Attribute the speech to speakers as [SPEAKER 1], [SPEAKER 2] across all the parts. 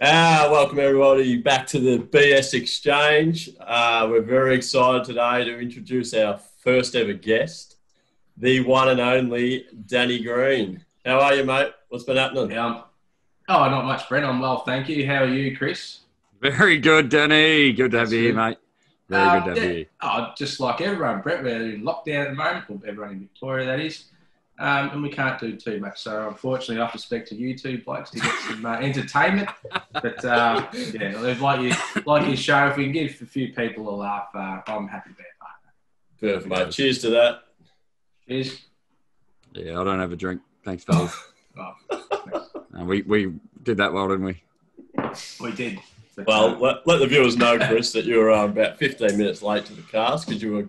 [SPEAKER 1] Ah, welcome everybody back to the BS Exchange. Uh, we're very excited today to introduce our first ever guest, the one and only Danny Green. How are you, mate? What's been happening?
[SPEAKER 2] Yeah. I'm- Oh, not much, Brent. I'm well, thank you. How are you, Chris?
[SPEAKER 3] Very good, Danny. Good to have you here, mate. Very
[SPEAKER 2] Uh, yeah.
[SPEAKER 3] good to have you. here.
[SPEAKER 2] Oh, just like everyone, Brent, we're in lockdown at the moment, well, everyone in Victoria, that is, um, and we can't do too much. So, unfortunately, I have to speak to you two blokes to get some uh, entertainment. But uh, yeah, like you, like your show, if we can give a few people a laugh, uh, I'm happy to be a part.
[SPEAKER 1] Perfect, mate. Cheers to that.
[SPEAKER 2] Cheers.
[SPEAKER 3] Yeah, I don't have a drink. Thanks, fellas.
[SPEAKER 2] Oh,
[SPEAKER 3] Uh, we we did that well, didn't we?
[SPEAKER 2] we did. But,
[SPEAKER 1] Well,
[SPEAKER 2] uh,
[SPEAKER 1] let, let the viewers know, Chris, that you were uh, about 15 minutes late to the cast because you were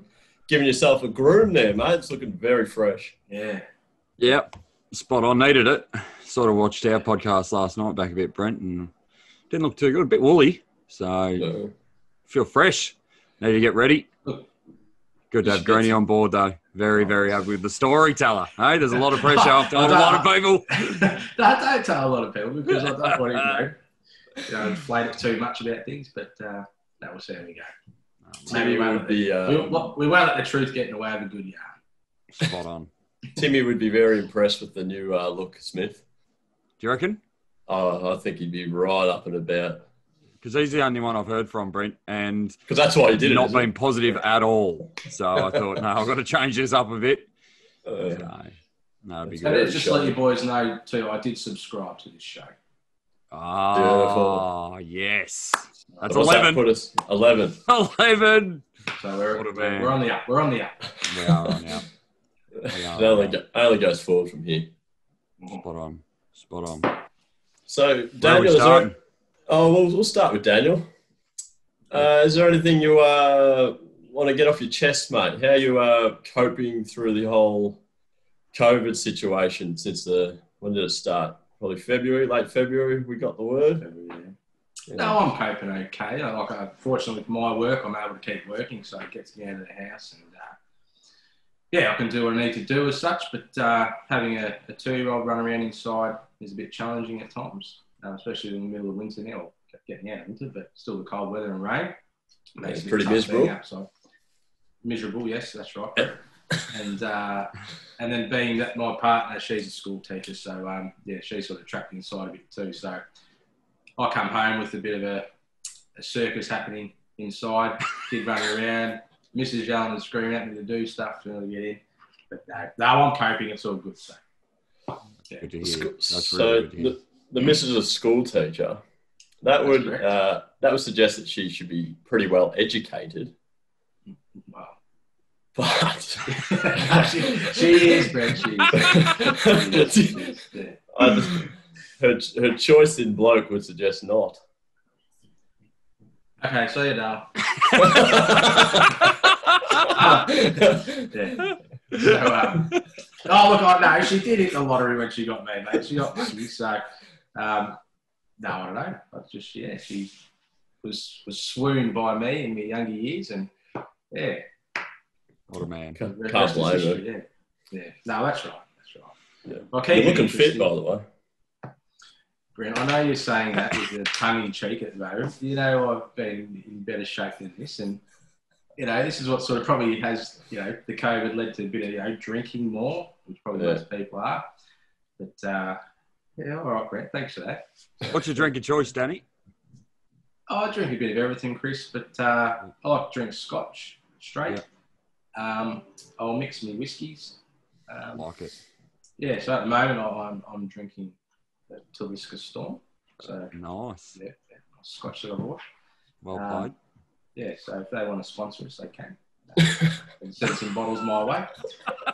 [SPEAKER 1] giving yourself a groom there, mate. It's looking very fresh.
[SPEAKER 2] yeah.
[SPEAKER 3] Yep. Spot on. Needed it. Sort of watched our podcast last night back a bit, Brent, and didn't look too good. A bit woolly. So
[SPEAKER 1] So,
[SPEAKER 3] feel fresh. Need to get ready. Good to
[SPEAKER 1] You
[SPEAKER 3] have
[SPEAKER 1] should get
[SPEAKER 3] Greeny on board, though. Very, very happy with the storyteller. Hey, there's a lot of pressure after a
[SPEAKER 2] I
[SPEAKER 3] lot of people.
[SPEAKER 2] no, don't tell a lot of people because I don't want to, you know, you know, inflate it too much about things, but uh, that was there we go.
[SPEAKER 1] Timmy would be
[SPEAKER 2] We,
[SPEAKER 1] um,
[SPEAKER 2] we won't let the truth get in the way of a good yarn.
[SPEAKER 3] Spot on.
[SPEAKER 1] Timmy would be very impressed with the new uh, look, Smith.
[SPEAKER 3] Do you reckon?
[SPEAKER 1] Oh, I think he'd be right up and about
[SPEAKER 3] Because he's the only one I've heard from, Brent, and
[SPEAKER 1] because that's why he did it.
[SPEAKER 3] not
[SPEAKER 1] isn't
[SPEAKER 3] been positive at all. So I thought, no, I've got to change this up a bit.
[SPEAKER 1] it? Uh,
[SPEAKER 3] So, no, it'd be
[SPEAKER 2] And
[SPEAKER 3] good.
[SPEAKER 1] Very
[SPEAKER 2] it's just
[SPEAKER 1] sure.
[SPEAKER 2] let you boys know too, I did subscribe to this show.
[SPEAKER 3] Ah, yes. That's
[SPEAKER 1] What's that
[SPEAKER 3] 11.
[SPEAKER 1] put us? 11.
[SPEAKER 3] 11.
[SPEAKER 2] So we're,
[SPEAKER 3] What a man.
[SPEAKER 2] we're on the up. We're on the up.
[SPEAKER 3] We are on now.
[SPEAKER 1] It
[SPEAKER 3] Yeah,
[SPEAKER 1] only,
[SPEAKER 3] yeah.
[SPEAKER 1] go- only goes forward from here.
[SPEAKER 3] Spot on. Spot on. Where
[SPEAKER 1] So,
[SPEAKER 3] are we
[SPEAKER 1] Daniel, is there,
[SPEAKER 3] starting?
[SPEAKER 1] oh, well, we'll start with Daniel. Uh, is there anything you uh, want to get off your chest, mate? How you uh, coping through the whole COVID situation since the when did it start? Probably February, late February. We got the word. Yeah.
[SPEAKER 2] No, I'm coping okay. I- Like, I, fortunately, with my work, I'm able to keep working, so it gets me out of the house, and uh, yeah, I can do what I need to do as such. But uh, having a, a two-year-old run around inside is a bit challenging at times, uh, especially in the middle of winter now. or Getting out of winter, but still the cold weather and rain
[SPEAKER 1] it's
[SPEAKER 2] it
[SPEAKER 1] pretty
[SPEAKER 2] tough being
[SPEAKER 1] miserable.
[SPEAKER 2] outside. Miserable, yes, that's right.
[SPEAKER 1] Yeah.
[SPEAKER 2] and uh, and then being that my partner, she's a school teacher, so um, yeah, she's sort of trapped inside a bit too. So I come home with a bit of a, a circus happening inside, kid running around, Mrs. yelling and screaming at me to do stuff to get in. But no, no, I'm coping. It's all good. So
[SPEAKER 3] Good to
[SPEAKER 1] Sc-
[SPEAKER 3] hear. That's
[SPEAKER 1] so
[SPEAKER 3] really good to hear.
[SPEAKER 1] the, the missus is a school teacher. That
[SPEAKER 2] That's
[SPEAKER 1] would
[SPEAKER 2] correct.
[SPEAKER 1] uh, that would suggest that she should be pretty well educated.
[SPEAKER 2] well,
[SPEAKER 1] But
[SPEAKER 2] she, she is, Brent. She is. She is, yeah.
[SPEAKER 1] I just, her her choice in bloke would suggest not.
[SPEAKER 2] Okay, so you know. Yeah. So, um, oh look, I know she did hit the lottery when she got me, mate. She got lucky, so um, no, I don't know. I just yeah, she was was swooned by me in my younger years, and yeah,
[SPEAKER 3] What a man.
[SPEAKER 1] Can't
[SPEAKER 2] the
[SPEAKER 1] blame
[SPEAKER 2] rest is
[SPEAKER 1] her.
[SPEAKER 2] history, Yeah, yeah. No, that's right. That's right.
[SPEAKER 1] Yeah.
[SPEAKER 2] Well, keep
[SPEAKER 1] You're
[SPEAKER 2] it
[SPEAKER 1] looking fit,
[SPEAKER 2] interesting,
[SPEAKER 1] by the way.
[SPEAKER 2] Brent. I know you're saying that with a tongue in cheek at the moment. You know, I've been in better shape than this, and you know, this is what sort of probably has you know the COVID led to a bit of you know drinking more, which probably
[SPEAKER 1] Yeah.
[SPEAKER 2] most people are. But uh, yeah, all right, Brent. Thanks for that. Oh,
[SPEAKER 3] What's your drink of choice, Danny?
[SPEAKER 2] I drink a bit of everything, Chris, but uh, I like to drink Scotch straight. Um, I'll mix me whiskies.
[SPEAKER 3] I
[SPEAKER 2] Um,
[SPEAKER 3] like it.
[SPEAKER 2] Yeah, so at the moment I- I'm, I'm drinking the Talisker Storm. So
[SPEAKER 3] Nice.
[SPEAKER 2] yeah, yeah, Scotch that I bought.
[SPEAKER 3] Well
[SPEAKER 1] Uh,
[SPEAKER 2] Um,
[SPEAKER 3] played.
[SPEAKER 2] Yeah, so if they want to sponsor us, they can. and send some bottles my way.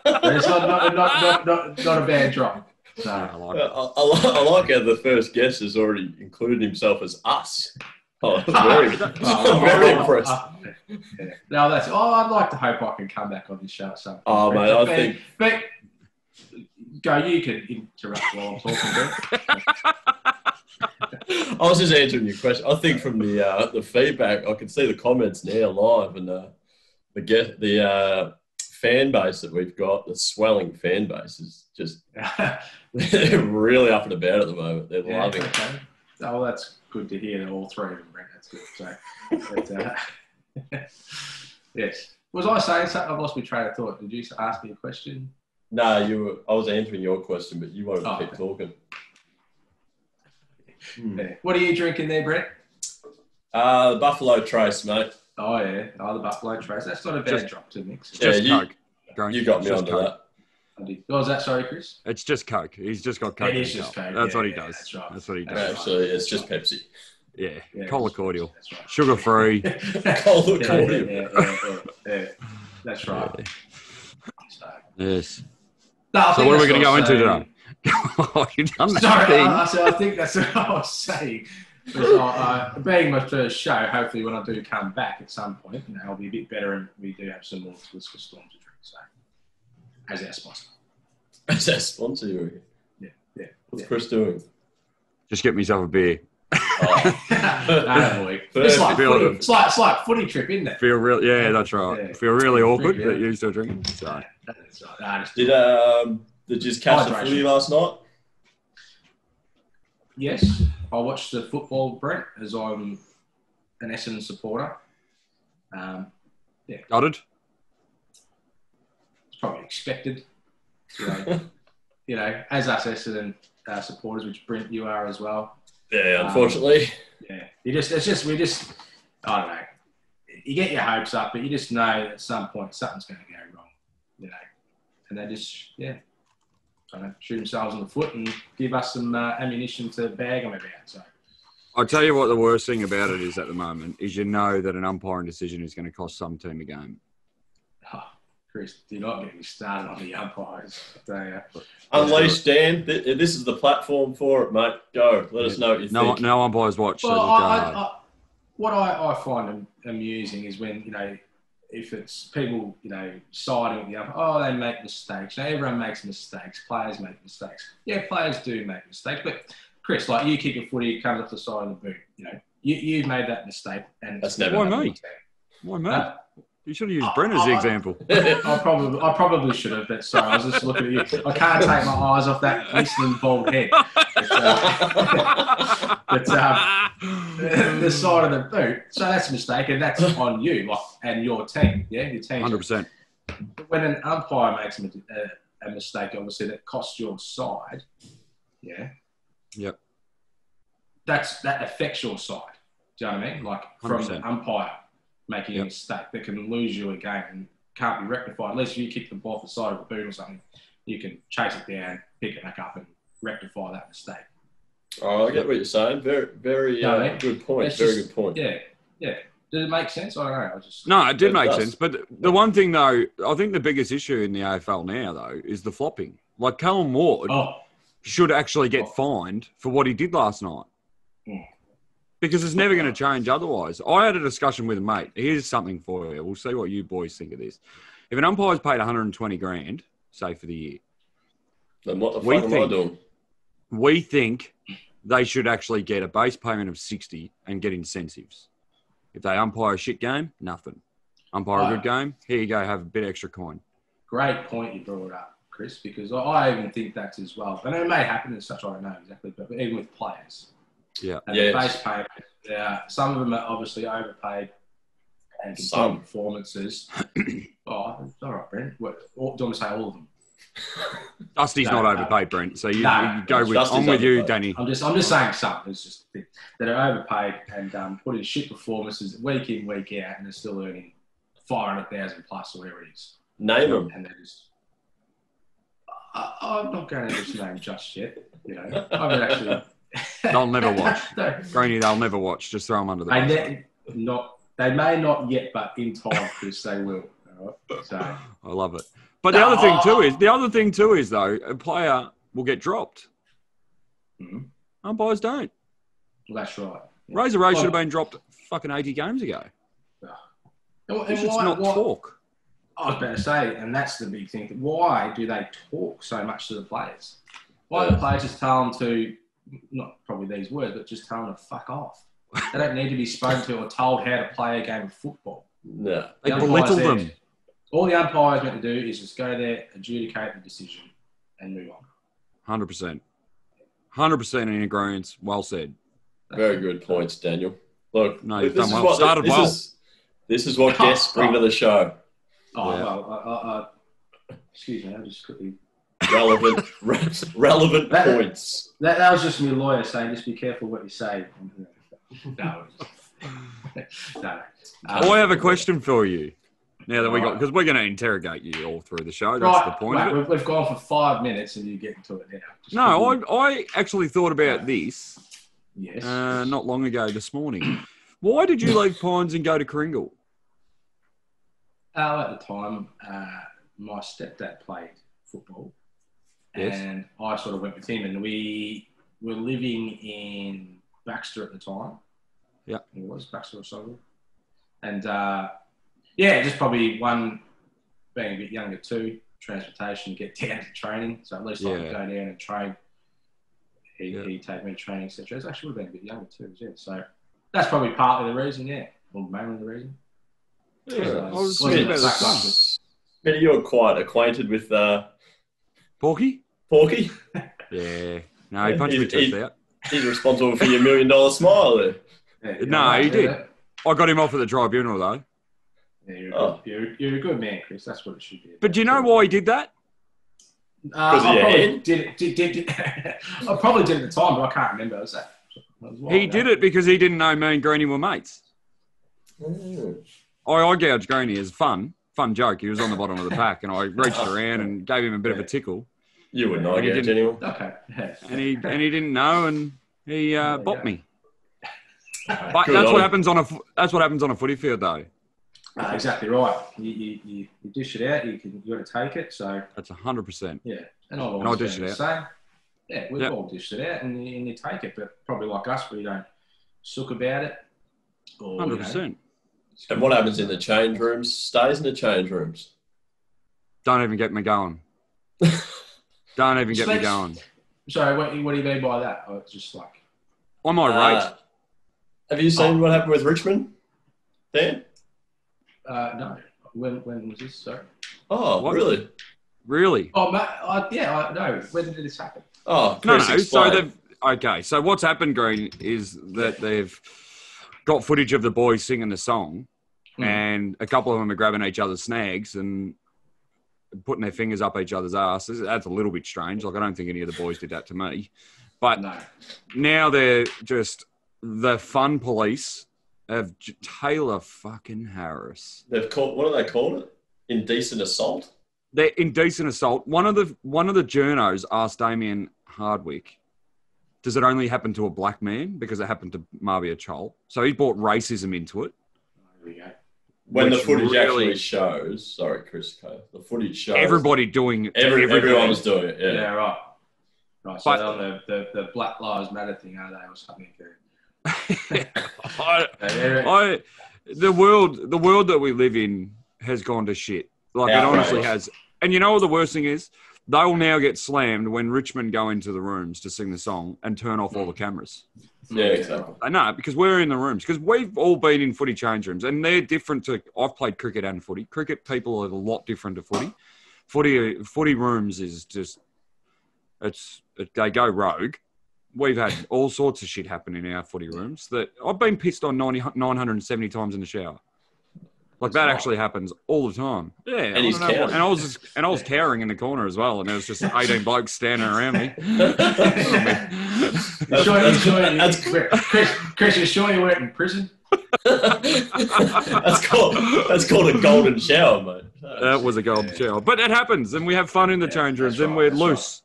[SPEAKER 2] But it's not, not, not, not, not, not a bad drop.
[SPEAKER 3] Yeah,
[SPEAKER 2] So,
[SPEAKER 3] I
[SPEAKER 1] I,
[SPEAKER 3] like it.
[SPEAKER 1] I, I like- I like how the first guest has already included himself as us. Oh, very,
[SPEAKER 2] Oh,
[SPEAKER 1] very
[SPEAKER 2] oh,
[SPEAKER 1] impressed.
[SPEAKER 2] oh, yeah. No, that's. Oh, I'd like to hope I can come back on this show at some point.
[SPEAKER 1] Oh, mate, I
[SPEAKER 2] But-
[SPEAKER 1] think-
[SPEAKER 2] But, go, you can interrupt while I'm talking. Brent.
[SPEAKER 1] I was just answering your question. I think from the uh, the feedback, I can see the comments now live, and uh, the get the uh, fan base that we've got, the swelling fan base is just
[SPEAKER 2] yeah,
[SPEAKER 1] they're really up and about at the moment. They're loving it.
[SPEAKER 2] okay. Oh, well, that's good to hear. that All three of them, Brent. That's good. So, but, uh, yes. Was I saying something? I've lost my train of thought. Did you ask me a question?
[SPEAKER 1] No, you. Were, I was answering your question, but you wanted to
[SPEAKER 2] Oh,
[SPEAKER 1] keep
[SPEAKER 2] okay.
[SPEAKER 1] talking. Hmm.
[SPEAKER 2] Yeah. What are you drinking there, Brent?
[SPEAKER 1] Uh, the Buffalo Trace, mate.
[SPEAKER 2] Oh yeah, oh, the Buffalo Trace. That's not a bad
[SPEAKER 3] Just-
[SPEAKER 2] drop to mix.
[SPEAKER 1] Yeah,
[SPEAKER 3] Just
[SPEAKER 1] you-
[SPEAKER 3] Coke. Growing-
[SPEAKER 1] You got
[SPEAKER 3] it's
[SPEAKER 1] me
[SPEAKER 3] just
[SPEAKER 1] onto
[SPEAKER 3] Coke.
[SPEAKER 1] that.
[SPEAKER 2] Oh, is that sorry, Chris?
[SPEAKER 3] It's just Coke. He's just got Coke.
[SPEAKER 2] It is
[SPEAKER 3] in his
[SPEAKER 2] just
[SPEAKER 3] cup.
[SPEAKER 2] Coke,
[SPEAKER 3] That's
[SPEAKER 2] yeah,
[SPEAKER 3] what he
[SPEAKER 2] yeah,
[SPEAKER 3] does.
[SPEAKER 2] that's right.
[SPEAKER 3] That's what he
[SPEAKER 1] No,
[SPEAKER 2] That's
[SPEAKER 3] does.
[SPEAKER 2] right.
[SPEAKER 1] Absolutely, it's just Pepsi.
[SPEAKER 3] Yeah.
[SPEAKER 2] Yeah,
[SPEAKER 3] Cola
[SPEAKER 2] that's-
[SPEAKER 3] cordial.
[SPEAKER 2] That's right.
[SPEAKER 3] Sugar free.
[SPEAKER 1] Cola
[SPEAKER 2] Yeah,
[SPEAKER 1] cordial.
[SPEAKER 2] yeah, yeah, yeah, yeah, yeah. That's right. So,
[SPEAKER 3] yes.
[SPEAKER 2] No, I
[SPEAKER 3] So
[SPEAKER 2] think
[SPEAKER 3] what are we
[SPEAKER 2] that's
[SPEAKER 3] going to go
[SPEAKER 2] I was
[SPEAKER 3] into
[SPEAKER 2] saying.
[SPEAKER 3] today? You've done that
[SPEAKER 2] Sorry,
[SPEAKER 3] thing.
[SPEAKER 2] I, I, said- I think that's what I was saying. Was, uh, uh, being my first show, hopefully when I do come back at some point, you know, I'll be a bit better and we do have some more Whisper Storm to drink. So, as our sponsor.
[SPEAKER 1] That's our sponsor. you.
[SPEAKER 2] Yeah, yeah,
[SPEAKER 1] What's
[SPEAKER 2] yeah.
[SPEAKER 1] Chris doing?
[SPEAKER 3] Just get myself a beer.
[SPEAKER 1] Oh,
[SPEAKER 2] no, boy. It's
[SPEAKER 1] Perfect
[SPEAKER 2] like, footy,
[SPEAKER 3] building.
[SPEAKER 2] it's, like, it's like footy trip, isn't it?
[SPEAKER 3] Feel real. Yeah, that's right.
[SPEAKER 2] Yeah.
[SPEAKER 3] Feel really awkward
[SPEAKER 2] Yeah.
[SPEAKER 3] that you're still drinking. So
[SPEAKER 2] That's right. Nah, just-
[SPEAKER 1] did um, did you just catch the
[SPEAKER 2] Hydration.
[SPEAKER 1] footy last night?
[SPEAKER 2] Yes, I watched the football, Brent, as I'm an Essendon supporter. Um,
[SPEAKER 3] gutted.
[SPEAKER 2] it's probably expected. You know, you know, as us Essendon uh, supporters, which Brent you are as well.
[SPEAKER 1] Yeah,
[SPEAKER 2] Um,
[SPEAKER 1] unfortunately.
[SPEAKER 2] Yeah, you just it's just we just I don't know. You get your hopes up, but you just know at some point something's going to go wrong, you know. And they just yeah, I don't know, shoot themselves in the foot and give us some uh, ammunition to bag them about. So
[SPEAKER 3] I tell you what, the worst thing about it is at the moment is you know that an umpiring decision is going to cost some team a game.
[SPEAKER 2] Oh, Chris, do not get me started on the umpires. They, uh,
[SPEAKER 1] Unleash Dan. Th- This is the platform for it, mate. Go. Let us know what you
[SPEAKER 3] No,
[SPEAKER 1] think.
[SPEAKER 3] no umpires watch. so
[SPEAKER 2] well,
[SPEAKER 3] they'll go
[SPEAKER 2] I, I,
[SPEAKER 3] hard.
[SPEAKER 2] I, what I, I find am- amusing is when you know if it's people you know siding with the umpire. Oh, they make mistakes. You know, everyone makes mistakes. Players make mistakes. Yeah, players do make mistakes. But Chris, like you kick a footy, it comes off the side of the boot. You know, you you've made that mistake, and
[SPEAKER 1] That's never
[SPEAKER 3] Why me? Why me?
[SPEAKER 2] Huh?
[SPEAKER 3] You should have used
[SPEAKER 2] I-
[SPEAKER 3] Brent as the
[SPEAKER 2] I-
[SPEAKER 3] example.
[SPEAKER 2] I probably, I probably should have, but sorry, I was just looking at you. I can't take my eyes off that glistening bald head. It's, uh, But, uh, the side of the boot. So that's a mistake, and that's on you like, and your team. Yeah, your team.
[SPEAKER 3] Hundred percent.
[SPEAKER 2] But When an umpire makes a, uh, a- a mistake, obviously that costs your side. Yeah.
[SPEAKER 3] Yep.
[SPEAKER 2] That's that affects your side. Do you know what I mean? Like from the
[SPEAKER 3] 100%.
[SPEAKER 2] umpire making a
[SPEAKER 3] Yep.
[SPEAKER 2] mistake that can lose you a game and can't be rectified. Unless you kick the ball off the side of the boot or something, you can chase it down, pick it back up, and rectify that mistake.
[SPEAKER 1] Oh, I get what you're saying. Very, very
[SPEAKER 2] No,
[SPEAKER 1] uh,
[SPEAKER 2] mate.
[SPEAKER 1] good point.
[SPEAKER 2] It's
[SPEAKER 1] Very
[SPEAKER 2] just-
[SPEAKER 1] good point.
[SPEAKER 2] Yeah. Yeah. Does it make sense? I don't know. I just
[SPEAKER 3] No, it did
[SPEAKER 1] It
[SPEAKER 3] make
[SPEAKER 1] does.
[SPEAKER 3] sense. But the one thing though, I think the biggest issue in the AFL now though is the flopping. Like Callum Ward
[SPEAKER 2] oh.
[SPEAKER 3] should actually get
[SPEAKER 2] Oh.
[SPEAKER 3] fined for what he did last night.
[SPEAKER 2] Yeah.
[SPEAKER 3] Because it's never going to change otherwise. I had a discussion with a mate. Here's something for you. We'll see what you boys think of this. If an umpire's paid 120 grand, say for the year,
[SPEAKER 1] Then what the
[SPEAKER 3] We
[SPEAKER 1] fuck am I
[SPEAKER 3] think-
[SPEAKER 1] doing?
[SPEAKER 3] we think they should actually get a base payment of 60 and get incentives. If they umpire a shit game, nothing. Umpire a good game, here you go, have a bit extra coin.
[SPEAKER 2] Great point you brought up, Chris, because I- I even think that as well. And it may happen as such, I don't know exactly, but even with players.
[SPEAKER 3] Yeah.
[SPEAKER 2] And
[SPEAKER 1] Yeah.
[SPEAKER 2] the base payment, yeah, some of them are obviously overpaid and can
[SPEAKER 1] Some.
[SPEAKER 2] put performances. oh, all right, Brent. What, all, do you want to say all of them?
[SPEAKER 3] Dusty's
[SPEAKER 2] No,
[SPEAKER 3] not
[SPEAKER 2] no.
[SPEAKER 3] overpaid, Brent. So you,
[SPEAKER 2] No,
[SPEAKER 3] you go with.
[SPEAKER 1] Dusty's
[SPEAKER 3] I'm with you,
[SPEAKER 1] overpaid.
[SPEAKER 3] Danny.
[SPEAKER 2] I'm just, I'm just saying some. It's just the- that are overpaid and um, put in shit performances week in, week out, and they're still earning 500,000 plus or whatever it is.
[SPEAKER 1] Name them.
[SPEAKER 2] and they just. I, I'm not going to just name just yet. You know, I would actually.
[SPEAKER 3] They'll never watch.
[SPEAKER 2] No.
[SPEAKER 3] Greeny, they'll never watch. Just throw them under the
[SPEAKER 2] they
[SPEAKER 3] bus.
[SPEAKER 2] ne- not. They may not yet, but in time, Chris, they will. All right. So
[SPEAKER 3] I love it. But the
[SPEAKER 2] No.
[SPEAKER 3] other thing too is the other thing too is though a player will get dropped.
[SPEAKER 2] Mhm.
[SPEAKER 3] Umpires don't.
[SPEAKER 2] well, that's right. Yeah.
[SPEAKER 3] Razor Ray
[SPEAKER 2] Oh.
[SPEAKER 3] should have been dropped fucking 80 games ago.
[SPEAKER 2] And,
[SPEAKER 3] It's
[SPEAKER 2] and
[SPEAKER 3] just
[SPEAKER 2] why,
[SPEAKER 3] not
[SPEAKER 2] why-
[SPEAKER 3] talk.
[SPEAKER 2] I was about to say, and that's the big thing. Why do they talk so much to the players? Why do the players just tell them to, not probably these words, but just tell them to fuck off? They don't need to be spoken to or told how to play a game of football.
[SPEAKER 1] No.
[SPEAKER 3] They
[SPEAKER 2] The umpires
[SPEAKER 3] belittle them.
[SPEAKER 2] there- All the umpires meant to do is just go there, adjudicate the decision, and move on.
[SPEAKER 3] Hundred percent, hundred percent in agreement. Well said.
[SPEAKER 1] Very good points, Daniel. Look,
[SPEAKER 3] No,
[SPEAKER 1] this
[SPEAKER 3] you've done
[SPEAKER 1] is
[SPEAKER 3] well.
[SPEAKER 1] what
[SPEAKER 3] Started
[SPEAKER 1] this
[SPEAKER 3] well.
[SPEAKER 1] is. This is what guests bring to the show.
[SPEAKER 2] Oh,
[SPEAKER 3] Yeah.
[SPEAKER 2] well, I, I, I, excuse me, I just quickly.
[SPEAKER 1] Relevant, re- relevant
[SPEAKER 2] That-
[SPEAKER 1] points.
[SPEAKER 2] That, that was just my lawyer saying, just be careful what you say. No, no. Um,
[SPEAKER 3] Oh, I have a question for you. Now that we got, because we're going to interrogate you all through the show. That's
[SPEAKER 2] Right,
[SPEAKER 3] the point
[SPEAKER 2] right,
[SPEAKER 3] of it.
[SPEAKER 2] we've, we've gone for five minutes and you get into it now. Just
[SPEAKER 3] No,
[SPEAKER 2] quickly.
[SPEAKER 3] I, I actually thought about this
[SPEAKER 2] Yes.
[SPEAKER 3] uh, not long ago this morning. Why did you leave Pines and go to Kringle?
[SPEAKER 2] Uh, at the time, uh, my stepdad played football,
[SPEAKER 3] Yes.
[SPEAKER 2] and I sort of went with him. And we were living in Baxter at the time.
[SPEAKER 3] Yeah.
[SPEAKER 2] it was Baxter or something. And uh, yeah, just probably one being a bit younger too. Transportation, get down to training. So at least I
[SPEAKER 3] Yeah.
[SPEAKER 2] could go down and train. He
[SPEAKER 3] Yeah.
[SPEAKER 2] he take me to training, etc. It's actually would have been a bit younger too, yeah. So that's probably partly the reason, yeah, or mainly the reason. Yeah,
[SPEAKER 3] I was
[SPEAKER 2] wasn't
[SPEAKER 3] thinking about
[SPEAKER 2] it
[SPEAKER 3] the
[SPEAKER 2] back
[SPEAKER 3] same.
[SPEAKER 2] up?
[SPEAKER 1] Smitty, you're quite acquainted with uh,
[SPEAKER 3] Porky?
[SPEAKER 1] Porky.
[SPEAKER 3] Yeah. No, he
[SPEAKER 1] Yeah,
[SPEAKER 3] punched
[SPEAKER 1] he-
[SPEAKER 3] me tooth
[SPEAKER 1] he-
[SPEAKER 3] out.
[SPEAKER 1] He's responsible for your million dollar smile there.
[SPEAKER 2] Yeah,
[SPEAKER 3] No,
[SPEAKER 2] you're
[SPEAKER 3] he
[SPEAKER 2] right,
[SPEAKER 3] did.
[SPEAKER 2] yeah.
[SPEAKER 3] I got him off at the tribunal though.
[SPEAKER 2] Yeah, you're, a
[SPEAKER 1] Oh.
[SPEAKER 2] good, you're, you're a good man, Chris. That's what it should be.
[SPEAKER 3] But do you know why he did that?
[SPEAKER 2] Uh,
[SPEAKER 1] 'Cause of
[SPEAKER 2] I
[SPEAKER 1] your
[SPEAKER 2] probably
[SPEAKER 1] head?
[SPEAKER 2] did, it- did, did, did- I probably did it at the time, but I can't remember. It was that, that was a while
[SPEAKER 3] He
[SPEAKER 2] ago.
[SPEAKER 3] did it because he didn't know me and Greeny were mates. I, I gouged Greeny as fun, fun joke. He was on the bottom of the pack, and I reached around and gave him a bit of a tickle,
[SPEAKER 1] You would not
[SPEAKER 3] And he
[SPEAKER 1] get
[SPEAKER 3] didn't-
[SPEAKER 1] anyone.
[SPEAKER 2] Okay. Yeah.
[SPEAKER 3] and he and he didn't know, and he uh,
[SPEAKER 2] There you
[SPEAKER 3] bopped
[SPEAKER 2] go.
[SPEAKER 3] me. But
[SPEAKER 1] Good
[SPEAKER 3] that's
[SPEAKER 1] on
[SPEAKER 3] what
[SPEAKER 1] him.
[SPEAKER 3] happens on a fo- that's what happens on a footy field, though.
[SPEAKER 2] Uh, exactly right. You, you, you, you dish it out. You can you got to take it. So
[SPEAKER 3] That's hundred percent.
[SPEAKER 2] yeah, and I've
[SPEAKER 3] And I'll
[SPEAKER 2] always
[SPEAKER 3] dish
[SPEAKER 2] been
[SPEAKER 3] it
[SPEAKER 2] the Same. Yeah, we've
[SPEAKER 3] Yep.
[SPEAKER 2] all dished it out, and you, and you take it. But probably like us, we don't sook about it. Or, you know,
[SPEAKER 3] Hundred percent.
[SPEAKER 1] And what happens in the change rooms stays in the change rooms.
[SPEAKER 3] Don't even get me going. Don't even get me
[SPEAKER 2] Specs-
[SPEAKER 3] going.
[SPEAKER 2] Sorry, what, what do you mean by that? Oh, it's just like
[SPEAKER 3] I'm irate.
[SPEAKER 1] Uh, have you
[SPEAKER 3] Oh.
[SPEAKER 1] seen what happened with Richmond? Dan?
[SPEAKER 2] uh, no. When when was this? Sorry.
[SPEAKER 1] Oh,
[SPEAKER 3] What?
[SPEAKER 1] really?
[SPEAKER 3] really?
[SPEAKER 2] Oh, ma I, yeah, I know. When did this happen?
[SPEAKER 1] Oh,
[SPEAKER 3] No, no.
[SPEAKER 1] Chris,
[SPEAKER 3] So
[SPEAKER 1] explain.
[SPEAKER 3] they've okay. So what's happened, Green, is that they've got footage of the boys singing the song,
[SPEAKER 2] Hmm.
[SPEAKER 3] and a couple of them are grabbing each other's snags and putting their fingers up each other's asses. That's a little bit strange. Like I don't think any of the boys did that to me, but
[SPEAKER 2] No.
[SPEAKER 3] now they're just the fun police of J- Taylor fucking Harris.
[SPEAKER 1] They've called. What do they call it? Indecent assault.
[SPEAKER 3] They're indecent assault. One of the one of the journos asked Damien Hardwick, "Does it only happen to a black man? Because it happened to Marvia Chol, so he brought racism into it.
[SPEAKER 2] There we go.
[SPEAKER 1] When the
[SPEAKER 3] Which
[SPEAKER 1] footage
[SPEAKER 3] really-
[SPEAKER 1] actually shows. Sorry, Chris. Coe, The footage shows.
[SPEAKER 3] Everybody doing
[SPEAKER 1] Every,
[SPEAKER 3] everything.
[SPEAKER 1] everyone was doing it.
[SPEAKER 2] Yeah,
[SPEAKER 1] Yeah.
[SPEAKER 2] right. Right, so
[SPEAKER 3] But-
[SPEAKER 2] they're on the, the, the Black Lives Matter thing, are they, or something?
[SPEAKER 3] I,
[SPEAKER 2] They're-
[SPEAKER 3] I, the world, the world that we live in has gone to shit. Like it honestly
[SPEAKER 1] Outrage.
[SPEAKER 3] has. And you know what the worst thing is? They'll now get slammed when Richmond go into the rooms to sing the song and turn off all the cameras.
[SPEAKER 1] Yeah, exactly.
[SPEAKER 3] I know Uh, because we're in the rooms because we've all been in footy change rooms and they're different to. I've played cricket and footy. Cricket people are a lot different to footy. Footy footy rooms is just it's it, they go rogue. We've had all sorts of shit happen in our footy rooms that I've been pissed on 90, 970 times in the shower. Like that actually happens all the time. Yeah, I don't
[SPEAKER 1] he's
[SPEAKER 3] know why.
[SPEAKER 1] cowering.
[SPEAKER 3] and I was just, and I was cowering in the corner as well, and there was just eighteen blokes standing around me.
[SPEAKER 2] You're sure, you're sure you-
[SPEAKER 1] That's-
[SPEAKER 2] Chris, Chris, you sure you weren't in prison?
[SPEAKER 1] that's called that's called a golden shower, mate.
[SPEAKER 3] That was a gold
[SPEAKER 2] Yeah.
[SPEAKER 3] shower. But it happens, and we have fun in the
[SPEAKER 2] Yeah,
[SPEAKER 3] change rooms,
[SPEAKER 2] that's
[SPEAKER 3] and
[SPEAKER 2] right,
[SPEAKER 3] we're
[SPEAKER 2] that's
[SPEAKER 3] loose.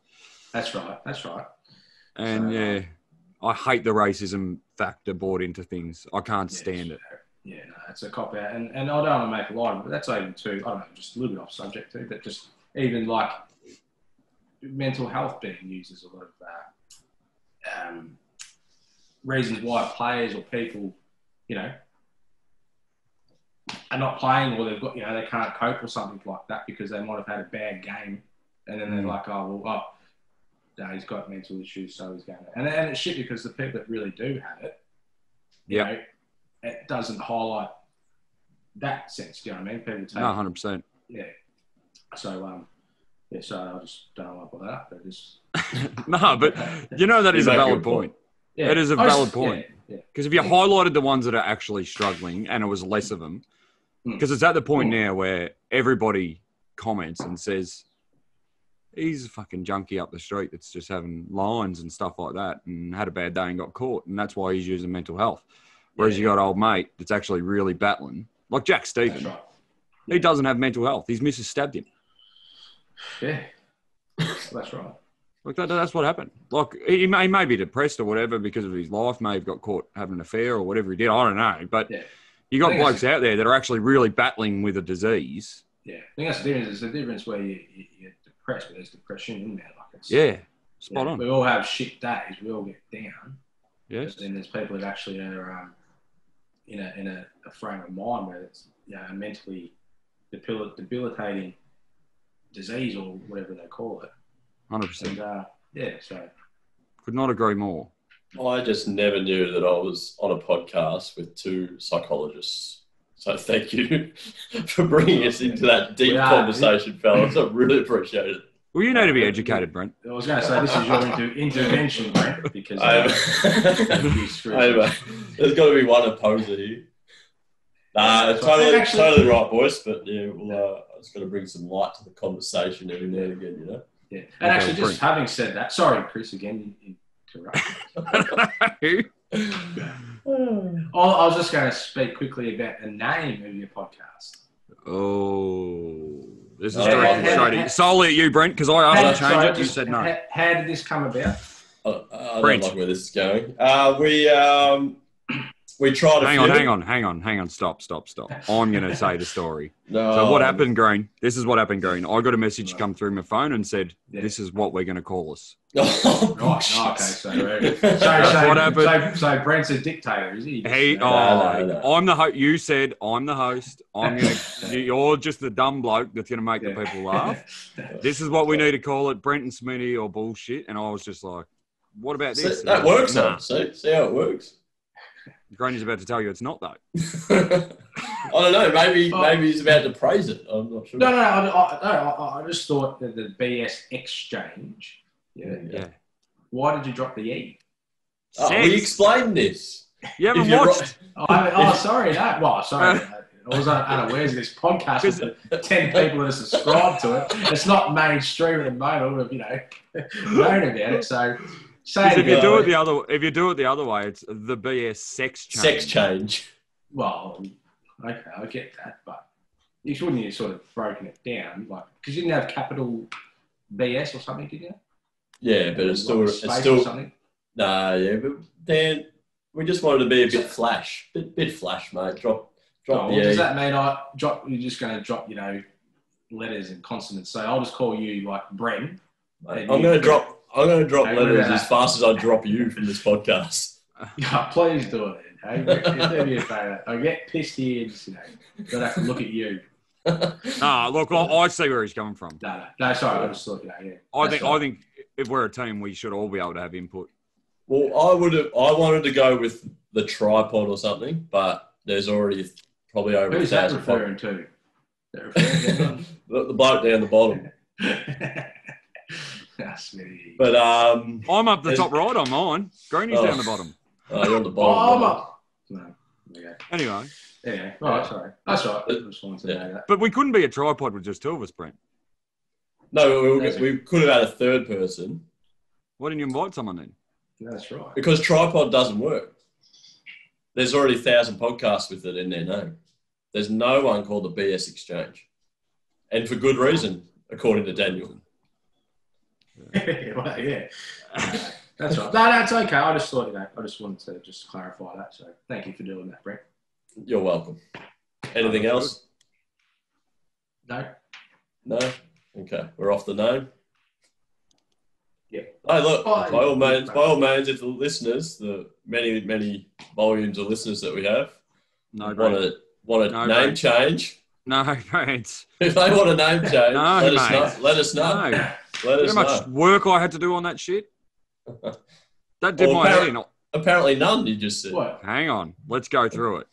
[SPEAKER 2] That's right, that's right. So,
[SPEAKER 3] And yeah, I hate the racism factor brought into things. I can't
[SPEAKER 2] Yeah,
[SPEAKER 3] stand it.
[SPEAKER 2] Yeah, no, it's a cop out. And, and I don't want to make a lot of it, but that's even too, I don't know, just a little bit off subject too, but just even like mental health being used as a lot of uh, um, reasons why players or people, you know, are not playing or they've got, you know, they can't cope or something like that because they might have had a bad game. And then they're
[SPEAKER 3] Mm.
[SPEAKER 2] like, oh, well, oh, no, he's got mental issues, so he's going to. And, and it's shit because the people that really do have it, you
[SPEAKER 3] Yeah.
[SPEAKER 2] know, it doesn't highlight that sense. Do you know what I mean? People take,
[SPEAKER 3] No, hundred percent.
[SPEAKER 2] yeah. So, um, yeah, so I just don't know about that, but just,
[SPEAKER 3] No, but you know that
[SPEAKER 1] You
[SPEAKER 3] is a
[SPEAKER 1] make a
[SPEAKER 3] valid
[SPEAKER 1] good point.
[SPEAKER 3] point.
[SPEAKER 2] yeah.
[SPEAKER 3] That is a
[SPEAKER 2] I just-
[SPEAKER 3] valid point.
[SPEAKER 2] yeah. Yeah.
[SPEAKER 3] Because if you highlighted the ones that are actually struggling and it was less of them,
[SPEAKER 2] Mm.
[SPEAKER 3] because it's at the point now where everybody comments and says, he's a fucking junkie up the street that's just having lines and stuff like that and had a bad day and got caught. And that's why he's using mental health. Whereas you got old mate that's actually really battling, like Jack
[SPEAKER 2] That's
[SPEAKER 3] Stephen.
[SPEAKER 2] right.
[SPEAKER 3] He doesn't have mental health. His missus stabbed him.
[SPEAKER 2] Yeah. That's right.
[SPEAKER 3] Like that, that's what happened. Like he may, he may be depressed or whatever because of his life. May have got caught having an affair or whatever he did. I don't know. But
[SPEAKER 2] Yeah.
[SPEAKER 3] you got
[SPEAKER 2] I think
[SPEAKER 3] blokes out there that are actually really battling with a disease.
[SPEAKER 2] Yeah. I think that's the difference. There's a difference where you, you, you're depressed, but there's depression in there. Like it's,
[SPEAKER 3] Yeah,
[SPEAKER 2] you know,
[SPEAKER 3] spot on.
[SPEAKER 2] We all have shit days. We all get down.
[SPEAKER 3] Yes,
[SPEAKER 2] But then there's people that actually are um, in a in a, a frame of mind where it's you know, a mentally debil- debilitating disease or whatever they call it.
[SPEAKER 3] hundred
[SPEAKER 2] And
[SPEAKER 3] percent.
[SPEAKER 2] uh, yeah, so
[SPEAKER 3] Could not agree more.
[SPEAKER 1] I just never knew that I was on a podcast with two psychologists. So thank you for bringing us into that deep
[SPEAKER 2] Yeah.
[SPEAKER 1] conversation, fellas. I really appreciate it.
[SPEAKER 3] Well, you need to be educated, Brent.
[SPEAKER 2] I was going to say this is your inter- intervention, Brent, because
[SPEAKER 1] I-
[SPEAKER 2] uh, you screwed
[SPEAKER 1] Hey,
[SPEAKER 2] up.
[SPEAKER 1] mate, there's got to be one opposer here. Nah,
[SPEAKER 2] That's right.
[SPEAKER 1] totally,
[SPEAKER 2] Actually-
[SPEAKER 1] totally right, boys. But yeah, well, uh, I just got to bring some light to the conversation every now and again, you know.
[SPEAKER 2] Yeah. And
[SPEAKER 3] Okay,
[SPEAKER 2] actually, just
[SPEAKER 3] Brent.
[SPEAKER 2] having said that, sorry, Chris, again, you interrupt. Oh, I was just going to speak quickly about the name of your podcast.
[SPEAKER 3] oh, this is
[SPEAKER 1] Yeah,
[SPEAKER 3] directed
[SPEAKER 1] yeah,
[SPEAKER 3] shady.
[SPEAKER 2] yeah.
[SPEAKER 3] Solely at you, Brent, because I asked to
[SPEAKER 2] How-
[SPEAKER 3] change
[SPEAKER 2] sorry,
[SPEAKER 3] it. Oh, You
[SPEAKER 2] just-
[SPEAKER 3] said no.
[SPEAKER 2] How, how did this come about?
[SPEAKER 1] I, I don't
[SPEAKER 3] Brent.
[SPEAKER 1] like where this is going. Uh, we um, we tried. A
[SPEAKER 3] Hang on,
[SPEAKER 1] few.
[SPEAKER 3] hang on, hang on, hang on. Stop, stop, stop. I'm going to say the story.
[SPEAKER 1] No,
[SPEAKER 3] So what happened, Green? This is what happened, Green. I got a message come through my phone and said,
[SPEAKER 2] Yeah.
[SPEAKER 3] "This is what we're going to call us."
[SPEAKER 1] Oh,
[SPEAKER 2] Right. oh, okay.
[SPEAKER 1] shit.
[SPEAKER 2] So, uh, so, so,
[SPEAKER 3] What happened?
[SPEAKER 2] so, so Brent's a dictator, is he?
[SPEAKER 3] He,
[SPEAKER 1] No, no,
[SPEAKER 3] oh,
[SPEAKER 1] no.
[SPEAKER 3] I'm the host. You said I'm the host. I'm going to. You're just the dumb bloke that's going to make
[SPEAKER 2] Yeah.
[SPEAKER 3] the people laugh. This is what we need to call it, Brent and Smitty or bullshit. And I was just like, "What about
[SPEAKER 1] See,
[SPEAKER 3] this?"
[SPEAKER 1] that works,
[SPEAKER 3] Nah.
[SPEAKER 1] though. See, see how it works.
[SPEAKER 3] Green is about to tell you it's not though.
[SPEAKER 1] I don't know. Maybe
[SPEAKER 2] Oh.
[SPEAKER 1] maybe he's about to praise it. I'm not sure.
[SPEAKER 2] No, no, no. I, I, no, I, I just thought that the BS exchange. Yeah.
[SPEAKER 3] Yeah.
[SPEAKER 2] Why did you drop the E?
[SPEAKER 1] Oh,
[SPEAKER 3] Sex.
[SPEAKER 1] we explained this.
[SPEAKER 3] you haven't
[SPEAKER 1] If you're
[SPEAKER 3] watched.
[SPEAKER 1] right-
[SPEAKER 2] Oh, I, oh sorry. No. Well, sorry. I was un- unaware of this podcast with the 10 people that subscribe to it. It's not mainstream at the moment. We've, you know, known about it. So, say
[SPEAKER 3] 'Cause if you
[SPEAKER 1] Yeah.
[SPEAKER 3] do it the other, if you do it the other way, it's the BS sex change.
[SPEAKER 1] Sex change.
[SPEAKER 2] Well, okay, I get that, but you shouldn't have sort of broken it down, like because you didn't have capital BS or something, did you?
[SPEAKER 1] Yeah, but it's still
[SPEAKER 2] Like
[SPEAKER 1] it's
[SPEAKER 2] space or
[SPEAKER 1] still
[SPEAKER 2] something.
[SPEAKER 1] nah. Yeah, but Dan, we just wanted to be a bit flash, bit bit flash, mate. Drop
[SPEAKER 2] Oh,
[SPEAKER 1] drop
[SPEAKER 2] well,
[SPEAKER 1] the
[SPEAKER 2] Does
[SPEAKER 1] E.
[SPEAKER 2] that mean I drop? You're just going to drop, you know, letters and consonants. So I'll just call you like Bren.
[SPEAKER 1] Mate, I'm gonna drop. I'm gonna drop
[SPEAKER 2] Hey,
[SPEAKER 1] letters
[SPEAKER 2] we're-
[SPEAKER 1] as fast as I drop you from this podcast.
[SPEAKER 2] Yeah, please do it. Then, hey, Bren, do me a favour. I get pissed here, and just you know, don't have to look at you.
[SPEAKER 3] Ah, look, I, I see where he's coming from.
[SPEAKER 2] No, no, no, sorry, I just thought, you know, yeah.
[SPEAKER 3] I
[SPEAKER 2] That's
[SPEAKER 3] think
[SPEAKER 2] right.
[SPEAKER 3] I think if we're a team, we should all be able to have input.
[SPEAKER 1] Well, I would have. I wanted to go with the tripod or something, but there's already probably over
[SPEAKER 2] Who's
[SPEAKER 1] a
[SPEAKER 2] that
[SPEAKER 1] thousand. pod-
[SPEAKER 2] referring to? That referring to anyone?
[SPEAKER 1] the, the bloke down the bottom.
[SPEAKER 2] That's me.
[SPEAKER 1] But um,
[SPEAKER 3] I'm up the
[SPEAKER 1] There's-
[SPEAKER 3] top right on mine. Greeny's
[SPEAKER 1] Oh.
[SPEAKER 3] down the bottom.
[SPEAKER 1] oh, you're on the bottom.
[SPEAKER 2] oh, I'm
[SPEAKER 1] aren't
[SPEAKER 2] up. No. Okay.
[SPEAKER 3] Anyway,
[SPEAKER 2] Anyway. All right. Sorry. That's all right. I just wanted to know that.
[SPEAKER 3] but we couldn't be a tripod with just two of us, Brent.
[SPEAKER 1] you? No, we, were- we could have had a third person
[SPEAKER 3] Why didn't you invite someone then?
[SPEAKER 2] That's right.
[SPEAKER 1] because tripod doesn't work. There's already a thousand podcasts with it in their name. There's no one called the BS Exchange, and for good reason, according to Daniel.
[SPEAKER 2] well, yeah. Okay, That's right. No, no, it's okay. I just thought, you know, I just wanted to just clarify that. So thank you for doing that, Brett.
[SPEAKER 1] You're welcome. Anything else?
[SPEAKER 2] No.
[SPEAKER 1] No. Okay, we're off the name.
[SPEAKER 2] Yeah.
[SPEAKER 1] Hey, look,
[SPEAKER 2] Oh,
[SPEAKER 1] by all
[SPEAKER 2] yeah.
[SPEAKER 1] means, by all means, if the listeners, the many, many volumes of listeners that we have,
[SPEAKER 3] No,
[SPEAKER 1] want
[SPEAKER 3] Brent.
[SPEAKER 1] a want a
[SPEAKER 3] No,
[SPEAKER 1] name
[SPEAKER 3] mate.
[SPEAKER 1] change.
[SPEAKER 3] No, Brent.
[SPEAKER 1] If they want a name change,
[SPEAKER 3] No,
[SPEAKER 1] let,
[SPEAKER 3] mate.
[SPEAKER 1] us know. let us know.
[SPEAKER 3] No.
[SPEAKER 1] Let
[SPEAKER 3] You know
[SPEAKER 1] us
[SPEAKER 3] how
[SPEAKER 1] know.
[SPEAKER 3] much work I had to do on that shit? That did
[SPEAKER 1] Well,
[SPEAKER 3] my head
[SPEAKER 1] apparent-
[SPEAKER 3] in.
[SPEAKER 1] Apparently none. You just said.
[SPEAKER 2] What?
[SPEAKER 3] Hang on. Let's go through it.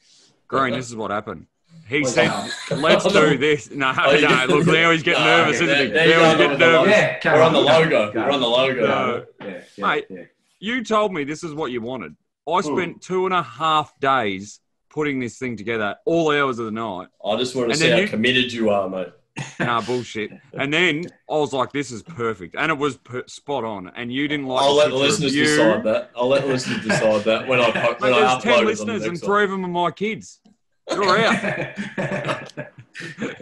[SPEAKER 3] Green, this is what happened. He
[SPEAKER 1] What's
[SPEAKER 3] said,
[SPEAKER 1] that?
[SPEAKER 3] let's
[SPEAKER 1] Oh, no.
[SPEAKER 3] do this. No,
[SPEAKER 1] Oh, you
[SPEAKER 3] no.
[SPEAKER 1] did-
[SPEAKER 3] Look, now he's getting
[SPEAKER 1] No,
[SPEAKER 3] nervous,
[SPEAKER 1] yeah,
[SPEAKER 3] isn't he?
[SPEAKER 1] there you
[SPEAKER 3] Now he's
[SPEAKER 1] go,
[SPEAKER 3] getting
[SPEAKER 1] that was
[SPEAKER 3] nervous.
[SPEAKER 1] a
[SPEAKER 2] Yeah. Come
[SPEAKER 1] We're on the logo.
[SPEAKER 2] Go.
[SPEAKER 1] We're on the logo.
[SPEAKER 3] No.
[SPEAKER 2] Yeah. yeah,
[SPEAKER 3] Mate.
[SPEAKER 2] yeah.
[SPEAKER 3] You told me this is what you wanted. I spent two and a half days putting this thing together, all hours of the night.
[SPEAKER 1] I just want to
[SPEAKER 3] And
[SPEAKER 1] see
[SPEAKER 3] then
[SPEAKER 1] how
[SPEAKER 3] you-
[SPEAKER 1] committed you are, mate.
[SPEAKER 3] Nah, bullshit. And then I was like, "This is perfect," and it was per- spot on. And you didn't like.
[SPEAKER 1] I'll let the
[SPEAKER 3] picture of
[SPEAKER 1] listeners
[SPEAKER 3] you.
[SPEAKER 1] decide that. I'll let the listeners decide that when I po-
[SPEAKER 3] But
[SPEAKER 1] when I
[SPEAKER 3] there's ten
[SPEAKER 1] upload it on the
[SPEAKER 3] listeners, and
[SPEAKER 1] next
[SPEAKER 3] three
[SPEAKER 1] one.
[SPEAKER 3] of them are my kids. You're out.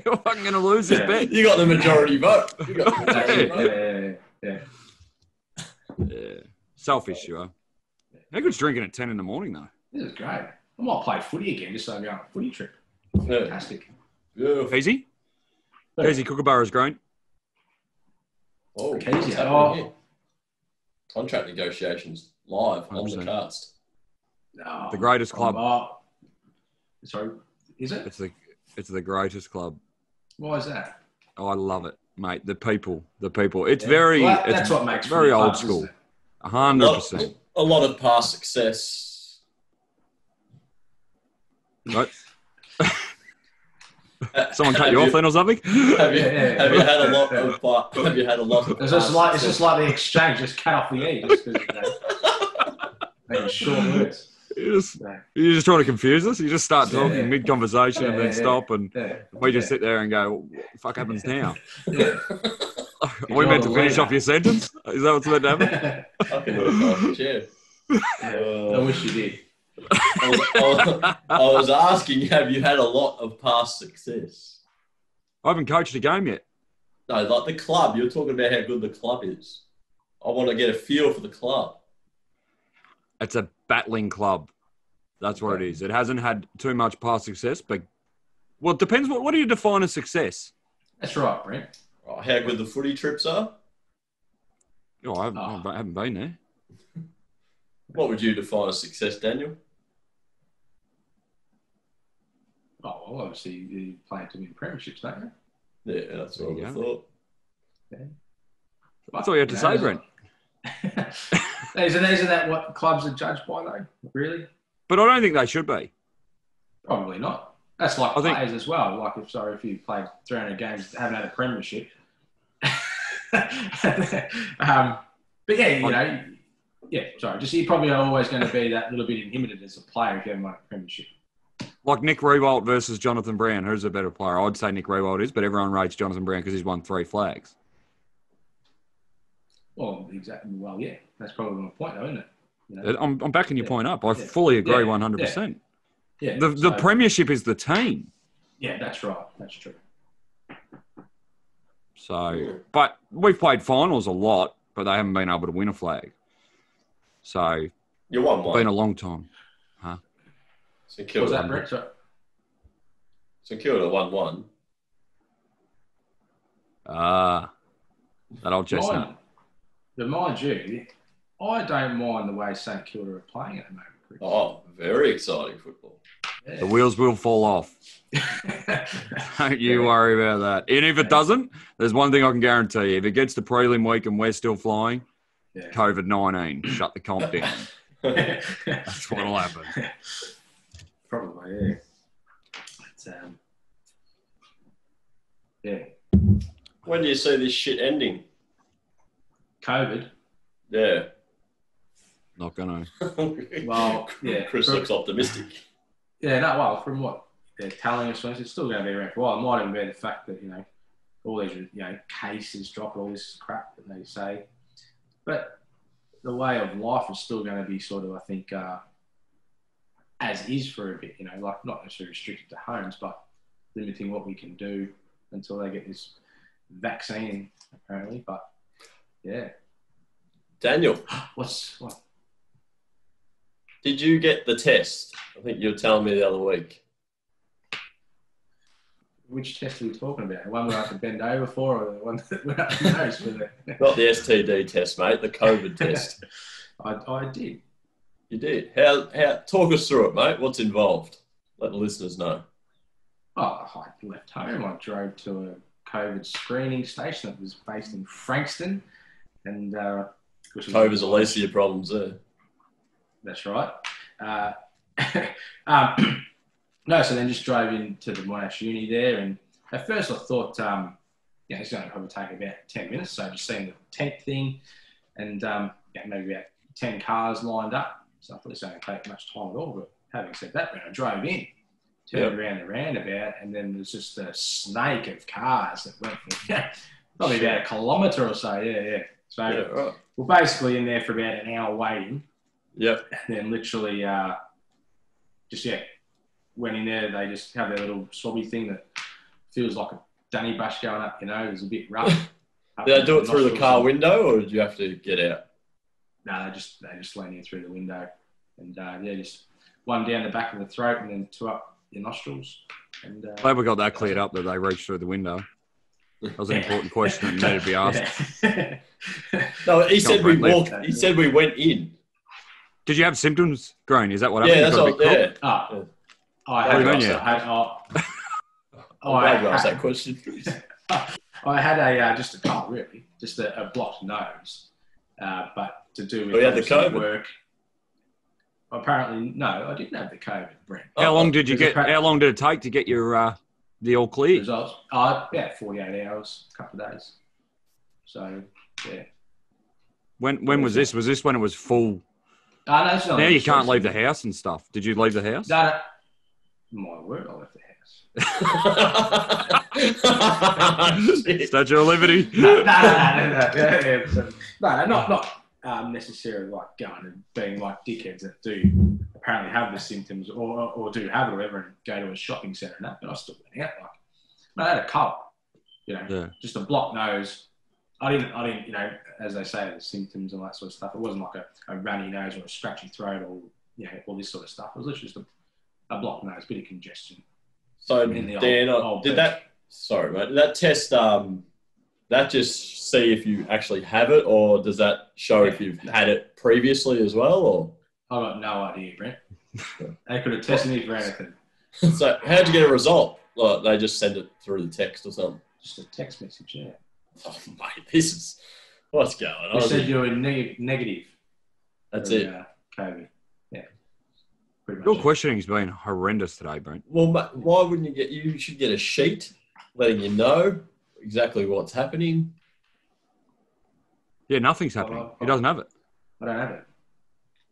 [SPEAKER 3] You're fucking gonna lose this
[SPEAKER 2] Yeah.
[SPEAKER 3] bet.
[SPEAKER 1] You got the majority vote. You got the majority
[SPEAKER 3] Hey.
[SPEAKER 1] vote.
[SPEAKER 2] yeah,
[SPEAKER 3] Yeah. Selfish, you are. No good's drinking at ten in the morning though.
[SPEAKER 2] This is great. I might play footy again just so I go on a footy trip.
[SPEAKER 1] Yeah.
[SPEAKER 2] Fantastic.
[SPEAKER 1] Beautiful.
[SPEAKER 3] Easy.
[SPEAKER 2] Yeah.
[SPEAKER 3] Easy. Kookaburra's grown.
[SPEAKER 1] Oh, what's
[SPEAKER 2] Okay, yeah.
[SPEAKER 1] happening
[SPEAKER 2] Oh.
[SPEAKER 1] here? Contract negotiations live on the
[SPEAKER 3] 100%.
[SPEAKER 1] cast.
[SPEAKER 2] No,
[SPEAKER 3] The greatest club.
[SPEAKER 2] Oh, sorry, is it?
[SPEAKER 3] It's the it's the greatest club.
[SPEAKER 2] Why is that?
[SPEAKER 3] Oh, I love it, mate. The people, the people. It's
[SPEAKER 2] Yeah.
[SPEAKER 3] very,
[SPEAKER 2] Well, that-
[SPEAKER 3] it's
[SPEAKER 2] that's what makes
[SPEAKER 3] very
[SPEAKER 2] footy
[SPEAKER 3] old
[SPEAKER 2] clubs, isn't
[SPEAKER 3] school.
[SPEAKER 2] it?
[SPEAKER 3] A hundred percent.
[SPEAKER 1] A lot of past success.
[SPEAKER 3] Right.
[SPEAKER 1] Uh,
[SPEAKER 3] Someone cut
[SPEAKER 1] have
[SPEAKER 3] you off then or something?
[SPEAKER 1] Have you,
[SPEAKER 2] Yeah, yeah,
[SPEAKER 1] have you
[SPEAKER 2] yeah.
[SPEAKER 1] had a lot of pa- have you had a lot of
[SPEAKER 2] It's just
[SPEAKER 1] past
[SPEAKER 2] like it's just
[SPEAKER 1] success?
[SPEAKER 2] like the exchange, just cut off the e. Just 'cause, you know, making short words.
[SPEAKER 3] You're just,
[SPEAKER 2] Yeah.
[SPEAKER 3] you're just trying to confuse us. You just start
[SPEAKER 2] Yeah.
[SPEAKER 3] talking mid conversation and
[SPEAKER 2] Yeah,
[SPEAKER 3] then
[SPEAKER 2] yeah.
[SPEAKER 3] stop, and
[SPEAKER 2] Yeah,
[SPEAKER 3] we just
[SPEAKER 2] yeah,
[SPEAKER 3] sit there and go, "What the fuck happens now?
[SPEAKER 2] yeah.
[SPEAKER 3] Are we meant to
[SPEAKER 2] You're
[SPEAKER 3] finish
[SPEAKER 2] the
[SPEAKER 3] off your sentence? Is that what's meant to happen?
[SPEAKER 1] Fucking hell, yeah.
[SPEAKER 2] Yeah, I wish you did.
[SPEAKER 1] I was, I was- I was asking, have you had a lot of past success?
[SPEAKER 3] I haven't coached a game yet.
[SPEAKER 1] No, like the club. You're talking about how good the club is. I want to get a feel for the club.
[SPEAKER 3] It's a battling club. That's what it is. It hasn't had too much past success, but well, it depends. What, what do you define as success?
[SPEAKER 2] That's right, Brent.
[SPEAKER 1] Right, how good the footy trips are.
[SPEAKER 3] Oh, I haven't,
[SPEAKER 2] Ah.
[SPEAKER 3] I haven't been there.
[SPEAKER 1] What would you define as success, Daniel?
[SPEAKER 2] Oh, well, obviously you play to win premierships, don't you?
[SPEAKER 1] Yeah, that's what
[SPEAKER 3] There you
[SPEAKER 1] I
[SPEAKER 3] go.
[SPEAKER 1] thought.
[SPEAKER 2] But,
[SPEAKER 3] That's all you had to say, Brent.
[SPEAKER 2] Brent. isn't, isn't that what clubs are judged by, though? Really?
[SPEAKER 3] But I don't think they should be.
[SPEAKER 2] Probably not. That's like
[SPEAKER 3] I think-
[SPEAKER 2] players as well. Like if sorry, if you played 300 games, haven't had a premiership. um, but yeah, you know, yeah. Sorry, just you're probably always going to be that little bit inhibited as a player if you haven't won a premiership.
[SPEAKER 3] Like Nick Rewalt versus Jonathan Brown, who's a better player? I'd say Nick Rewalt is, but everyone rates Jonathan Brown because he's won three flags.
[SPEAKER 2] Well, exactly. Well, yeah, that's probably my point, though, isn't it? You know?
[SPEAKER 3] Uh, I'm, I'm backing your
[SPEAKER 2] Yeah.
[SPEAKER 3] point up. I
[SPEAKER 2] Yeah.
[SPEAKER 3] fully agree
[SPEAKER 2] Yeah.
[SPEAKER 3] 100%.
[SPEAKER 2] Yeah.
[SPEAKER 3] The, the
[SPEAKER 2] so-
[SPEAKER 3] premiership is the team.
[SPEAKER 2] yeah, that's right. That's true.
[SPEAKER 3] So,
[SPEAKER 1] Yeah.
[SPEAKER 3] but we've played finals a lot, but they haven't been able to win a flag. So,
[SPEAKER 1] You won one.
[SPEAKER 3] been a long time.
[SPEAKER 1] St
[SPEAKER 2] What was
[SPEAKER 1] Kilda.
[SPEAKER 2] that, Brett? Sorry.
[SPEAKER 1] St Kilda won one.
[SPEAKER 3] Ah, that old chestnut.
[SPEAKER 2] Mind, but mind you, I don't mind the way St Kilda are playing at the moment. Chris.
[SPEAKER 1] Oh, very exciting football.
[SPEAKER 2] Yeah.
[SPEAKER 3] The wheels will fall off. Don't you worry about that. And if it doesn't, there's one thing I can guarantee. If it gets to prelim week and we're still flying,
[SPEAKER 2] Yeah.
[SPEAKER 3] COVID 19, shut the comp down. That's what'll happen.
[SPEAKER 2] Probably, yeah. But, um, yeah,
[SPEAKER 1] when do you see this shit ending?
[SPEAKER 2] COVID.
[SPEAKER 1] Yeah.
[SPEAKER 3] Not going to.
[SPEAKER 2] Well, yeah.
[SPEAKER 1] Chris
[SPEAKER 2] from-
[SPEAKER 1] looks optimistic.
[SPEAKER 2] yeah, no, well, from what they're telling us, it's still going to be around for a while. It might even be the fact that, you know, all these, you know, cases drop, all this crap that they say. But the way of life is still going to be sort of, I think, uh, as is for a bit, you know, like not necessarily restricted to homes, but limiting what we can do until they get this vaccine, apparently. But yeah,
[SPEAKER 1] Daniel,
[SPEAKER 2] what's what?
[SPEAKER 1] did you get the test? I think you were telling me the other week.
[SPEAKER 2] Which test are we talking about? The one where I have to bend over for, or the one that went up my nose for the?
[SPEAKER 1] Not the STD test, mate. The COVID test.
[SPEAKER 2] I, I did.
[SPEAKER 1] You did. How? How? Talk us through it, mate. What's involved? Let the listeners know.
[SPEAKER 2] Oh, I left home. I drove to a COVID screening station that was based in Frankston, and uh, which was-
[SPEAKER 1] COVID's the least of your problems there.
[SPEAKER 2] That's right. Uh, um, no, so then just drove into the Monash Uni there, and at first I thought, um, yeah, it's going to probably take about ten minutes. So just seeing the tent thing, and um, yeah, maybe about ten cars lined up, So I thought this don't take much time at all. But having said that, when I drove in, turned around the roundabout, and then there's just a snake of cars that went for probably about a kilometre or so. Yeah, yeah. So
[SPEAKER 1] Yeah, right.
[SPEAKER 2] we're basically in there for about an hour waiting,
[SPEAKER 1] Yep.
[SPEAKER 2] and then literally uh, just yeah, went in there. They just have their little swabby thing that feels like a dunny brush going up. You know, it was a bit rough. Up
[SPEAKER 1] Did I do
[SPEAKER 2] in
[SPEAKER 1] it through the
[SPEAKER 2] nostrils
[SPEAKER 1] car
[SPEAKER 2] and-
[SPEAKER 1] window or did you have to get out?
[SPEAKER 2] No, they just they just lean in through the window, and uh, yeah, just one down the back of the throat, and then two up your nostrils. And uh,
[SPEAKER 3] Glad we got that cleared up that they reached through the window. That was an
[SPEAKER 2] Yeah.
[SPEAKER 3] important question that needed to be asked.
[SPEAKER 2] Yeah.
[SPEAKER 1] No, he
[SPEAKER 3] Go on,
[SPEAKER 1] said we
[SPEAKER 3] Brent,
[SPEAKER 1] walked.
[SPEAKER 2] leave.
[SPEAKER 1] He said we went in.
[SPEAKER 3] Did you have symptoms, Green? Is that what
[SPEAKER 1] yeah,
[SPEAKER 3] happened?
[SPEAKER 1] that's
[SPEAKER 3] You got a
[SPEAKER 1] all.
[SPEAKER 3] bit cold?
[SPEAKER 1] Yeah,
[SPEAKER 2] oh, I
[SPEAKER 1] Oh,
[SPEAKER 2] had,
[SPEAKER 3] don't
[SPEAKER 2] I
[SPEAKER 3] you?
[SPEAKER 2] had, oh,
[SPEAKER 1] I'm glad you
[SPEAKER 2] I
[SPEAKER 1] asked that
[SPEAKER 2] had,
[SPEAKER 1] question.
[SPEAKER 2] I had a uh, just a cold, really, just a, a blocked nose, uh, but to do with
[SPEAKER 1] Oh, you had the
[SPEAKER 2] obviously
[SPEAKER 1] COVID?
[SPEAKER 2] work. Apparently, no, I didn't have the COVID, Brent.
[SPEAKER 3] How
[SPEAKER 1] Oh.
[SPEAKER 3] long did you
[SPEAKER 2] There's a
[SPEAKER 3] get?
[SPEAKER 2] pra-
[SPEAKER 3] How long did it take to get your uh, the all clear?
[SPEAKER 2] results. Uh, about 48 hours, a couple of days. So, yeah.
[SPEAKER 3] When when was this? Was this when it was full?
[SPEAKER 2] Uh, no, it's
[SPEAKER 1] Oh,
[SPEAKER 2] not
[SPEAKER 3] Now you
[SPEAKER 2] it's
[SPEAKER 3] can't
[SPEAKER 2] not-
[SPEAKER 3] leave the house and stuff. Did you leave the house?
[SPEAKER 2] No, no. My word, I left the house.
[SPEAKER 1] Shit.
[SPEAKER 3] Statue of Liberty.
[SPEAKER 2] No, no, no, no, no, no, no, no, no, no, not, not um, necessarily like going and being like dickheads that do apparently have the symptoms or, or do have it or whatever and go to a shopping centre and that, but I still went out like, no, I had a cold, you know,
[SPEAKER 3] Yeah.
[SPEAKER 2] just a blocked nose. I didn't, I didn't, you know, as they say, the symptoms and all that sort of stuff. It wasn't like a, a runny nose or a scratchy throat or, you know, all this sort of stuff. It was literally just a, a blocked nose, bit of congestion.
[SPEAKER 1] So
[SPEAKER 2] In the old-
[SPEAKER 1] Dan, I
[SPEAKER 2] old
[SPEAKER 1] did
[SPEAKER 2] bed.
[SPEAKER 1] that. Sorry, mate. Did that test. Um, that just see if you actually have it, or does that show if you've had it previously as well? Or
[SPEAKER 2] I got no idea, Brent. they could have tested me for anything.
[SPEAKER 1] so, how'd you get a result? Like they just send it through the text or something.
[SPEAKER 2] Just a text message, yeah.
[SPEAKER 1] Oh, mate, this is what's going
[SPEAKER 2] You said
[SPEAKER 1] on.
[SPEAKER 2] you were neg- negative.
[SPEAKER 1] Oh, That's
[SPEAKER 2] for,
[SPEAKER 1] it.
[SPEAKER 2] Uh, COVID. Yeah. Pretty
[SPEAKER 3] Your
[SPEAKER 2] much.
[SPEAKER 3] questioning's been horrendous today, Brent.
[SPEAKER 1] Well, mate, why wouldn't you get? You should get a sheet letting you know exactly what's happening.
[SPEAKER 3] Yeah, nothing's
[SPEAKER 1] Oh,
[SPEAKER 3] happening. He doesn't have it.
[SPEAKER 2] I don't have it.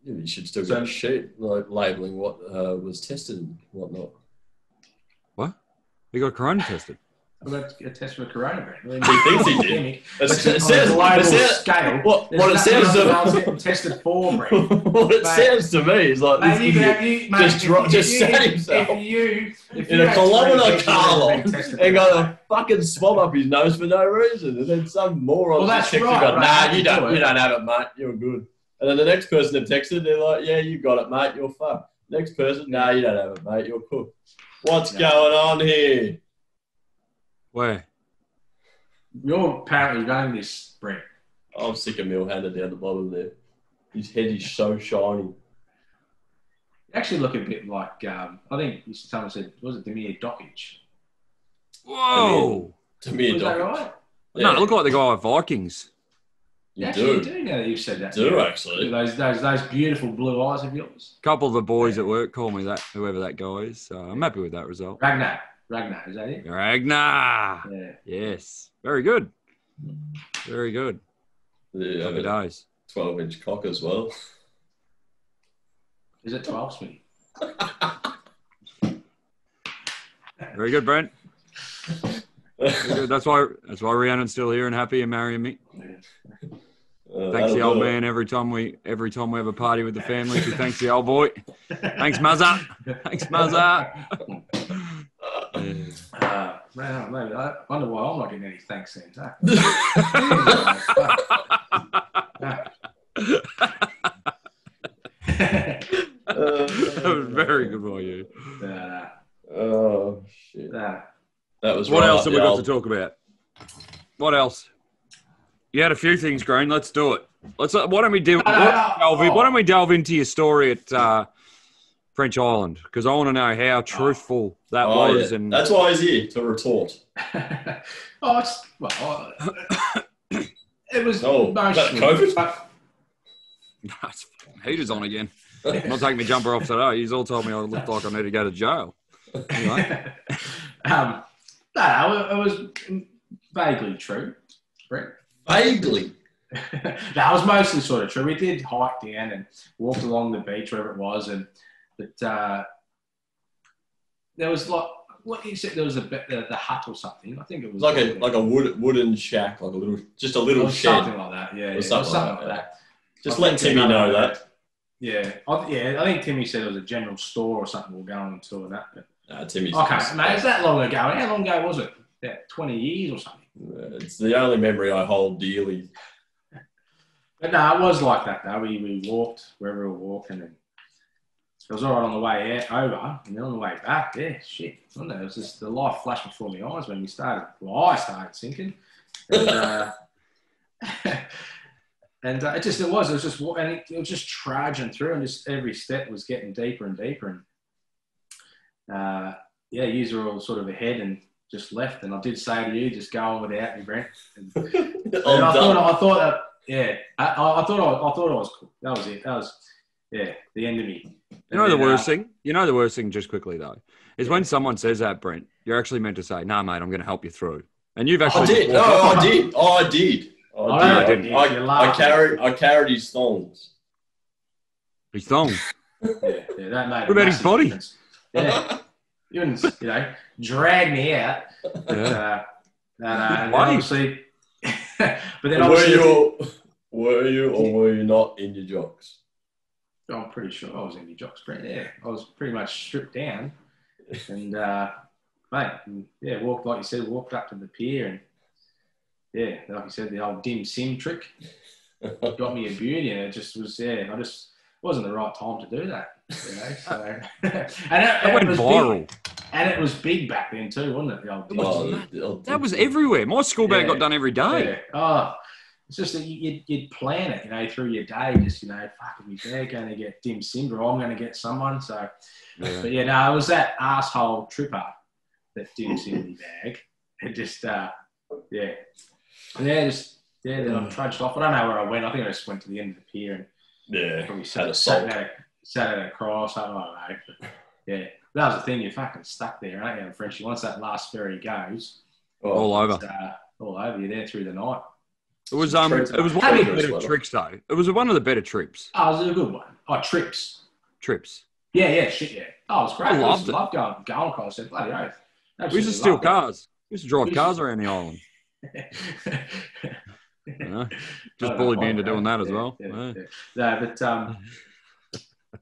[SPEAKER 1] Yeah, You should still
[SPEAKER 2] So-
[SPEAKER 1] get a sheet like labeling what uh, was tested and whatnot.
[SPEAKER 3] He got corona tested.
[SPEAKER 2] I got a test for corona, Brent. We're in
[SPEAKER 1] He thinks he
[SPEAKER 2] a
[SPEAKER 1] did.
[SPEAKER 2] pandemic.
[SPEAKER 1] It's-
[SPEAKER 2] On a
[SPEAKER 1] it sounds-
[SPEAKER 2] global
[SPEAKER 1] it sounds-
[SPEAKER 2] scale.
[SPEAKER 1] what-
[SPEAKER 2] there's
[SPEAKER 1] what it uh,
[SPEAKER 2] nothing
[SPEAKER 1] sounds
[SPEAKER 2] else
[SPEAKER 1] to-
[SPEAKER 2] I was getting tested for, Brent.
[SPEAKER 1] what it
[SPEAKER 2] Mate.
[SPEAKER 1] sounds to me is like
[SPEAKER 2] Mate,
[SPEAKER 1] this
[SPEAKER 2] you could have, you, mate,
[SPEAKER 1] Just
[SPEAKER 2] if
[SPEAKER 1] dro-
[SPEAKER 2] you-
[SPEAKER 1] just
[SPEAKER 2] if
[SPEAKER 1] sat
[SPEAKER 2] you-
[SPEAKER 1] himself.
[SPEAKER 2] If you, if
[SPEAKER 1] in
[SPEAKER 2] you
[SPEAKER 1] a
[SPEAKER 2] had
[SPEAKER 1] kilometre
[SPEAKER 2] three
[SPEAKER 1] car
[SPEAKER 2] people that had
[SPEAKER 1] long
[SPEAKER 2] been tested
[SPEAKER 1] and
[SPEAKER 2] for
[SPEAKER 1] got
[SPEAKER 2] corona,
[SPEAKER 1] a fucking swab up his nose for no reason. And then some moron
[SPEAKER 2] Well,
[SPEAKER 1] just
[SPEAKER 2] that's
[SPEAKER 1] texts
[SPEAKER 2] right,
[SPEAKER 1] and go,
[SPEAKER 2] right,
[SPEAKER 1] nah, you
[SPEAKER 2] you do
[SPEAKER 1] don't,
[SPEAKER 2] it."
[SPEAKER 1] you don't have it, mate. You're good. And then the next person that texted, they're like, yeah, you got it, mate. You're fucked. Next person, nah, you don't have it, mate. You're cooked. What's
[SPEAKER 2] Yeah.
[SPEAKER 1] going on here?
[SPEAKER 3] Where?
[SPEAKER 2] You're apparently running this, Brent.
[SPEAKER 1] I'm sick of Milhander down the bottom there. His head is so shiny.
[SPEAKER 2] You actually look a bit like, um, I think Mr. Thomas said, was it Demir Dockage?
[SPEAKER 3] Whoa!
[SPEAKER 1] To me, a
[SPEAKER 2] Was that
[SPEAKER 1] dog.
[SPEAKER 2] right?
[SPEAKER 3] No, it looked like the guy at Vikings.
[SPEAKER 1] You
[SPEAKER 2] actually,
[SPEAKER 1] do.
[SPEAKER 2] you do now that you've said that.
[SPEAKER 1] do,
[SPEAKER 2] Look
[SPEAKER 1] actually.
[SPEAKER 2] at Those, those, those beautiful blue eyes of yours.
[SPEAKER 3] A couple of the boys at work call me that, whoever that guy is. So I'm happy with that result.
[SPEAKER 2] Ragnar. Ragnar, is that it?
[SPEAKER 3] Ragnar.
[SPEAKER 2] Yeah.
[SPEAKER 3] Yes. Very good. Very good. Happy
[SPEAKER 1] Yeah,
[SPEAKER 3] days.
[SPEAKER 1] 12 inch cock as well.
[SPEAKER 2] Is it 12 Smitty?
[SPEAKER 3] Very good, Brent. Very good. That's why that's why Rhiannon's still here and happy and marrying me.
[SPEAKER 1] Uh,
[SPEAKER 3] Thanks the old man every time we every time we have a party with the family. She thanks the old boy. Thanks, Mazza. Thanks, Mazza. Yeah.
[SPEAKER 2] Uh, well, maybe I wonder why I'm not getting any thanks then. huh?
[SPEAKER 3] that was very good by you.
[SPEAKER 2] Uh,
[SPEAKER 1] Oh shit!
[SPEAKER 2] uh,
[SPEAKER 1] That was
[SPEAKER 3] What
[SPEAKER 1] right
[SPEAKER 3] else
[SPEAKER 1] up
[SPEAKER 3] have we
[SPEAKER 1] the
[SPEAKER 3] got to
[SPEAKER 1] old-
[SPEAKER 3] talk about? What else? You had a few things, Green. Let's do it. Let's. uh, Why don't we do?
[SPEAKER 2] No, no, no.
[SPEAKER 3] delve in- Why don't we delve into your story at uh, French Island? Because I want to know how truthful that
[SPEAKER 1] Oh,
[SPEAKER 3] was.
[SPEAKER 1] yeah.
[SPEAKER 3] And
[SPEAKER 1] That's why he's here to retort.
[SPEAKER 2] oh, it's, well, I- uh, it was
[SPEAKER 1] Oh, is that
[SPEAKER 2] mostly,
[SPEAKER 1] COVID?
[SPEAKER 2] but-
[SPEAKER 3] That's fucking heaters on again. I'm not taking my jumper off today. He's all told me I looked like I need to go to jail. Anyway,
[SPEAKER 2] um, no, no, it was vaguely true. Right?
[SPEAKER 1] Vaguely.
[SPEAKER 2] that was mostly sort of true. We did hike down and walked along the beach, wherever it was, and but uh, there was like what you said. There was a bit- uh, the, the hut or something. I think it was
[SPEAKER 1] like a like a wood, wooden shack, like a little, just a little
[SPEAKER 2] Or
[SPEAKER 1] shed.
[SPEAKER 2] Oh, something like that. Yeah, yeah, or
[SPEAKER 1] something like
[SPEAKER 2] something like that.
[SPEAKER 1] Just
[SPEAKER 2] I
[SPEAKER 1] let
[SPEAKER 2] think
[SPEAKER 1] Timmy
[SPEAKER 2] another-
[SPEAKER 1] know that.
[SPEAKER 2] Yeah, I, yeah. I think Timmy said it was a general store or something. We'll go on tour and that. But,
[SPEAKER 1] Nah, Timmy's
[SPEAKER 2] okay, mate, it's that long ago. How long ago was it? About twenty years or something.
[SPEAKER 1] It's the only memory I hold dearly.
[SPEAKER 2] But no, it was like that though. We, we walked wherever we were walking, and it was all right on the way out, over, and then on the way back, yeah, shit. I don't know. It was just the life flashed before my eyes when we started. Well, I started sinking, and, uh, and uh, it just it was. It was just wa- and it, it was just trudging through, and just every step was getting deeper and deeper, and uh, yeah, yous were all sort of ahead and just left. And I did say to you, just go on without me, Brent. And, and I
[SPEAKER 1] I'm done.
[SPEAKER 2] thought, I thought that, yeah, I, I, I thought, I, I thought I was cool. That was it. That was, yeah, the end of me.
[SPEAKER 3] You know
[SPEAKER 2] And
[SPEAKER 3] the
[SPEAKER 2] then,
[SPEAKER 3] worst
[SPEAKER 2] uh,
[SPEAKER 3] thing. You know the worst thing. Just quickly though, is when someone says that, Brent. You're actually meant to say, "Nah, mate, I'm going to help you through." And you've
[SPEAKER 1] I
[SPEAKER 3] actually.
[SPEAKER 1] did. No, I did. Oh, I did.
[SPEAKER 2] Oh, I
[SPEAKER 1] I
[SPEAKER 3] know
[SPEAKER 1] did.
[SPEAKER 2] you did.
[SPEAKER 1] I,
[SPEAKER 2] You're
[SPEAKER 1] I,
[SPEAKER 2] laughing.
[SPEAKER 1] carried. I carried his thongs.
[SPEAKER 3] He's thong.
[SPEAKER 2] Yeah, yeah, that made.
[SPEAKER 3] What about his body?
[SPEAKER 2] Yeah, you wouldn't, you know, drag me out. But,
[SPEAKER 3] Yeah.
[SPEAKER 2] uh, no, no, and then
[SPEAKER 3] Why?
[SPEAKER 2] obviously, but then
[SPEAKER 1] were
[SPEAKER 2] obviously,
[SPEAKER 1] you? Were you or were you not in your jocks?
[SPEAKER 2] I'm pretty sure I was in the jocks, Brent. Yeah, I was pretty much stripped down, and uh, mate, and, yeah, walked like you said, walked up to the pier, and yeah, like you said, the old dim sim trick. got me a beauty, and it just was yeah. I just it wasn't the right time to do that, you know. So and it, and
[SPEAKER 3] That
[SPEAKER 2] it
[SPEAKER 3] went
[SPEAKER 2] was
[SPEAKER 3] viral.
[SPEAKER 2] big, and it was big back then too, wasn't it? The old
[SPEAKER 1] Oh,
[SPEAKER 2] digital-
[SPEAKER 1] I'll-
[SPEAKER 3] That was everywhere. My school bag
[SPEAKER 2] Yeah.
[SPEAKER 3] got done every day.
[SPEAKER 2] yeah. Oh, it's just that you- you'd, you'd plan it, you know, through your day. Just you know, fuck me, they're going to get dim sim, or I'm going to get someone. So, but yeah, no, it was that asshole tripper that dim sim me bag. It just uh, yeah, yeah, just yeah. Then I trudged off. I don't know where I went. I think I just went to the end of the pier and.
[SPEAKER 1] Yeah.
[SPEAKER 2] probably
[SPEAKER 1] Had
[SPEAKER 2] sat,
[SPEAKER 1] a
[SPEAKER 2] sat,
[SPEAKER 1] salt.
[SPEAKER 2] at, sat at a cross. I don't know. But yeah, that was the thing. You're fucking stuck there, aren't you, Frenchie? Once that last ferry goes,
[SPEAKER 1] Oh,
[SPEAKER 3] All over.
[SPEAKER 2] it's, uh, all over. You're there through the night.
[SPEAKER 3] It was um.
[SPEAKER 1] Trips.
[SPEAKER 3] It was one of the
[SPEAKER 1] Trips.
[SPEAKER 3] better tricks though. It was one of the better trips.
[SPEAKER 2] Oh, it was a good one. Oh, trips.
[SPEAKER 3] Trips.
[SPEAKER 2] Yeah, yeah, shit, yeah. Oh, it was great.
[SPEAKER 3] I
[SPEAKER 2] I
[SPEAKER 3] loved
[SPEAKER 2] loved,
[SPEAKER 3] it.
[SPEAKER 2] loved going going across there. Bloody oath.
[SPEAKER 3] We used to steal cars. We used to drive
[SPEAKER 2] We used to-
[SPEAKER 3] cars around the island. You know? Just bullied me into doing that as well. Yeah.
[SPEAKER 2] No, but um,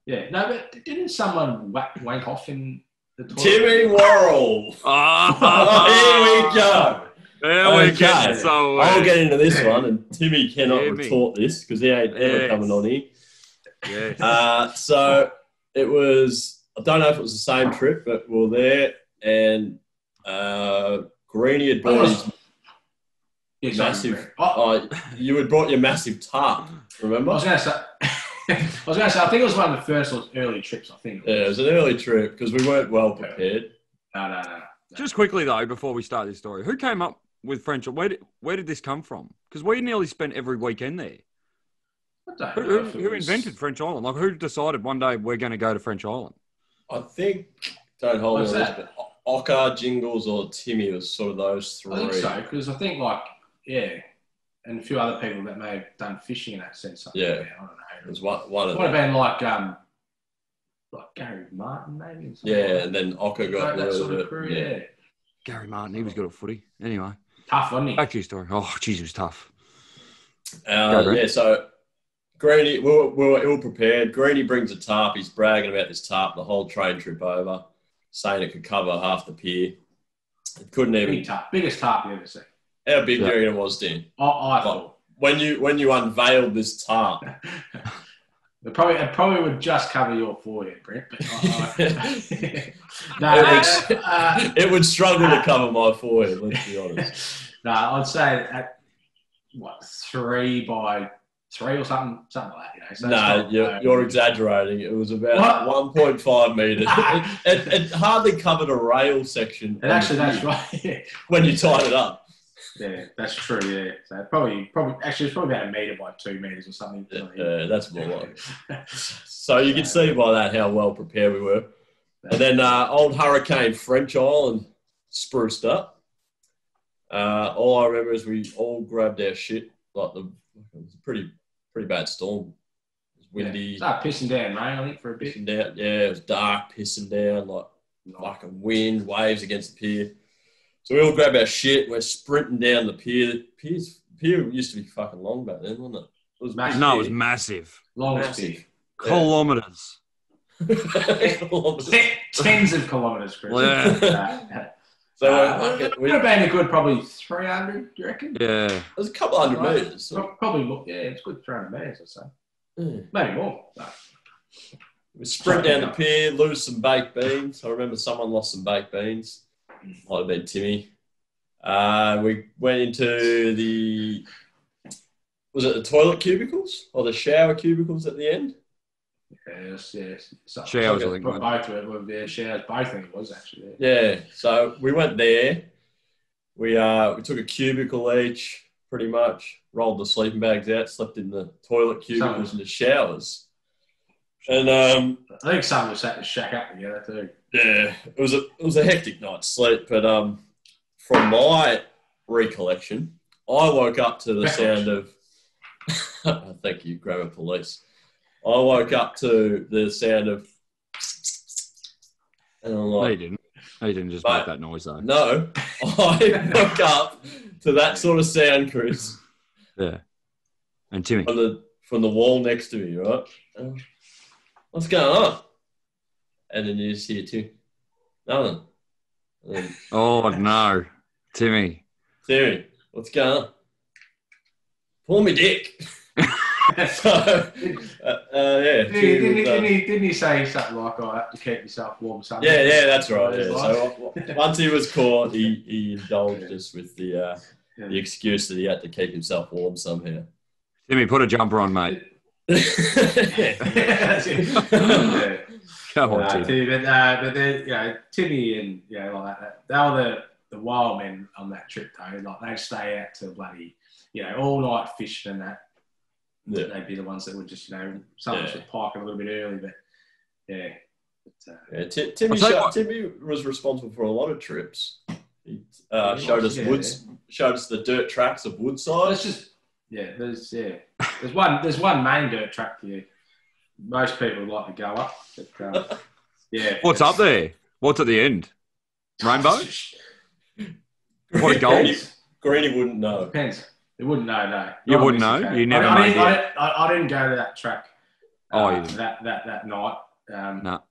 [SPEAKER 2] yeah, no, but didn't someone whack, wank off in the toilet?
[SPEAKER 1] Timmy Worrell.
[SPEAKER 3] Ah,
[SPEAKER 1] Oh, here we go.
[SPEAKER 3] there we
[SPEAKER 1] Okay.
[SPEAKER 3] go. So, uh,
[SPEAKER 1] I'll get into this one, and Timmy cannot
[SPEAKER 3] Timmy.
[SPEAKER 1] retort this because he ain't ever
[SPEAKER 3] Yes.
[SPEAKER 1] coming on here.
[SPEAKER 3] yes.
[SPEAKER 1] Uh, so it was, I don't know if it was the same trip, but we were there, and uh, Greeny had brought his,
[SPEAKER 2] Yeah, sorry,
[SPEAKER 1] Massive.
[SPEAKER 2] Brett. Oh,
[SPEAKER 1] uh, you had brought your massive tarp,
[SPEAKER 2] I
[SPEAKER 1] remember?
[SPEAKER 2] was going to say. I was going to say. I think it was one of the first or early trips. I think.
[SPEAKER 1] Yeah, it was an early trip because we weren't well prepared.
[SPEAKER 2] No, no, no.
[SPEAKER 3] Just quickly though, before we start this story, who came up with friendship? Where did, where did this come from? Because we nearly spent every weekend there.
[SPEAKER 2] I
[SPEAKER 3] Who,
[SPEAKER 2] don't know
[SPEAKER 3] who,
[SPEAKER 2] if it
[SPEAKER 3] who
[SPEAKER 2] was-
[SPEAKER 3] invented French Island? Like, who decided one day we're going to go to French Island?
[SPEAKER 1] I think, don't hold me
[SPEAKER 2] What's
[SPEAKER 1] on this,
[SPEAKER 2] that?
[SPEAKER 1] but O- Ocker, Jingles, or Timmy was sort of those three.
[SPEAKER 2] I think so because I think like yeah, and a few other people that may have done fishing in that sense. I think,
[SPEAKER 1] Yeah.
[SPEAKER 2] I don't know.
[SPEAKER 1] It was one, one of
[SPEAKER 2] It might have
[SPEAKER 1] them.
[SPEAKER 2] been like um, like Gary Martin maybe. or something like
[SPEAKER 1] Yeah,
[SPEAKER 2] that.
[SPEAKER 1] and then Ocker got
[SPEAKER 2] that sort
[SPEAKER 1] word
[SPEAKER 2] of
[SPEAKER 1] of
[SPEAKER 2] crew.
[SPEAKER 1] it. Yeah.
[SPEAKER 2] Yeah.
[SPEAKER 3] Gary Martin, he was good at footy. Anyway,
[SPEAKER 2] Tough, wasn't he?
[SPEAKER 3] back to your story. Oh, jeez, it was tough.
[SPEAKER 1] Uh,
[SPEAKER 3] Go, Brent.
[SPEAKER 1] yeah, so Greeny, we were, we were ill prepared. Greeny brings a tarp. He's bragging about this tarp the whole train trip over, saying it could cover half the pier. It couldn't even.
[SPEAKER 2] Big tarp, biggest tarp you ever seen.
[SPEAKER 1] How big
[SPEAKER 3] Yeah.
[SPEAKER 1] do you reckon it was, Dan?
[SPEAKER 2] I,
[SPEAKER 1] Well,
[SPEAKER 2] I thought
[SPEAKER 1] When you when you unveiled this tarp,
[SPEAKER 2] it probably it probably would just cover your forehead, Brent. But I, I, no,
[SPEAKER 1] It
[SPEAKER 2] uh,
[SPEAKER 1] would-
[SPEAKER 2] uh,
[SPEAKER 1] it would struggle to cover my forehead. Let's be honest.
[SPEAKER 2] no, I'd say at what three by three or something, something like that. You know, so it's
[SPEAKER 1] No,
[SPEAKER 2] not-
[SPEAKER 1] you're, you're exaggerating. It was about 1.5 meters. It, it, it hardly covered a rail section.
[SPEAKER 2] And actually, that's right. Yeah.
[SPEAKER 1] when you tied it up.
[SPEAKER 2] yeah, that's true. Yeah, so probably, probably, actually, it's probably about a meter by two meters or something.
[SPEAKER 1] Yeah, yeah, that's more like. it.
[SPEAKER 2] Yeah.
[SPEAKER 1] So you can see by that how well prepared we were. And then uh, old Hurricane French Island spruced up. Uh, all I remember is we all grabbed our shit, like the It was a pretty pretty bad storm. It was windy.
[SPEAKER 2] Yeah. Started pissing down rain, I think, for a bit.
[SPEAKER 1] Pissing down, yeah, it was dark, pissing down, like fucking wind, waves against the pier. So we all grab our shit, we're sprinting down the pier. The pier's, pier used to be fucking long back then, wasn't it? It was
[SPEAKER 2] Massive.
[SPEAKER 3] No, it was massive.
[SPEAKER 2] Long as
[SPEAKER 1] Massive.
[SPEAKER 2] big.
[SPEAKER 1] Yeah.
[SPEAKER 3] Kilometers.
[SPEAKER 1] massive.
[SPEAKER 2] Tens of kilometres, Chris.
[SPEAKER 3] Yeah.
[SPEAKER 2] Uh,
[SPEAKER 1] so
[SPEAKER 2] uh,
[SPEAKER 1] uh,
[SPEAKER 2] it
[SPEAKER 1] we,
[SPEAKER 2] would have
[SPEAKER 1] it
[SPEAKER 2] been a good probably 300, do you reckon?
[SPEAKER 3] Yeah.
[SPEAKER 1] was a couple hundred
[SPEAKER 2] Right.
[SPEAKER 1] metres. So,
[SPEAKER 2] Pro- Probably, more- yeah, it's a good 300 metres or so.
[SPEAKER 1] yeah.
[SPEAKER 2] Maybe more. No.
[SPEAKER 1] We sprint down the pier, lose some baked beans. I remember someone lost some baked beans. Might have been Timmy. Uh, we went into the was it the toilet cubicles or the shower cubicles at the end?
[SPEAKER 2] Yes, yes. So,
[SPEAKER 3] Showers, I
[SPEAKER 2] okay,
[SPEAKER 3] think,
[SPEAKER 2] but
[SPEAKER 3] mate.
[SPEAKER 2] Both of it were there. Showers, both of it was actually there.
[SPEAKER 1] Yeah. So we went there. We uh we took a cubicle each, pretty much. Rolled the sleeping bags out, slept in the toilet cubicles and the showers. And um,
[SPEAKER 2] I think some of us had to shack up together too.
[SPEAKER 1] yeah, it was a it was a hectic night's sleep, but um, from my recollection, I woke up to the sound of. thank you, grammar police. I woke up to the sound of, and I'm
[SPEAKER 3] No,
[SPEAKER 1] like,
[SPEAKER 3] you didn't. No, you didn't just
[SPEAKER 1] But-
[SPEAKER 3] make that noise though.
[SPEAKER 1] no, I woke up to that sort of sound, Chris,
[SPEAKER 3] Yeah. And Timmy.
[SPEAKER 1] from the from the wall next to me, right? Um, What's going on? And then you just hear two, nothing. And then,
[SPEAKER 3] Oh no, Timmy.
[SPEAKER 1] Theory, what's going on? Pull me dick. so, uh, uh, yeah,
[SPEAKER 2] Didn't, he,
[SPEAKER 1] Theory
[SPEAKER 2] didn't, he,
[SPEAKER 1] was, uh,
[SPEAKER 2] didn't, he, didn't he say something like, "Oh, "I have to keep yourself warm"? Something.
[SPEAKER 1] yeah, yeah, that's right. Yeah.
[SPEAKER 2] Something like
[SPEAKER 1] So w- w- once he was caught, he, he indulged us with the uh,
[SPEAKER 2] that.
[SPEAKER 1] the excuse that he had to keep himself warm somehow.
[SPEAKER 3] Timmy, put a jumper on, mate.
[SPEAKER 1] yeah.
[SPEAKER 2] That's it. yeah.
[SPEAKER 3] Go
[SPEAKER 2] Uh,
[SPEAKER 3] on, Timmy.
[SPEAKER 2] Timmy, but, uh, but then you know Timmy and you know like that, they were the, the wild men on that trip though. Like they'd stay out till bloody you know all night fishing and that.
[SPEAKER 1] Yeah.
[SPEAKER 2] They'd be the ones that would just you know sometimes
[SPEAKER 1] Yeah.
[SPEAKER 2] would park a little bit early, but yeah. But, uh,
[SPEAKER 1] Yeah, Ti- Timmy,
[SPEAKER 3] I'll tell you
[SPEAKER 1] sho-
[SPEAKER 3] what-
[SPEAKER 1] Timmy was responsible for a lot of trips. He uh,
[SPEAKER 2] Yeah,
[SPEAKER 1] showed us
[SPEAKER 2] yeah.
[SPEAKER 1] woods, showed us the dirt tracks of
[SPEAKER 2] Well,
[SPEAKER 1] Woodside.
[SPEAKER 2] it's just yeah. There's yeah. There's one. There's one main dirt track here. Most people like to go up. But, um, yeah.
[SPEAKER 3] What's up there? What's at the end? Rainbow? What a goal.
[SPEAKER 1] Greeny wouldn't know.
[SPEAKER 2] Depends. You wouldn't know. No.
[SPEAKER 3] You
[SPEAKER 2] Not
[SPEAKER 3] wouldn't
[SPEAKER 2] unless
[SPEAKER 3] know?
[SPEAKER 2] came.
[SPEAKER 3] You never
[SPEAKER 2] I, I,
[SPEAKER 3] made
[SPEAKER 2] didn't, I, didn't- I, I didn't go to that track.
[SPEAKER 3] Oh,
[SPEAKER 2] uh,
[SPEAKER 3] you didn't.
[SPEAKER 2] that that that night. Um,
[SPEAKER 3] No.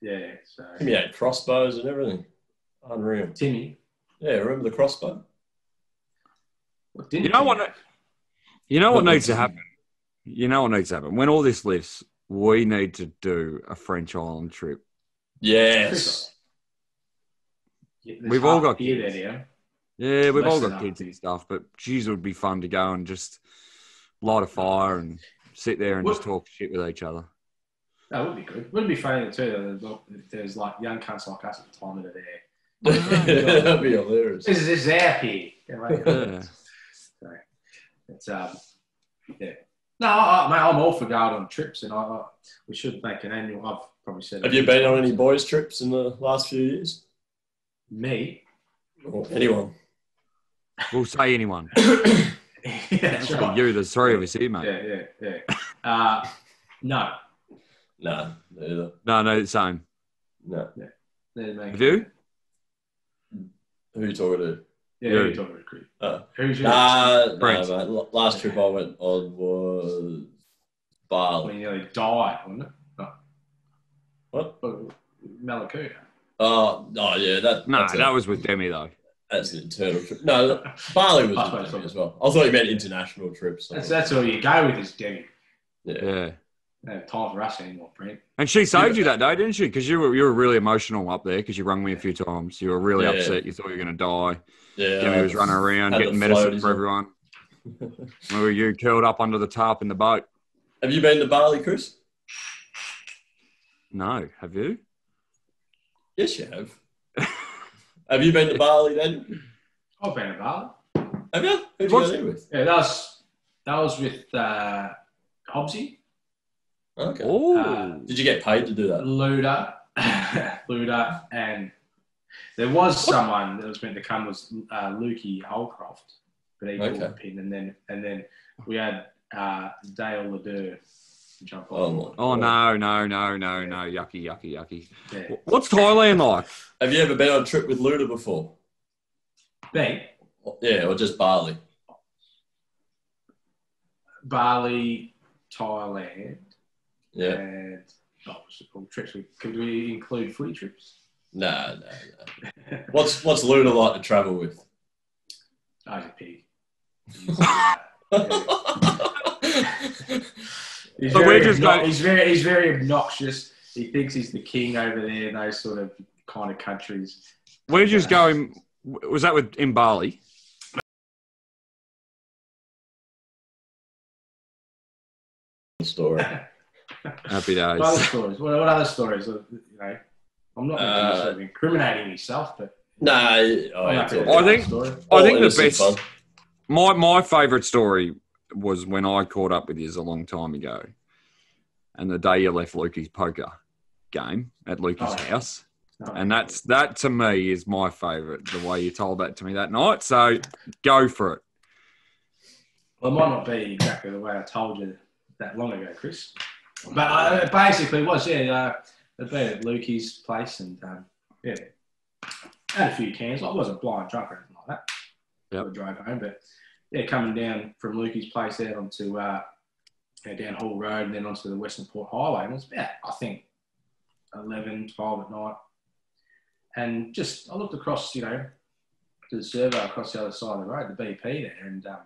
[SPEAKER 2] Yeah. So
[SPEAKER 1] Timmy had crossbows and everything. Unreal.
[SPEAKER 2] Timmy.
[SPEAKER 1] Yeah, remember the crossbow?
[SPEAKER 2] What didn't
[SPEAKER 3] You know
[SPEAKER 2] Timmy
[SPEAKER 3] what-
[SPEAKER 2] have?
[SPEAKER 3] You know what
[SPEAKER 1] Look,
[SPEAKER 3] needs to
[SPEAKER 1] it's-
[SPEAKER 3] happen? You know what needs to happen? When all this lifts, we need to do a French island trip.
[SPEAKER 1] Yes.
[SPEAKER 2] Yeah, there's
[SPEAKER 3] We've all
[SPEAKER 2] half
[SPEAKER 3] got
[SPEAKER 2] beer
[SPEAKER 3] kids.
[SPEAKER 2] there now.
[SPEAKER 3] Yeah, we've
[SPEAKER 2] Less
[SPEAKER 3] all
[SPEAKER 2] than
[SPEAKER 3] got
[SPEAKER 2] that.
[SPEAKER 3] kids and stuff, but geez, it would be fun to go and just light a fire and sit there and just talk shit with each other.
[SPEAKER 2] That would be good. Wouldn't it be funny too though, if there was like young cunts like us at the time that are there.
[SPEAKER 1] That'd be hilarious.
[SPEAKER 2] This is this is our here. Yeah, right.
[SPEAKER 3] Yeah.
[SPEAKER 2] Sorry. It's um, yeah. No, I, I, mate, I'm all for going on trips, and I, I we should make an annual. I've probably said. it.
[SPEAKER 1] Have you been on any boys' trips in the last few years?
[SPEAKER 2] Me.
[SPEAKER 1] Or anyone?
[SPEAKER 3] We'll say anyone.
[SPEAKER 2] yeah, that's
[SPEAKER 3] It'll
[SPEAKER 2] right.
[SPEAKER 3] be you, there's three of us here, mate.
[SPEAKER 2] Yeah, yeah, yeah. Uh, no,
[SPEAKER 1] No, neither.
[SPEAKER 3] No, no, same.
[SPEAKER 1] No.
[SPEAKER 2] there's me.
[SPEAKER 3] Have you?
[SPEAKER 1] Who you talking to?
[SPEAKER 2] Yeah,
[SPEAKER 3] You.
[SPEAKER 2] you're talking about creep.
[SPEAKER 1] Oh.
[SPEAKER 2] Who's your?
[SPEAKER 1] Nah, no,
[SPEAKER 3] Brent.
[SPEAKER 1] mate. L- Last trip I went on was
[SPEAKER 2] when
[SPEAKER 1] Bali.
[SPEAKER 2] you nearly died, wasn't it? Oh. No.
[SPEAKER 1] What?
[SPEAKER 2] Well, Malakuta.
[SPEAKER 1] Oh, no, yeah, that,
[SPEAKER 3] No,
[SPEAKER 1] that's, a-
[SPEAKER 3] that was with Demi though.
[SPEAKER 1] that's an internal trip. No, Bali was
[SPEAKER 2] That's what I
[SPEAKER 1] internal
[SPEAKER 2] thought.
[SPEAKER 1] as well. I thought you meant international trips.
[SPEAKER 2] That's that's all you go with is Demi.
[SPEAKER 1] Yeah.
[SPEAKER 3] Yeah.
[SPEAKER 2] They don't have time for us anymore, Brent.
[SPEAKER 3] And she saved
[SPEAKER 1] Yeah.
[SPEAKER 3] you that day, didn't she? Because you were you were really emotional up there because you rung me a few times. You were really
[SPEAKER 1] Yeah.
[SPEAKER 3] upset. You thought you were going to die.
[SPEAKER 1] yeah.
[SPEAKER 3] Jimmy was running around
[SPEAKER 1] had the
[SPEAKER 3] getting medicine
[SPEAKER 1] floaties
[SPEAKER 3] for
[SPEAKER 1] on.
[SPEAKER 3] everyone. Where were you curled up under the tarp in the boat?
[SPEAKER 1] Have you been to Bali, Chris?
[SPEAKER 3] No, have you?
[SPEAKER 1] Yes, you have. have you been to Bali, Daniel?
[SPEAKER 2] I've been to Bali.
[SPEAKER 1] Have you? Who'd you go
[SPEAKER 3] What's-
[SPEAKER 1] there with?
[SPEAKER 2] Oh, Yeah, that was that was with uh, Hobbsy.
[SPEAKER 1] Okay.
[SPEAKER 3] Oh,
[SPEAKER 2] Uh,
[SPEAKER 1] Did you get paid to do that?
[SPEAKER 2] Luda, Luda, and there was someone that was meant to come was uh, Lukey Holcroft, but he pulled
[SPEAKER 1] Okay.
[SPEAKER 2] the pin, and then and then we had uh, Dale Ladue. Which I've got.
[SPEAKER 1] Oh, my
[SPEAKER 3] Oh
[SPEAKER 1] God.
[SPEAKER 3] no, no, no, no, no! Yucky, yucky, yucky.
[SPEAKER 2] Yeah.
[SPEAKER 3] Wh- What's Thailand like?
[SPEAKER 1] Have you ever been on a trip with Luda before?
[SPEAKER 2] Bank,
[SPEAKER 1] Yeah, or just Bali?
[SPEAKER 2] Bali, Thailand,
[SPEAKER 1] Yeah.
[SPEAKER 2] and oh, what's it called? Trips. we- Could we include footy trips?
[SPEAKER 1] No, no, no. What's What's Luda like to travel with?
[SPEAKER 2] I was a pig. uh, Yeah. He's,
[SPEAKER 3] So
[SPEAKER 2] very
[SPEAKER 3] we're just
[SPEAKER 2] obno-
[SPEAKER 3] going-
[SPEAKER 2] he's very he's very obnoxious. He thinks he's the king over there in those sort of kind of countries.
[SPEAKER 3] We're just going. Was that with in Bali?
[SPEAKER 1] Story.
[SPEAKER 3] Happy
[SPEAKER 2] What other
[SPEAKER 3] days.
[SPEAKER 2] stories? What, what other stories? You know, I'm not gonna do
[SPEAKER 1] Uh,
[SPEAKER 2] sort of incriminating myself, but
[SPEAKER 1] Nah, oh,
[SPEAKER 2] I'm
[SPEAKER 1] yeah, it's
[SPEAKER 2] not gonna
[SPEAKER 1] all-
[SPEAKER 2] do
[SPEAKER 3] I
[SPEAKER 2] that
[SPEAKER 3] think-
[SPEAKER 2] story.
[SPEAKER 3] I
[SPEAKER 1] all
[SPEAKER 3] think the
[SPEAKER 1] innocent
[SPEAKER 3] best.
[SPEAKER 1] fun.
[SPEAKER 3] My my favourite story was when I caught up with you a long time ago, and the day you left Lukey's poker game at Lukey's
[SPEAKER 2] Oh.
[SPEAKER 3] house,
[SPEAKER 2] No.
[SPEAKER 3] and that's that to me is my favourite. The way you told that to me that night. So go for it.
[SPEAKER 2] Well, it might not be exactly the way I told you that long ago, Chris. But uh, it basically was, yeah. Uh, I'd been at Lukey's place and, um, yeah, had a few cans. I wasn't blind drunk or anything like that.
[SPEAKER 3] Yep.
[SPEAKER 2] I drove home, but yeah, coming down from Lukey's place out onto, uh, you know, down Hall Road and then onto the Western Port Highway. And it was about, I think, 11, 12 at night. And just, I looked across, you know, to the servo across the other side of the road, the BP there, and um,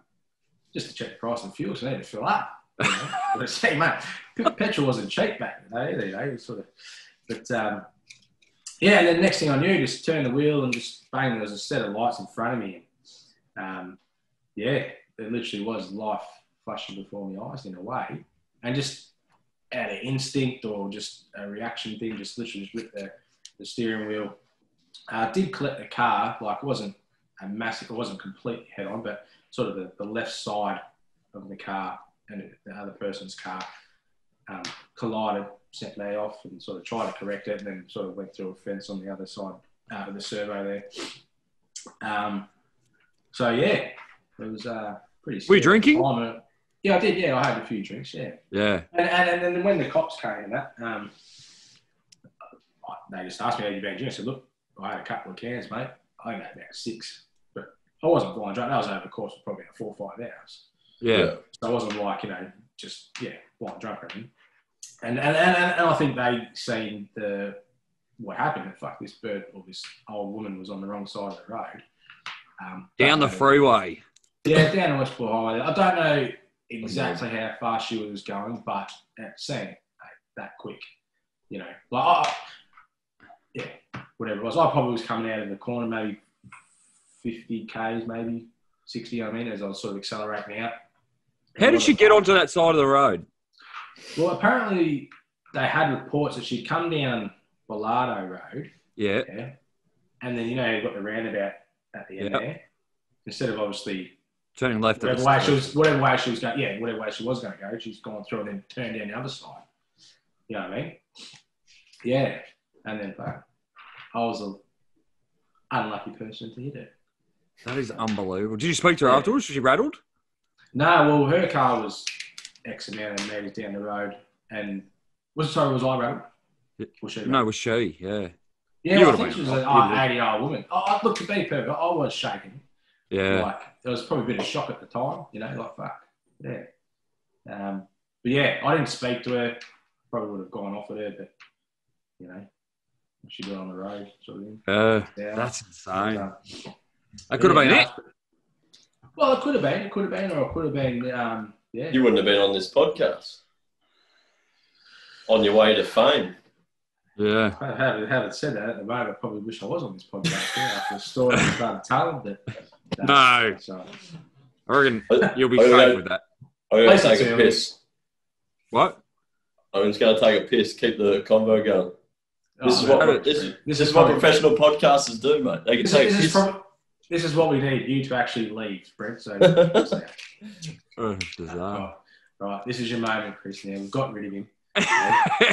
[SPEAKER 2] just to check the price of fuel, so I need to fill up. You know? But see, mate, pe- petrol wasn't cheap back then either, you know, it was sort of. But um, yeah, and then next thing I knew, just turned the wheel and just bang, there was a set of lights in front of me. Um, yeah, it literally was life flashing before my eyes in a way, and just out of instinct or just a reaction thing, just literally just ripped the, the steering wheel. Uh, did clip the car, like it wasn't a massive, it wasn't completely head on, but sort of the, the left side of the car and the other person's car um, collided, sent me off, and sort of tried to correct it, and then sort of went through a fence on the other side out of the servo there. Um, so yeah, it was uh, pretty.
[SPEAKER 3] Were
[SPEAKER 2] scary
[SPEAKER 3] you drinking?
[SPEAKER 2] time, and- Yeah, I did. Yeah, I had a few drinks. Yeah.
[SPEAKER 3] Yeah.
[SPEAKER 2] And, and, and then when the cops came and that, um, I- they just asked me, have you been drinking? I said, look, I had a couple of cans, mate. I only had about six. But I wasn't blind drunk. That was over the course of probably about four or five hours.
[SPEAKER 3] Yeah.
[SPEAKER 2] So I wasn't like, you know, just, yeah, blind drunk or anything. And, and, and, and and I think they seen the what happened. that, Fuck, this bird or this old woman was on the wrong side of the road. Um,
[SPEAKER 3] Down the
[SPEAKER 2] but-
[SPEAKER 3] freeway.
[SPEAKER 2] yeah, down in Westport Highway. I don't know exactly how fast she was going, but it seemed like that quick. You know, like, I, yeah, whatever it was. I probably was coming out of the corner, maybe 50 Ks, maybe 60, I mean, as I was sort of accelerating out.
[SPEAKER 3] How did she get onto that side of the road?
[SPEAKER 2] Well, apparently they had reports that she'd come down Ballardo Road
[SPEAKER 3] Yeah.
[SPEAKER 2] yeah. And then you know you've got the roundabout at the end
[SPEAKER 3] Yep.
[SPEAKER 2] there. Instead of obviously
[SPEAKER 3] Turning left at
[SPEAKER 2] whatever
[SPEAKER 3] the
[SPEAKER 2] way she was, whatever way she was going, yeah, whatever way she was going to go, she's gone through and then turned down the other side. You know what I mean? Yeah. And then fuck, I was a unlucky person to hit it.
[SPEAKER 3] That is unbelievable. Did you speak to her
[SPEAKER 2] Yeah.
[SPEAKER 3] afterwards? Was she rattled?
[SPEAKER 2] No, well, her car was X amount of meters down the road, and was sorry, was I road?
[SPEAKER 3] Yeah.
[SPEAKER 2] Was she
[SPEAKER 3] No, was she? Yeah.
[SPEAKER 2] Yeah,
[SPEAKER 3] You
[SPEAKER 2] I
[SPEAKER 3] would've
[SPEAKER 2] think she
[SPEAKER 3] been-
[SPEAKER 2] was an
[SPEAKER 3] you would've-
[SPEAKER 2] 80 year old woman. I, I, look, to be perfect, I was shaking.
[SPEAKER 3] Yeah.
[SPEAKER 2] Like there was probably a bit of shock at the time, you know, like fuck, yeah. Um, but yeah, I didn't speak to her. Probably would have gone off with her, but you know, she got on the road, sort of thing.
[SPEAKER 3] Uh,
[SPEAKER 2] Yeah.
[SPEAKER 3] that's insane.
[SPEAKER 2] Um,
[SPEAKER 3] That could have
[SPEAKER 2] yeah,
[SPEAKER 3] been
[SPEAKER 2] no,
[SPEAKER 3] it.
[SPEAKER 2] Well, it could have been. It could have been, or it could have been. Um, yeah.
[SPEAKER 1] You wouldn't have been on this podcast. On your way to fame.
[SPEAKER 3] Yeah.
[SPEAKER 2] Having, having said that, at the moment, I probably wish I was on this podcast yeah, after the story I started telling. But
[SPEAKER 3] No.
[SPEAKER 2] so,
[SPEAKER 3] I reckon you'll be
[SPEAKER 1] Oh, yeah.
[SPEAKER 3] safe with that.
[SPEAKER 1] I'm going to
[SPEAKER 2] Listen
[SPEAKER 1] take
[SPEAKER 2] to
[SPEAKER 1] a
[SPEAKER 2] him.
[SPEAKER 1] piss.
[SPEAKER 3] What?
[SPEAKER 1] I'm just going to take a piss. Keep the convo going. This is
[SPEAKER 2] Oh,
[SPEAKER 3] no.
[SPEAKER 1] what this is,
[SPEAKER 2] This
[SPEAKER 1] this
[SPEAKER 2] is
[SPEAKER 1] is what
[SPEAKER 2] probably-
[SPEAKER 1] professional podcasters do, mate. They can
[SPEAKER 2] This,
[SPEAKER 1] take
[SPEAKER 2] is- this, is
[SPEAKER 1] piss.
[SPEAKER 2] prob- this is what we need you to actually leave, Brent. So,
[SPEAKER 3] Oh, bizarre.
[SPEAKER 2] right, "Oh, right, this is your moment, Chris. Now we've got rid of him.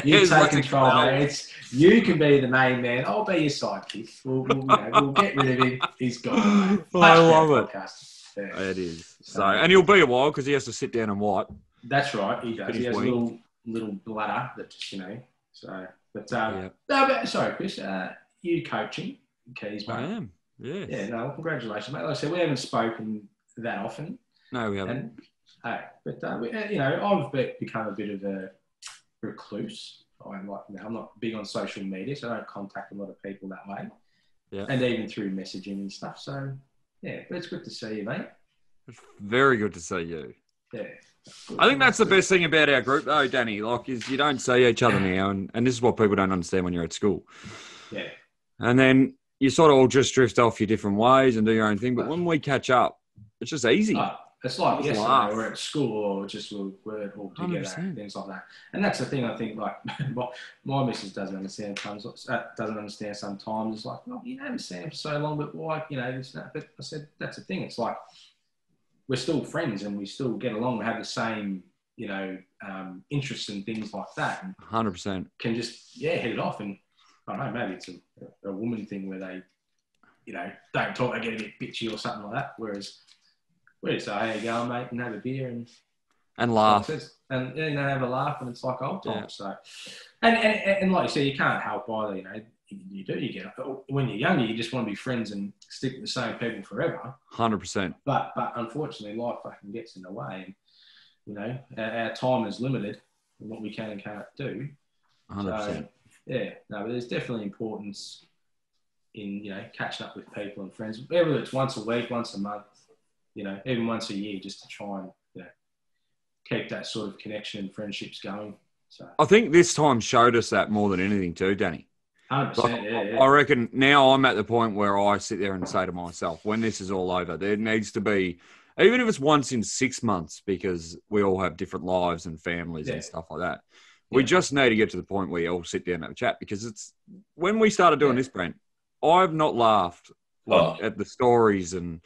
[SPEAKER 2] You
[SPEAKER 3] It's
[SPEAKER 2] take
[SPEAKER 3] like a
[SPEAKER 2] control,
[SPEAKER 3] clown.
[SPEAKER 2] mate. It's, you can be the main man. I'll be your sidekick. We'll, we'll, you know, we'll get rid of him. He's gone.
[SPEAKER 3] I love it.
[SPEAKER 2] Podcast. Yeah.
[SPEAKER 3] It is. So, and he'll be a while because he has to sit down and wipe.
[SPEAKER 2] That's right. He does.
[SPEAKER 3] But
[SPEAKER 2] He
[SPEAKER 3] he's
[SPEAKER 2] has a
[SPEAKER 3] weak.
[SPEAKER 2] little little bladder that just, you know. So, but um,
[SPEAKER 3] Yeah.
[SPEAKER 2] no, but sorry, Chris. Uh, you coaching Keys,
[SPEAKER 3] I
[SPEAKER 2] mate.
[SPEAKER 3] am. Oh, Yes.
[SPEAKER 2] Yeah, no, well, congratulations, mate. Like I said, we haven't spoken that often,
[SPEAKER 3] No, we haven't.
[SPEAKER 2] and hey, but uh, we, uh, you know, I've be- become a bit of a recluse. I'm like, you know, I'm not big on social media, so I don't contact a lot of people that way,
[SPEAKER 3] Yeah.
[SPEAKER 2] and even through messaging and stuff. So, yeah, but it's good to see you, mate.
[SPEAKER 3] It's very good to see you.
[SPEAKER 2] Yeah,
[SPEAKER 3] I think that's the best thing about our group, though, Danny. Like, is you don't see each other now, and, and this is what people don't understand when you're at school.
[SPEAKER 2] Yeah,
[SPEAKER 3] And then you sort of all just drift off your different ways and do your own thing. But when we catch up, it's just easy.
[SPEAKER 2] Oh, it's like
[SPEAKER 3] It's
[SPEAKER 2] yesterday
[SPEAKER 3] laugh.
[SPEAKER 2] we're at school or just we're, we're all together
[SPEAKER 3] 100%.
[SPEAKER 2] and things like that. And that's the thing I think like my, my missus doesn't understand times uh, doesn't understand sometimes. It's like, well, you know, haven't seen him for so long, but why, you know, this and that. But I said that's the thing. It's like we're still friends and we still get along. We have the same, you know, um, interests and things like that, and
[SPEAKER 3] Hundred percent.
[SPEAKER 2] can just yeah hit it off. And I don't know, maybe it's a, a woman thing where they, you know, don't talk. They get a bit bitchy or something like that. Whereas we just say, "Hey, you going, mate?" and have a beer and
[SPEAKER 3] And laugh.
[SPEAKER 2] and you know, have a laugh, and it's like old
[SPEAKER 3] Ah. Yeah.
[SPEAKER 2] times. So, and, and and like you said, you can't help either. You know, you, you do. You get when you're younger, you just want to be friends and stick with the same people forever.
[SPEAKER 3] Hundred percent.
[SPEAKER 2] But but unfortunately, life fucking gets in the way, and you know, our, our time is limited, and what we can and can't do.
[SPEAKER 3] Hundred
[SPEAKER 2] So,
[SPEAKER 3] percent.
[SPEAKER 2] Um, yeah, no, but there's definitely importance in you know catching up with people and friends, whether it's once a week, once a month, you know, even once a year, just to try and you know keep that sort of connection and friendships going. So,
[SPEAKER 3] I think this time showed us that more than anything, too, Danny.
[SPEAKER 2] hundred percent, yeah,
[SPEAKER 3] I
[SPEAKER 2] yeah,
[SPEAKER 3] reckon now I'm at the point where I sit there and say to myself, when this is all over, there needs to be, even if it's once in six months, because we all have different lives and families
[SPEAKER 2] Yeah.
[SPEAKER 3] and stuff like that. We
[SPEAKER 2] Yeah.
[SPEAKER 3] just need to get to the point where you all sit down and have a chat because it's when we started doing
[SPEAKER 2] Yeah. Oh.
[SPEAKER 3] this, Brent, I've not laughed like, at the stories and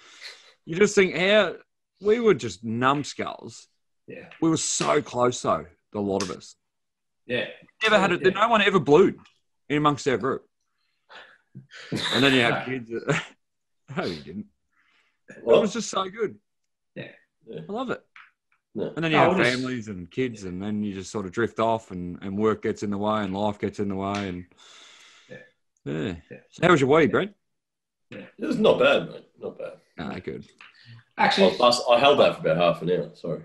[SPEAKER 3] you just think how we were just numbskulls.
[SPEAKER 2] yeah,
[SPEAKER 3] We were so close though, the lot of us.
[SPEAKER 2] yeah.
[SPEAKER 3] Never had it.
[SPEAKER 2] Yeah.
[SPEAKER 3] No one ever blued in amongst our group. And then you have
[SPEAKER 2] No.
[SPEAKER 3] kids. that- no, you didn't. It
[SPEAKER 1] Well,
[SPEAKER 3] was just so good.
[SPEAKER 2] Yeah.
[SPEAKER 1] Yeah.
[SPEAKER 3] I love it.
[SPEAKER 1] Yeah.
[SPEAKER 3] And then you
[SPEAKER 2] No,
[SPEAKER 3] have
[SPEAKER 2] it is-
[SPEAKER 3] families and kids, and then you just sort of drift off, and, and work gets in the way, and life gets in the way, and
[SPEAKER 2] Yeah.
[SPEAKER 3] yeah.
[SPEAKER 2] Yeah.
[SPEAKER 3] So how was your week,
[SPEAKER 2] Yeah.
[SPEAKER 3] Brent?
[SPEAKER 1] it was not bad, mate. Not bad.
[SPEAKER 3] Ah, good.
[SPEAKER 1] I,
[SPEAKER 2] Actually,
[SPEAKER 1] was last, I held that for about half an hour. Sorry.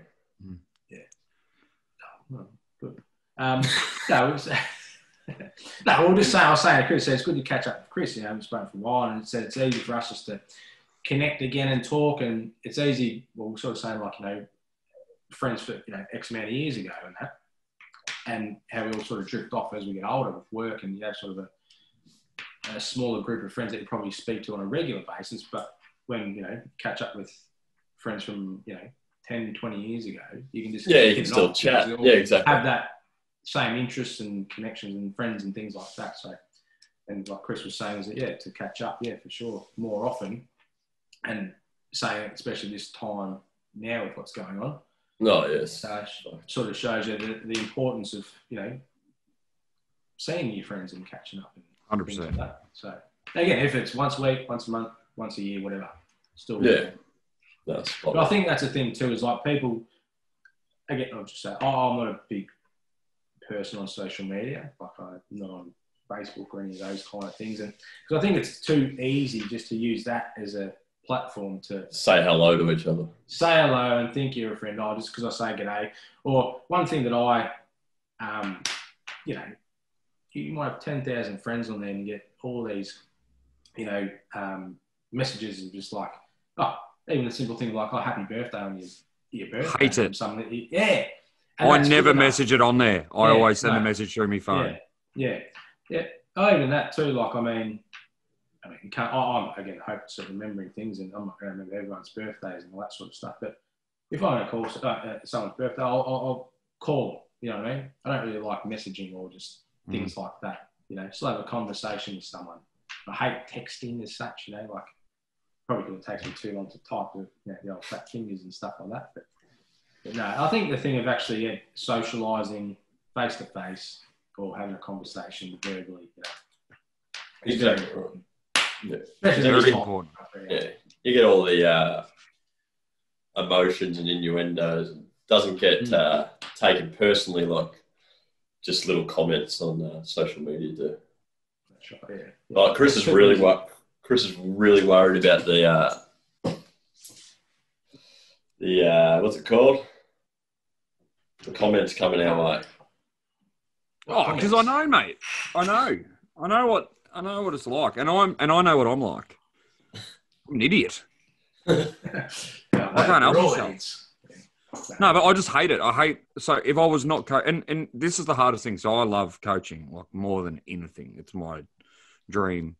[SPEAKER 2] Oh, good. Um, no, it's, no, we'll just say, I was saying to Chris, it's good to catch up with Chris. You know, we haven't spoken for a while, and it's, it's easy for us just to connect again and talk. And it's easy, well, we're sort of saying, like, you know, friends for, you know, X amount of years ago and that, and how we all sort of drift off as we get older with work and you have sort of a, a smaller group of friends that you probably speak to on a regular basis. But when, you know, catch up with friends from, you know, 10, 20 years ago, you can just
[SPEAKER 1] Yeah, you
[SPEAKER 2] hit
[SPEAKER 1] can
[SPEAKER 2] it
[SPEAKER 1] still
[SPEAKER 2] off
[SPEAKER 1] chat.
[SPEAKER 2] because it all-
[SPEAKER 1] Yeah, exactly.
[SPEAKER 2] have that same interests and connections and friends and things like that. So, and like Chris was saying, is that yeah, to catch up, yeah, for sure, more often, and saying especially this time now with what's going on,
[SPEAKER 1] No, yes.
[SPEAKER 2] so it sort of shows you the, the importance of you know seeing your friends and catching up and
[SPEAKER 3] Hundred
[SPEAKER 2] things like
[SPEAKER 3] percent.
[SPEAKER 2] that. So again, if it's once a week, once a month, once a year, whatever, still
[SPEAKER 1] Yeah. That's spot
[SPEAKER 2] but I
[SPEAKER 1] on.
[SPEAKER 2] think that's the thing too, is like people again I'll just say, Oh, I'm not a big person on social media, like I'm not on Facebook or any of those kind of things. And because I think it's too easy just to use that as a platform to
[SPEAKER 1] Say hello to each other.
[SPEAKER 2] say hello and think you're a friend. Oh, just because I say g'day. Or one thing that I, um, you know, you might have 10,000 friends on there and you get all these, you know, um, messages of just like, oh, even a simple thing like, oh, happy birthday on your, your birthday.
[SPEAKER 3] Hate it.
[SPEAKER 2] or Something that you- yeah. And
[SPEAKER 3] I
[SPEAKER 2] that's
[SPEAKER 3] never
[SPEAKER 2] good enough.
[SPEAKER 3] message it on there. I
[SPEAKER 2] Yeah,
[SPEAKER 3] always send a
[SPEAKER 2] no.
[SPEAKER 3] message through my phone.
[SPEAKER 2] Yeah, yeah, yeah. Oh, even that too. Like, I mean, I mean, you can't. I, I'm again hopeless at remembering things, and I'm not going to remember everyone's birthdays and all that sort of stuff. But if I'm going to call s- uh, uh, someone's birthday, I'll, I'll, I'll call. them, You know what I mean? I don't really like messaging or just things like that. You know, still have a conversation with someone. I hate texting as such. You know, like probably going to take me too long to type with you know, the old fat fingers and stuff like that. But, but no, I think the thing of actually yeah, socialising face to face or having a conversation verbally. You know, It's very
[SPEAKER 1] Exactly.
[SPEAKER 2] important.
[SPEAKER 1] Yeah.
[SPEAKER 2] Especially
[SPEAKER 3] Very
[SPEAKER 2] this time.
[SPEAKER 3] important.
[SPEAKER 1] Yeah. You get all the uh, emotions and innuendos and doesn't
[SPEAKER 2] Hmm.
[SPEAKER 1] get uh, taken personally like just little comments on uh, social media do.
[SPEAKER 2] That's right, yeah.
[SPEAKER 1] Like Oh, Chris is really wor- Chris is really worried about the uh, the uh, what's it called? The comments coming our way.
[SPEAKER 3] Oh, because I know, mate. I know. I know what I know what it's like, and I'm and I know what I'm like. I'm an idiot.
[SPEAKER 2] Yeah,
[SPEAKER 3] I can't help
[SPEAKER 2] we're all
[SPEAKER 3] myself.
[SPEAKER 2] idiots.
[SPEAKER 3] No, but I just hate it. I hate. So if I was not co- and and this is the hardest thing. So I love coaching like more than anything. It's my dream.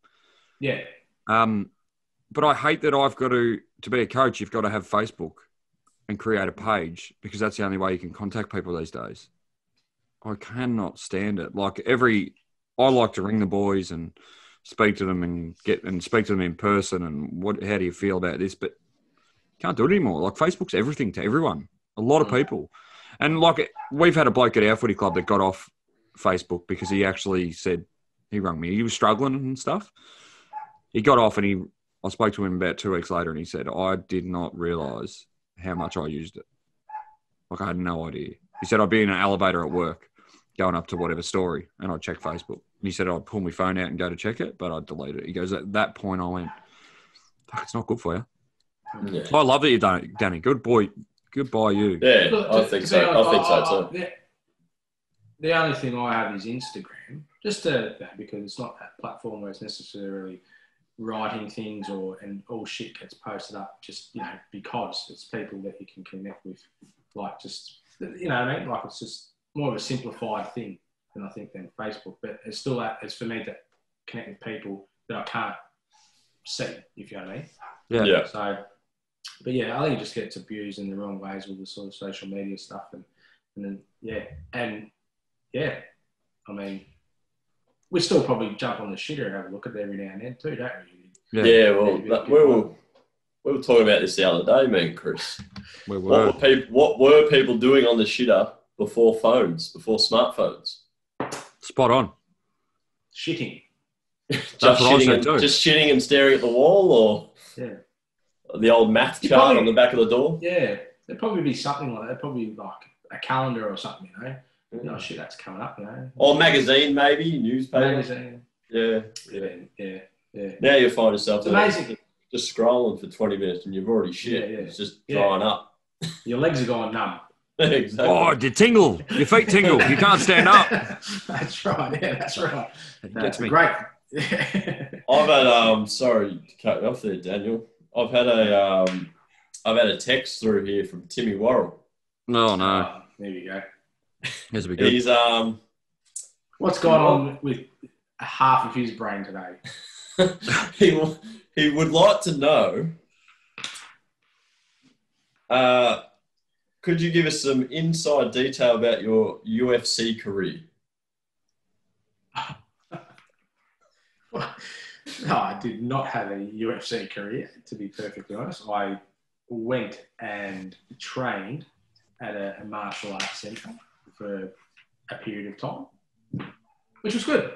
[SPEAKER 2] Yeah,
[SPEAKER 3] Um, but I hate that I've got to to be a coach. You've got to have Facebook and create a page because that's the only way you can contact people these days. I cannot stand it. Like every, I like to ring the boys and speak to them and get and speak to them in person and what? How do you feel about this? But can't do it anymore. Like Facebook's everything to everyone. A lot of
[SPEAKER 2] Mm.
[SPEAKER 3] people, and like we've had a bloke at our footy club that got off Facebook because he actually said he rung me. He was struggling and stuff. He got off and he I spoke to him about two weeks later and he said, I did not realise how much I used it. Like I had no idea. He said I'd be in an elevator at work going up to whatever story and I'd check Facebook. And he said I'd pull my phone out and go to check it, but I'd delete it. He goes, At that point I went, Fuck, it's not good for you.
[SPEAKER 1] Yeah,
[SPEAKER 3] I love that you've done it, Danny. Good boy. Good by you.
[SPEAKER 1] yeah
[SPEAKER 2] Look,
[SPEAKER 1] I
[SPEAKER 2] to-
[SPEAKER 1] think
[SPEAKER 2] to
[SPEAKER 1] so.
[SPEAKER 2] be honest,
[SPEAKER 1] I think so too.
[SPEAKER 2] The, the only thing I have is Instagram, just to, because it's not that platform where it's necessarily writing things or and all shit gets posted up. Just you know, because it's people that you can connect with, like just you know, what I mean, like it's just more of a simplified thing than I think than Facebook. But it's still that it's for me to connect with people that I can't see, if you know what I mean.
[SPEAKER 3] Yeah.
[SPEAKER 1] Yeah,
[SPEAKER 2] So, but yeah, I think it just gets abused in the wrong ways with the sort of social media stuff, and and then yeah, and yeah, I mean, we still probably jump on the shitter and have a look at it every now and then too, don't we?
[SPEAKER 1] yeah.
[SPEAKER 3] Yeah.
[SPEAKER 1] well, that- we were we were talking about this the other day, me and Chris.
[SPEAKER 3] We were.
[SPEAKER 1] What were people What were people doing on the shitter before phones? Before smartphones?
[SPEAKER 3] Spot on.
[SPEAKER 2] Shitting.
[SPEAKER 1] Just
[SPEAKER 3] what I said
[SPEAKER 1] shitting,
[SPEAKER 3] too.
[SPEAKER 1] and, just shitting and staring at the wall, or
[SPEAKER 2] Yeah,
[SPEAKER 1] the old math
[SPEAKER 2] You
[SPEAKER 1] chart
[SPEAKER 2] probably-
[SPEAKER 1] on the back of the door.
[SPEAKER 2] yeah. There'd probably be something like that. Probably like a calendar or something, you know. Oh shit, that's coming up, you know.
[SPEAKER 1] Or magazine, maybe newspaper.
[SPEAKER 2] Magazine.
[SPEAKER 1] Yeah, Oh, yeah.
[SPEAKER 2] Yeah, yeah, yeah.
[SPEAKER 1] Now you find yourself
[SPEAKER 2] It's amazing.
[SPEAKER 1] just scrolling for twenty minutes and you've already shit.
[SPEAKER 2] Yeah, yeah.
[SPEAKER 1] It's just
[SPEAKER 2] Yeah.
[SPEAKER 1] drying up.
[SPEAKER 2] Your legs are going numb.
[SPEAKER 1] exactly.
[SPEAKER 3] Oh, you tingle. Your feet tingle. You can't stand up.
[SPEAKER 2] that's right. Yeah, that's right.
[SPEAKER 3] It gets me.
[SPEAKER 2] Great. Yeah.
[SPEAKER 1] I've had um. Sorry to cut you off there, Daniel. I've had a um. I've had a text through here from Timmy Worrell.
[SPEAKER 3] No,
[SPEAKER 2] Oh,
[SPEAKER 3] no.
[SPEAKER 2] there you go.
[SPEAKER 3] This would be good.
[SPEAKER 1] He's um.
[SPEAKER 2] What's going on with half of his brain today?
[SPEAKER 1] he wa- he would like to know. Uh, could you give us some inside detail about your UFC career?
[SPEAKER 2] No, I did not have a UFC career, to be perfectly honest. I went and trained at a, a martial arts centre for a period of time, which was good.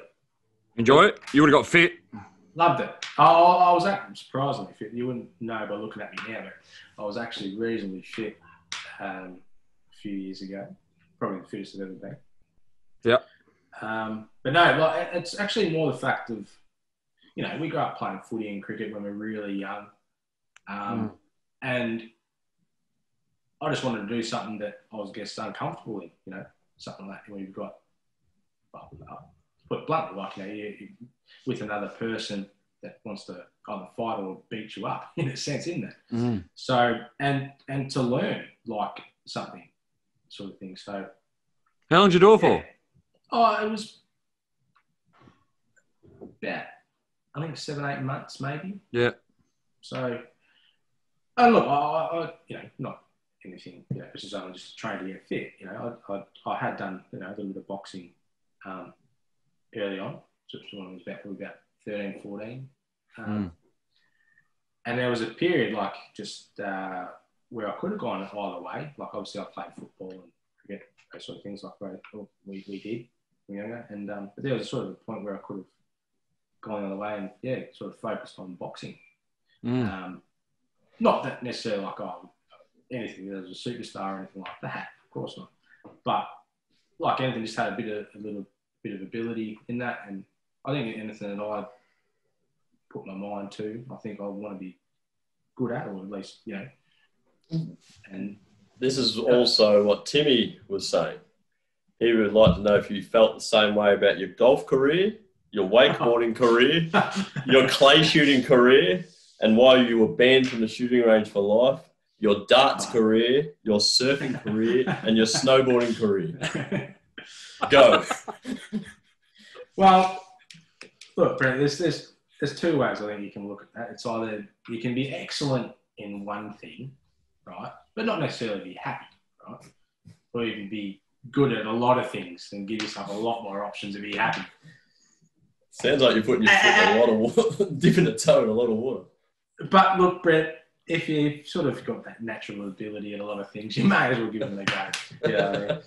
[SPEAKER 3] Enjoy it. You would have got fit.
[SPEAKER 2] Loved it. I, I I was actually surprisingly fit. You wouldn't know by looking at me now, but I was actually reasonably fit um, a few years ago. Probably the fittest I've ever been.
[SPEAKER 3] Yep.
[SPEAKER 2] Um, but no, like, it- it's actually more the fact of, you know, we grew up playing footy and cricket when we were really young. Um, And I just wanted to do something that I was, guess, uncomfortable in, you know, something like when you've got, well, I'll put it bluntly, like, you know, you, you, with another person that wants to either fight or beat you up in a sense, isn't it?
[SPEAKER 3] Mm.
[SPEAKER 2] So and and to learn like something, sort of thing. So
[SPEAKER 3] How long's your door for?
[SPEAKER 2] oh, it was about I think seven eight months maybe.
[SPEAKER 3] Yeah.
[SPEAKER 2] So and look, I, I, I you know not anything. You know, this is only just trying to get fit. You know, I, I, I had done you know a little bit of boxing um, early on. So it was when I was about probably about 13, 14. Um, And there was a period like just uh, where I could have gone either way. Like obviously I played football and cricket, those sort of things like we we, we did when younger. And um, but there was a sort of a point where I could have gone the other way and yeah, sort of focused on boxing.
[SPEAKER 3] Mm.
[SPEAKER 2] Um, not that necessarily like I anything that was a superstar or anything like that. Of course not. But like anything, just had a bit of a little bit of ability in that, and I think anything that I put my mind to, I think I want to be good at, or at least you know. And
[SPEAKER 1] This is also what Timmy was saying. He would like to know if you felt the same way about your golf career, your wakeboarding career, your clay shooting career, and why you were banned from the shooting range for life, your darts career, your surfing career, and your snowboarding career. Go.
[SPEAKER 2] Well, look, Brent, there's, there's, there's two ways I think you can look at that. It's either you can be excellent in one thing, right, but not necessarily be happy, right? Or you can be good at a lot of things and give yourself a lot more options to be happy.
[SPEAKER 1] Sounds like you're putting your foot in a lot of water, dipping a toe in a lot of water.
[SPEAKER 2] But look, Brett, if you've sort of got that natural ability in a lot of things, you may as well give them a go.
[SPEAKER 1] Yeah.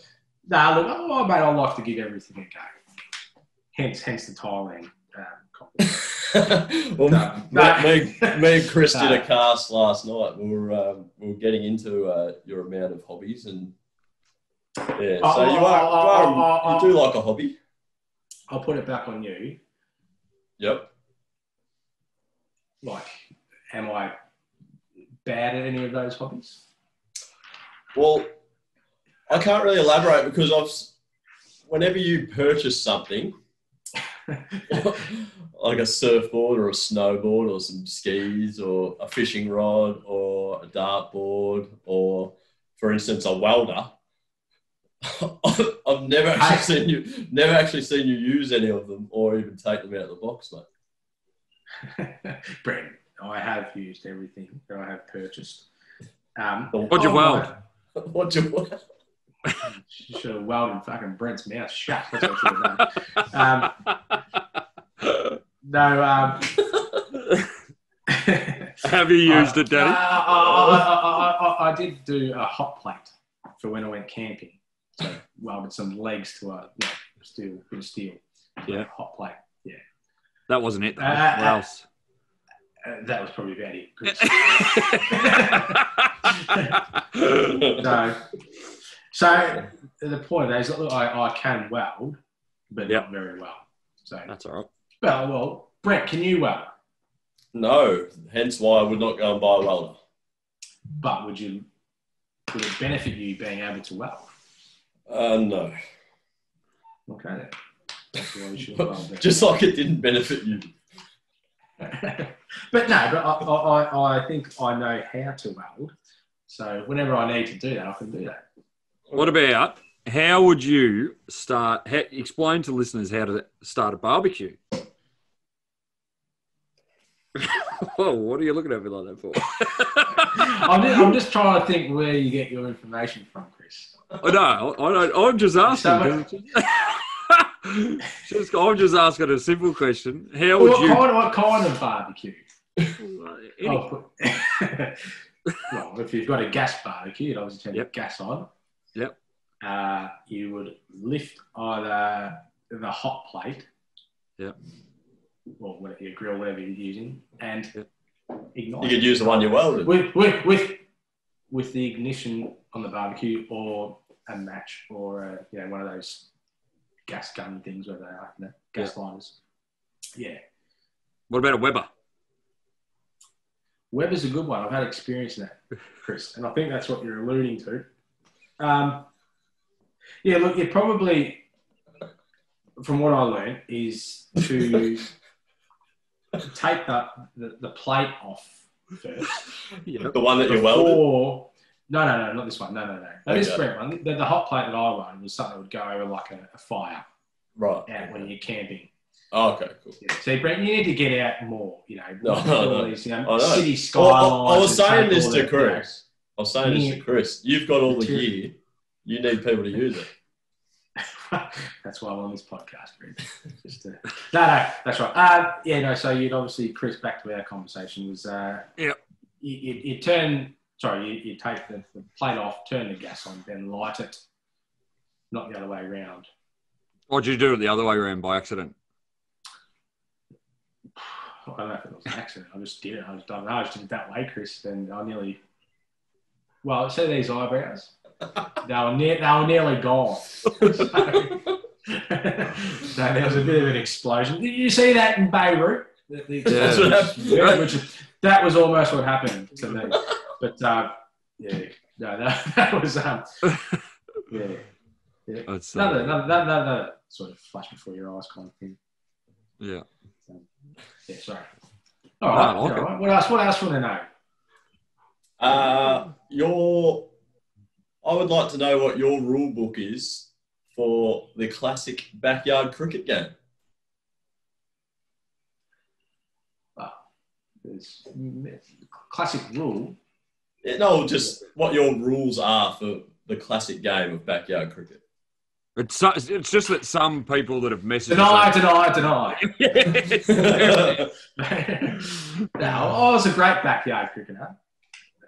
[SPEAKER 2] Nah, look, oh, mate, I like to give everything a go. Hence, hence the Thailand. Um, compliment.
[SPEAKER 1] well,
[SPEAKER 2] No.
[SPEAKER 1] me, me, me and Chris did
[SPEAKER 2] No.
[SPEAKER 1] a cast last night. We were, um, we were getting into uh, your amount of hobbies and yeah.
[SPEAKER 2] Oh,
[SPEAKER 1] so you
[SPEAKER 2] oh,
[SPEAKER 1] are,
[SPEAKER 2] oh,
[SPEAKER 1] you,
[SPEAKER 2] oh,
[SPEAKER 1] are
[SPEAKER 2] oh,
[SPEAKER 1] you do like a hobby.
[SPEAKER 2] I'll put it back on you.
[SPEAKER 1] Yep.
[SPEAKER 2] Like, am I bad at any of those hobbies?
[SPEAKER 1] Well, I can't really elaborate because I've. s- Whenever you purchase something, like a surfboard or a snowboard or some skis or a fishing rod or a dartboard or, for instance, a welder. I've I've never actually seen you never actually seen you use any of them or even take them out of the box, mate.
[SPEAKER 2] Brent, I have used everything that I have purchased. Um,
[SPEAKER 3] What'd you
[SPEAKER 2] oh,
[SPEAKER 3] weld?
[SPEAKER 2] my-
[SPEAKER 1] What do you want?
[SPEAKER 2] You should have welded fucking Brent's mouth shut. That's what I should have done. Um, no, um,
[SPEAKER 3] Have you used it,
[SPEAKER 2] Uh,
[SPEAKER 3] Daddy?
[SPEAKER 2] I, I, I, I, I did do a hot plate for when I went camping. So welded some legs to a you know, steel, bit of steel.
[SPEAKER 3] Yeah.
[SPEAKER 2] Hot plate.
[SPEAKER 3] That wasn't it. Though.
[SPEAKER 2] Uh,
[SPEAKER 3] what else?
[SPEAKER 2] Uh, that was probably about it. 'cause- no. So the point is, look, I, I can weld, but
[SPEAKER 3] Yep.
[SPEAKER 2] not very well. So,
[SPEAKER 3] That's all right.
[SPEAKER 2] well, well, Brett, can you weld?
[SPEAKER 1] No, hence why I would not go and buy a welder.
[SPEAKER 2] But would you? Would it benefit you being able to weld?
[SPEAKER 1] Uh, no.
[SPEAKER 2] Okay. then. That's why you should weld. then.
[SPEAKER 1] Just like it didn't benefit you.
[SPEAKER 2] but no, but I, I, I- I think I know how to weld. So whenever I need to do that, I can do that.
[SPEAKER 3] What about how would you start? How, explain to listeners how to start a barbecue. oh, what are you looking at me like that for?
[SPEAKER 2] I'm just, I'm just trying to think where you get your information from, Chris.
[SPEAKER 3] Oh, no, I don't, I'm just asking. just, I'm just asking a simple question. How would
[SPEAKER 2] What
[SPEAKER 3] you?
[SPEAKER 2] kind, what kind of barbecue?
[SPEAKER 3] Any-
[SPEAKER 2] Oh, put- well, if you've got a gas barbecue, you'd obviously turn
[SPEAKER 3] Yep.
[SPEAKER 2] the gas on.
[SPEAKER 3] Yep.
[SPEAKER 2] Uh, you would lift either the hot plate,
[SPEAKER 3] Yep.
[SPEAKER 2] or whatever, your grill, whatever you're using, and
[SPEAKER 3] Yep.
[SPEAKER 2] ignite.
[SPEAKER 1] You could use the one you welded.
[SPEAKER 2] with with with with the ignition on the barbecue or a match or a, you know one of those gas gun things where they are you know, gas liners. Yeah,
[SPEAKER 3] What about a Weber?
[SPEAKER 2] Weber's a good one. I've had experience in that, Chris, and I think that's what you're alluding to. Um, yeah, look, you probably, from what I learned, is to take the, the, the plate off first.
[SPEAKER 3] Yep.
[SPEAKER 1] The one that you welded.
[SPEAKER 2] Before, no, no, no, not this one. No, no, no. no This
[SPEAKER 1] Okay.
[SPEAKER 2] Brent one, the, the hot plate that I won was something that would go over like a, a fire
[SPEAKER 1] Right.
[SPEAKER 2] out when you're camping.
[SPEAKER 1] Oh, okay, cool.
[SPEAKER 2] Yeah. So, Brent, you need to get out more, you know.
[SPEAKER 1] No,
[SPEAKER 2] look at
[SPEAKER 1] no,
[SPEAKER 2] all
[SPEAKER 1] no.
[SPEAKER 2] these, you know,
[SPEAKER 1] I know.
[SPEAKER 2] city
[SPEAKER 1] Well, I- I
[SPEAKER 2] skylines.
[SPEAKER 1] was
[SPEAKER 2] and
[SPEAKER 1] saying
[SPEAKER 2] take
[SPEAKER 1] this
[SPEAKER 2] all
[SPEAKER 1] to
[SPEAKER 2] that, you know.
[SPEAKER 1] Chris. I was saying this to Chris. You've got all the gear. You need people to use it.
[SPEAKER 2] that's why I'm on this podcast, Brent. Just to... No, no, that's right. Uh, yeah, no, so you'd obviously, Chris, back to our conversation was uh,
[SPEAKER 3] Yep.
[SPEAKER 2] you, you, you turn, sorry, you, you take the, the plate off, turn the gas on, then light it, not the other way around.
[SPEAKER 3] Or did you do it the other way around by accident?
[SPEAKER 2] I don't know if it was an accident. I just did it. I just done. I just did it that way, Chris, and I nearly Well, see these eyebrows? They were, ne- they were nearly gone. So, so there was a bit of an explosion. Did you see that in Beirut? The- the
[SPEAKER 3] That's
[SPEAKER 1] what
[SPEAKER 2] explosion,
[SPEAKER 1] happened.
[SPEAKER 2] which is- that was almost what happened to me. But uh, yeah, no, that, that was um, yeah.
[SPEAKER 3] That's, uh,
[SPEAKER 2] Another, another, another, another sort of flash before your eyes kind of thing.
[SPEAKER 3] yeah.
[SPEAKER 2] Yeah, sorry. All right,
[SPEAKER 3] I like
[SPEAKER 2] all
[SPEAKER 3] it.
[SPEAKER 2] right. What else? What else want to know?
[SPEAKER 1] Uh, your, I would like to know what your rule book is for the classic backyard cricket game.
[SPEAKER 2] There's classic rule.
[SPEAKER 1] Yeah, no, just what your rules are for the classic game of backyard cricket.
[SPEAKER 3] It's, so- it's just that some people that have messaged
[SPEAKER 2] Deny,
[SPEAKER 3] us-
[SPEAKER 2] deny, deny.
[SPEAKER 3] Yes.
[SPEAKER 2] now, I was a great backyard cricketer,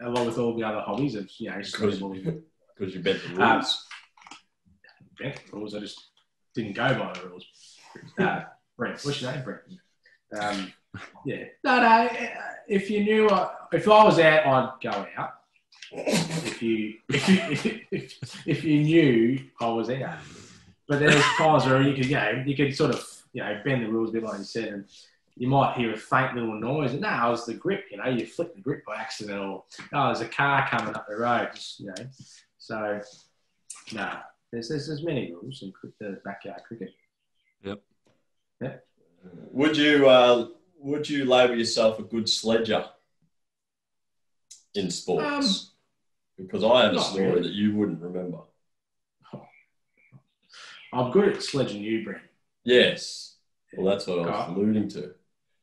[SPEAKER 2] along with all the other hobbies of you know
[SPEAKER 1] Because
[SPEAKER 2] scribble and
[SPEAKER 1] you bent the
[SPEAKER 2] Um,
[SPEAKER 1] rules.
[SPEAKER 2] bent rules. I just didn't go by the rules. Uh, Brent, what's your name, Brent? Um, yeah, no, no. If you knew, I, if I was out, I'd go out. If you, if you, if, if you knew I was out, but there's times where you could, you know, you could sort of, you know, bend the rules a bit, like you said, and you might hear a faint little noise, and now was the grip. You know, you flick the grip by accident, or oh, there's a car coming up the road. Just, you know, so no, there's there's, there's many rules in cri- the backyard cricket.
[SPEAKER 1] would you uh, would you label yourself a good sledger in sports? because I have a
[SPEAKER 2] Um, not
[SPEAKER 1] story
[SPEAKER 2] really.
[SPEAKER 1] that you wouldn't remember.
[SPEAKER 2] I'm good at sledging you, Brent.
[SPEAKER 1] Yes. Well, that's what I was
[SPEAKER 2] Go.
[SPEAKER 1] alluding to.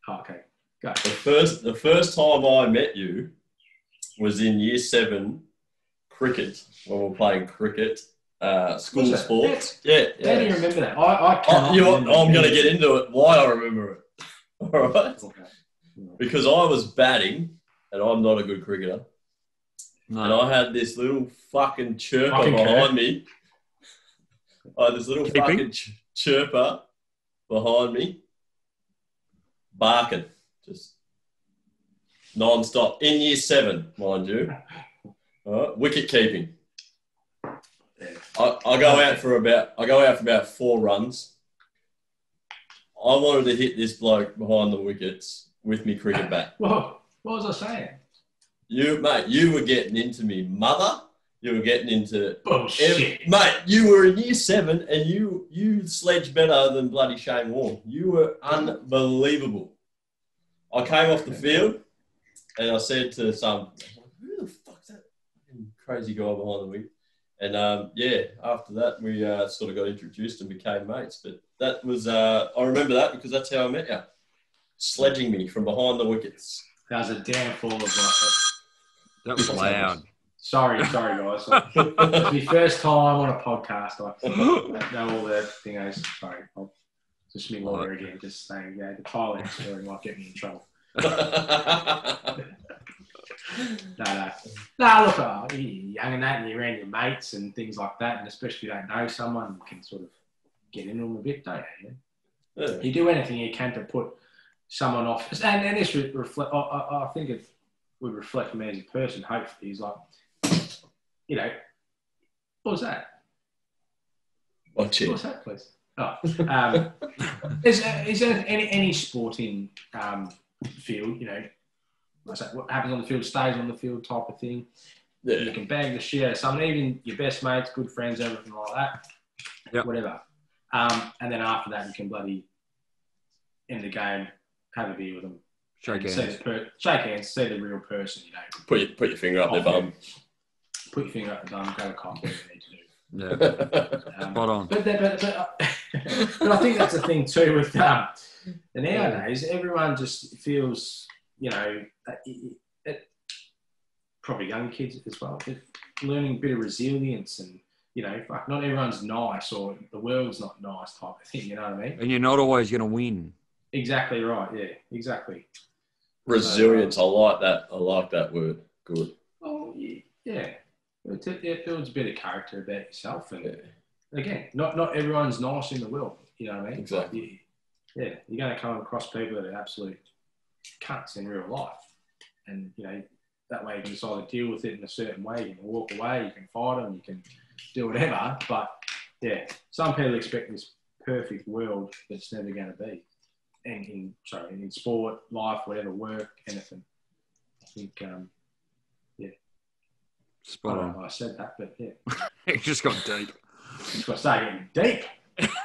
[SPEAKER 2] Oh, okay, go.
[SPEAKER 1] The first the first time I met you was in year seven cricket when we were playing cricket, uh, school
[SPEAKER 2] Was it?
[SPEAKER 1] sports. Yeah, yeah.
[SPEAKER 2] How do you remember that? I, I
[SPEAKER 1] Oh,
[SPEAKER 2] can't.
[SPEAKER 1] you know what? I'm going to get into it. Why I remember it. All right. Because I was batting, and I'm not a good cricketer, and
[SPEAKER 3] no.
[SPEAKER 1] I had this little fucking chirper
[SPEAKER 2] Fucking
[SPEAKER 1] behind me. I had this little
[SPEAKER 3] Keeping?
[SPEAKER 1] fucking ch- chirper behind me, barking, just non-stop in year seven, mind you. All right, wicket keeping. I, I go out for about I go out for about four runs. I wanted to hit this bloke behind the wickets with me cricket bat.
[SPEAKER 2] Whoa, what was I saying?
[SPEAKER 1] You mate, you were getting into me mother. You were getting into ev-
[SPEAKER 2] Bullshit.
[SPEAKER 1] mate. You were in year seven, and you you sledged better than bloody Shane Warne. You were unbelievable. I came off the field, and I said to some, "Who the fuck's that fucking crazy guy behind the wing?" And um, yeah, after that, we uh, sort of got introduced and became mates. But that was uh, I remember that because that's how I met you, sledging me from behind the wickets.
[SPEAKER 2] That was a downfall of my.
[SPEAKER 3] That was loud.
[SPEAKER 2] Sorry, sorry, guys. It's my first time on a podcast. I I know all the thingos. Sorry, I'll just me lawyer again. Just saying, yeah, the Thailand story might get me in trouble. No, no, no. Look, uh, you're young and that, and you're around your mates and things like that, and especially if you don't know someone, you can sort of get into them a bit, don't you?
[SPEAKER 1] Yeah.
[SPEAKER 2] you do anything you can to put someone off. And, and this would reflect, I, I, I think it would reflect me as a person, hopefully, is like, you know, what was that?
[SPEAKER 1] Watch
[SPEAKER 2] What's that, please? Oh, um, is, there- is there any, any sporting um, field, you know, what's that, what happens on the field stays on the field type of thing? You can bang the shit out of someone, even your best mates, good friends, everything like that,
[SPEAKER 3] Yep.
[SPEAKER 2] whatever. Um, and then after that, you can bloody end the game, have a beer with them,
[SPEAKER 3] Shake
[SPEAKER 2] See
[SPEAKER 3] hands.
[SPEAKER 2] the per- shake hands, see the real person, you know.
[SPEAKER 1] Put your, put your finger up their
[SPEAKER 2] Often.
[SPEAKER 1] bum.
[SPEAKER 2] Put your finger up the bum, go to cock, whatever you need to do.
[SPEAKER 3] Yeah.
[SPEAKER 2] Um,
[SPEAKER 3] Spot on.
[SPEAKER 2] But, that, but, uh, but, I- but I think that's the thing too with um, and nowadays everyone just feels you know that it, it- it, probably young kids as well but learning a bit of resilience and you know fuck not everyone's nice or the world's not nice type of thing you know what I mean
[SPEAKER 3] And you're not always going to win.
[SPEAKER 2] exactly right yeah exactly
[SPEAKER 1] Resilience. I like that. I like that word. Good.
[SPEAKER 2] well y- yeah it, it, it builds a bit of character about yourself and
[SPEAKER 1] Yeah,
[SPEAKER 2] again not not everyone's nice in the world you know what I mean
[SPEAKER 1] exactly.
[SPEAKER 2] you, yeah, you're going to come across people that are absolute cunts in real life, and you know that way you can just either deal with it in a certain way. You can walk away, you can fight them, you can do whatever. But yeah, some people expect this perfect world that's never going to be. And in sorry, and in sport, life, whatever, work, anything. I think um, I
[SPEAKER 3] Spot
[SPEAKER 2] don't
[SPEAKER 3] on.
[SPEAKER 2] know why I said that, but yeah,
[SPEAKER 3] it just got deep.
[SPEAKER 2] it's got to start getting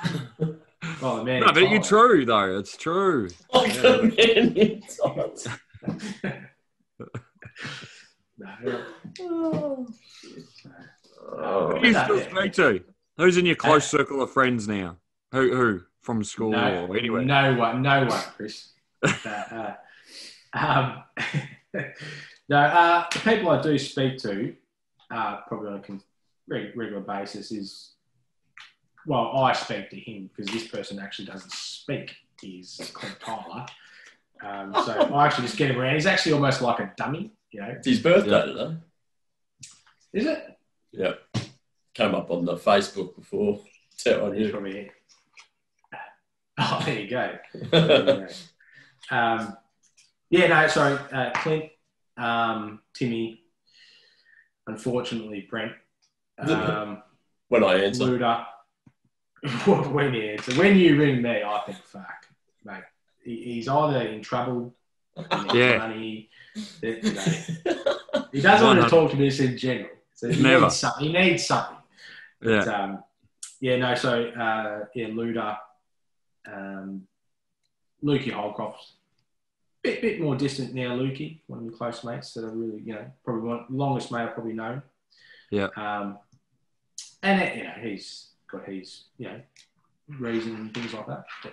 [SPEAKER 2] deep. Oh the man,
[SPEAKER 3] No, but
[SPEAKER 2] you
[SPEAKER 3] you're true though. It's true.
[SPEAKER 1] Like the man in tights. Oh,
[SPEAKER 3] Who do you
[SPEAKER 2] Yeah.
[SPEAKER 3] still speak to? Who's in your
[SPEAKER 2] Uh,
[SPEAKER 3] close circle of friends now? Who who from school
[SPEAKER 2] No,
[SPEAKER 3] or anywhere?
[SPEAKER 2] No one, no one, Chris. Uh, uh, um, no, uh, the people I do speak to, uh, probably on a con- reg- regular basis, is well, I speak to him because this person actually doesn't speak. He's called Tyler. Um, so I actually just get him around. He's actually almost like a dummy, you know.
[SPEAKER 1] It's his birthday today.
[SPEAKER 2] Is it?
[SPEAKER 1] Yeah. Came up on the Facebook before. That's how I
[SPEAKER 2] He's
[SPEAKER 1] knew.
[SPEAKER 2] probably. Oh, there you go. um, yeah, no, sorry, uh, Clint, um, Timmy, unfortunately Brent, um,
[SPEAKER 1] when I answer.
[SPEAKER 2] Luda. when he answer, when you ring me, I think fuck, mate. He, he's either in trouble, he needs
[SPEAKER 3] Yeah.
[SPEAKER 2] money. that- you know, he doesn't want to talk to me just in general. So he
[SPEAKER 3] Never.
[SPEAKER 2] needs something. He needs something.
[SPEAKER 3] Yeah.
[SPEAKER 2] But, um, yeah, no, so uh, yeah, Luda, um, Lukey Holcroft, bit bit more distant now. Lukey, one of my close mates that I really, you know, probably one longest mate I've probably known.
[SPEAKER 3] Yeah.
[SPEAKER 2] Um, and it, you know, he's got his, you know, reason and things like that. But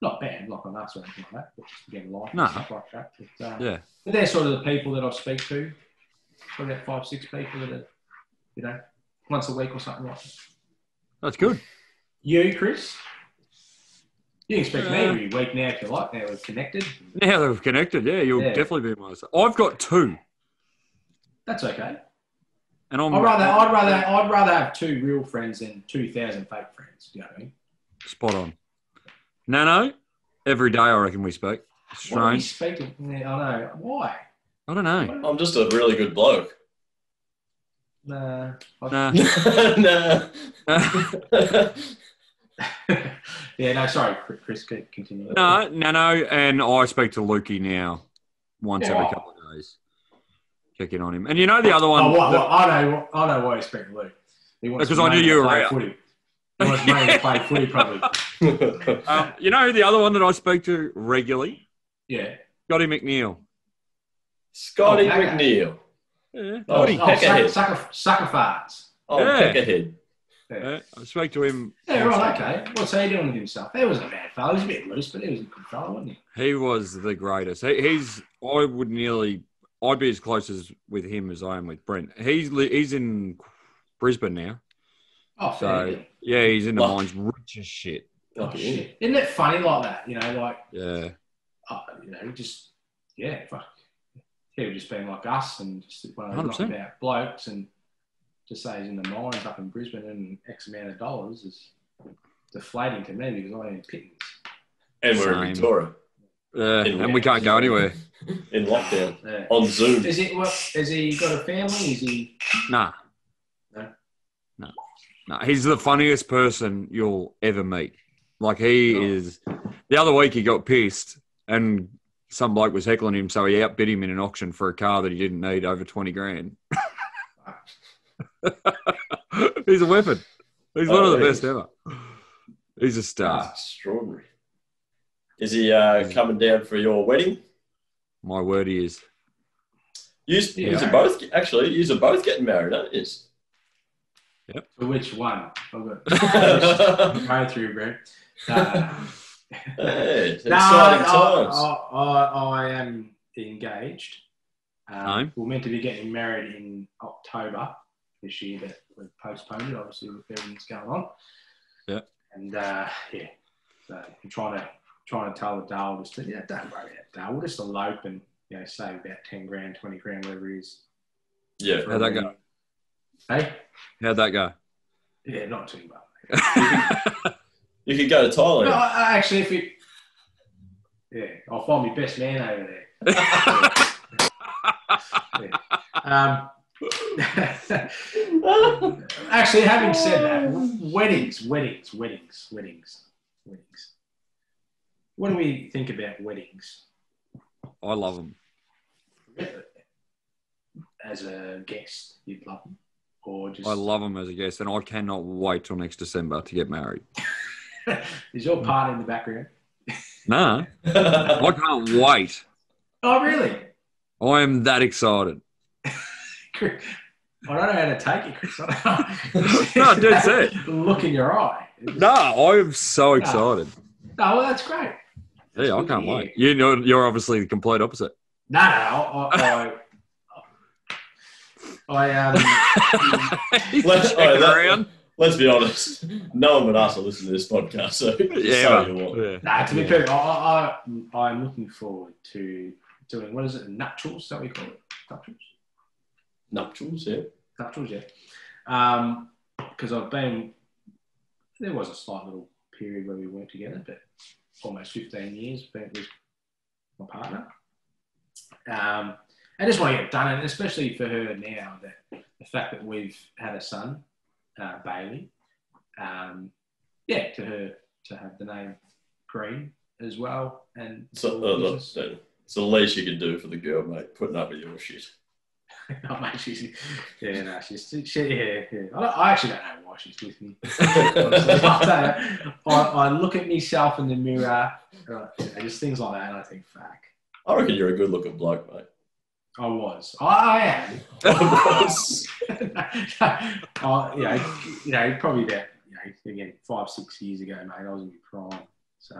[SPEAKER 2] not bad, like on us or anything like that. But just again, life
[SPEAKER 3] No.
[SPEAKER 2] and stuff like that. But, uh,
[SPEAKER 3] Yeah.
[SPEAKER 2] but they're sort of the people that I speak to. Probably about five, six people that, are, you know, once a week or something like that.
[SPEAKER 3] That's good.
[SPEAKER 2] You, Chris? You can speak to me
[SPEAKER 3] Uh,
[SPEAKER 2] every week now if you like. Now we're connected.
[SPEAKER 3] Now that we've connected, yeah, you'll
[SPEAKER 2] Yeah.
[SPEAKER 3] definitely be my I've got two.
[SPEAKER 2] That's okay.
[SPEAKER 3] And I'm
[SPEAKER 2] I'd rather, I'd rather, I'd rather have two real friends than two thousand fake friends. You know what I mean?
[SPEAKER 3] spot on. Nano, every day I reckon we speak.
[SPEAKER 2] Why are you
[SPEAKER 3] Strange.
[SPEAKER 2] speaking? Yeah, I know. Why?
[SPEAKER 3] I don't know.
[SPEAKER 1] I'm just a really good bloke.
[SPEAKER 2] Nah.
[SPEAKER 3] Nah.
[SPEAKER 1] nah.
[SPEAKER 2] yeah. No. Sorry, Chris- Chris. c- Continue.
[SPEAKER 3] no, Nano and I speak to Lukey now once
[SPEAKER 2] Yeah.
[SPEAKER 3] every couple of days. Check in on him. And you know the other one.
[SPEAKER 2] Oh, what, what, I know. I know why you speak to Luke. He wants
[SPEAKER 3] Because I knew
[SPEAKER 2] Mane
[SPEAKER 3] you
[SPEAKER 2] to
[SPEAKER 3] were
[SPEAKER 2] play
[SPEAKER 3] out.
[SPEAKER 2] footy. He wants Mane to play footy, probably.
[SPEAKER 3] Um, you know the other one that I speak to regularly?
[SPEAKER 2] Yeah.
[SPEAKER 3] Scotty McNeil.
[SPEAKER 1] Scotty
[SPEAKER 2] Oh, okay.
[SPEAKER 1] McNeil.
[SPEAKER 3] Yeah.
[SPEAKER 1] Oh,
[SPEAKER 3] Scotty.
[SPEAKER 2] Oh, sucker,
[SPEAKER 1] Peckerhead.
[SPEAKER 2] sucker, sucker farts.
[SPEAKER 1] Oh,
[SPEAKER 3] Yeah.
[SPEAKER 1] peckerhead.
[SPEAKER 3] Yeah, I spoke to him.
[SPEAKER 2] Yeah, right, okay. What's he doing with himself? He wasn't a bad fella. He was a bit loose, but he was a good fella, wasn't he?
[SPEAKER 3] He was the greatest. He, he's. I would nearly. I'd be as close as with him as I am with Brent. He's li- he's in Brisbane now.
[SPEAKER 2] Oh, fair
[SPEAKER 3] So
[SPEAKER 2] deal.
[SPEAKER 3] yeah, he's in the
[SPEAKER 1] Wow.
[SPEAKER 3] mines, rich as shit.
[SPEAKER 2] Oh,
[SPEAKER 1] Fucking
[SPEAKER 2] shit. Isn't it funny like that? You know, like,
[SPEAKER 3] Yeah,
[SPEAKER 2] uh, you know, just, yeah, fuck. He would just been like us and just one of those
[SPEAKER 3] 100%.
[SPEAKER 2] knockabout blokes and just say he's in the mines up in Brisbane and X amount of dollars is deflating to me because I ain't pittance.
[SPEAKER 1] And we're in
[SPEAKER 3] Same.
[SPEAKER 1] Victoria
[SPEAKER 3] yeah.
[SPEAKER 1] In
[SPEAKER 3] Uh, and we can't go anywhere.
[SPEAKER 1] in lockdown
[SPEAKER 2] Yeah.
[SPEAKER 1] on Zoom.
[SPEAKER 2] Is it what? Has he got a family? Is he?
[SPEAKER 3] Nah,
[SPEAKER 2] No?
[SPEAKER 3] no, no. He's the funniest person you'll ever meet. Like he
[SPEAKER 2] Oh.
[SPEAKER 3] is. The other week he got pissed and some bloke was heckling him, so he outbid him in an auction for a car that he didn't need over twenty grand. he's a weapon. He's one of the
[SPEAKER 1] Oh,
[SPEAKER 3] best ever. He's a star.
[SPEAKER 1] That's extraordinary. Is he uh, coming down for your wedding?
[SPEAKER 3] My word, he is.
[SPEAKER 1] You
[SPEAKER 2] Yeah.
[SPEAKER 1] are both actually. You are both getting married, aren't you?
[SPEAKER 2] For which one? I've got
[SPEAKER 1] hey,
[SPEAKER 2] go through, bro. Uh,
[SPEAKER 1] it's
[SPEAKER 2] No,
[SPEAKER 1] exciting
[SPEAKER 2] I,
[SPEAKER 1] times.
[SPEAKER 2] I, I, I am engaged. Um,
[SPEAKER 3] No.
[SPEAKER 2] We're meant to be getting married in October this year, but we've postponed it, obviously, with everything's going on.
[SPEAKER 3] Yeah.
[SPEAKER 2] And uh, yeah, so I'm trying to trying to tell the Dale just to, yeah, don't worry about Dale. We'll just elope and you know save about ten grand, twenty grand, whatever it is.
[SPEAKER 1] yeah,
[SPEAKER 2] for
[SPEAKER 3] How'd
[SPEAKER 2] a
[SPEAKER 3] that go?
[SPEAKER 2] wedding. Hey,
[SPEAKER 3] How'd that go?
[SPEAKER 2] yeah, not too much.
[SPEAKER 1] you could go to
[SPEAKER 3] Oh,
[SPEAKER 2] No,
[SPEAKER 1] Thailand.
[SPEAKER 2] I- I actually, if it, yeah, I'll find my best man over there. Um, actually, having said that, weddings, weddings, weddings, weddings, weddings. What do we think about weddings
[SPEAKER 3] I love them.
[SPEAKER 2] as a guest? You'd love them, or just
[SPEAKER 3] I love them as a guest, and I cannot wait till next December to get married.
[SPEAKER 2] is your part in the background?
[SPEAKER 3] Nah, I can't wait.
[SPEAKER 2] Oh, really?
[SPEAKER 3] I am that excited.
[SPEAKER 2] Chris- I don't know how to take it, Chris.
[SPEAKER 3] No, that's it.
[SPEAKER 2] Look in your eye.
[SPEAKER 3] Nah, I am so excited.
[SPEAKER 2] No, well, that's great.
[SPEAKER 3] Yeah, I
[SPEAKER 2] good to
[SPEAKER 3] can't
[SPEAKER 2] hear.
[SPEAKER 3] wait. You know, you're obviously the complete opposite.
[SPEAKER 2] No, no, I, I, I, um,
[SPEAKER 3] He's
[SPEAKER 1] Let's-
[SPEAKER 3] checking
[SPEAKER 1] oh, that-
[SPEAKER 3] around.
[SPEAKER 1] Let's be honest. No one but us will listen to this podcast. So
[SPEAKER 3] Yeah,
[SPEAKER 1] so
[SPEAKER 3] right.
[SPEAKER 1] you want.
[SPEAKER 3] Yeah.
[SPEAKER 2] nah, to be fair, I, I, I, I'm looking forward to doing what is it? Nuptials? Is that what you call it? Nuptials?
[SPEAKER 1] nuptials. Yeah.
[SPEAKER 2] Nuptials, yeah. Because Um, I've been. There was a slight little period where we weren't together, but almost 15 years been with my partner. Um, I just want to get it done, and especially for her now that the fact that we've had a son, uh, Bailey. Um, yeah, to her to have the name Green as well, and
[SPEAKER 1] So uh, look, so it's the least you can do for the girl, mate. Putting up with your shit.
[SPEAKER 2] Oh, mate, she's, yeah, no, she's, she, yeah, yeah. I, don't, I actually don't know why she's with me. Honestly, I, don't- uh, I, I look at myself in the mirror, and I- and just things like that, and I think, fuck,
[SPEAKER 1] I reckon you're a good-looking bloke, mate.
[SPEAKER 2] I was. I, I am. I, you, know, you know, probably about, you know, again, five, six years ago, mate, I was in my prime. So,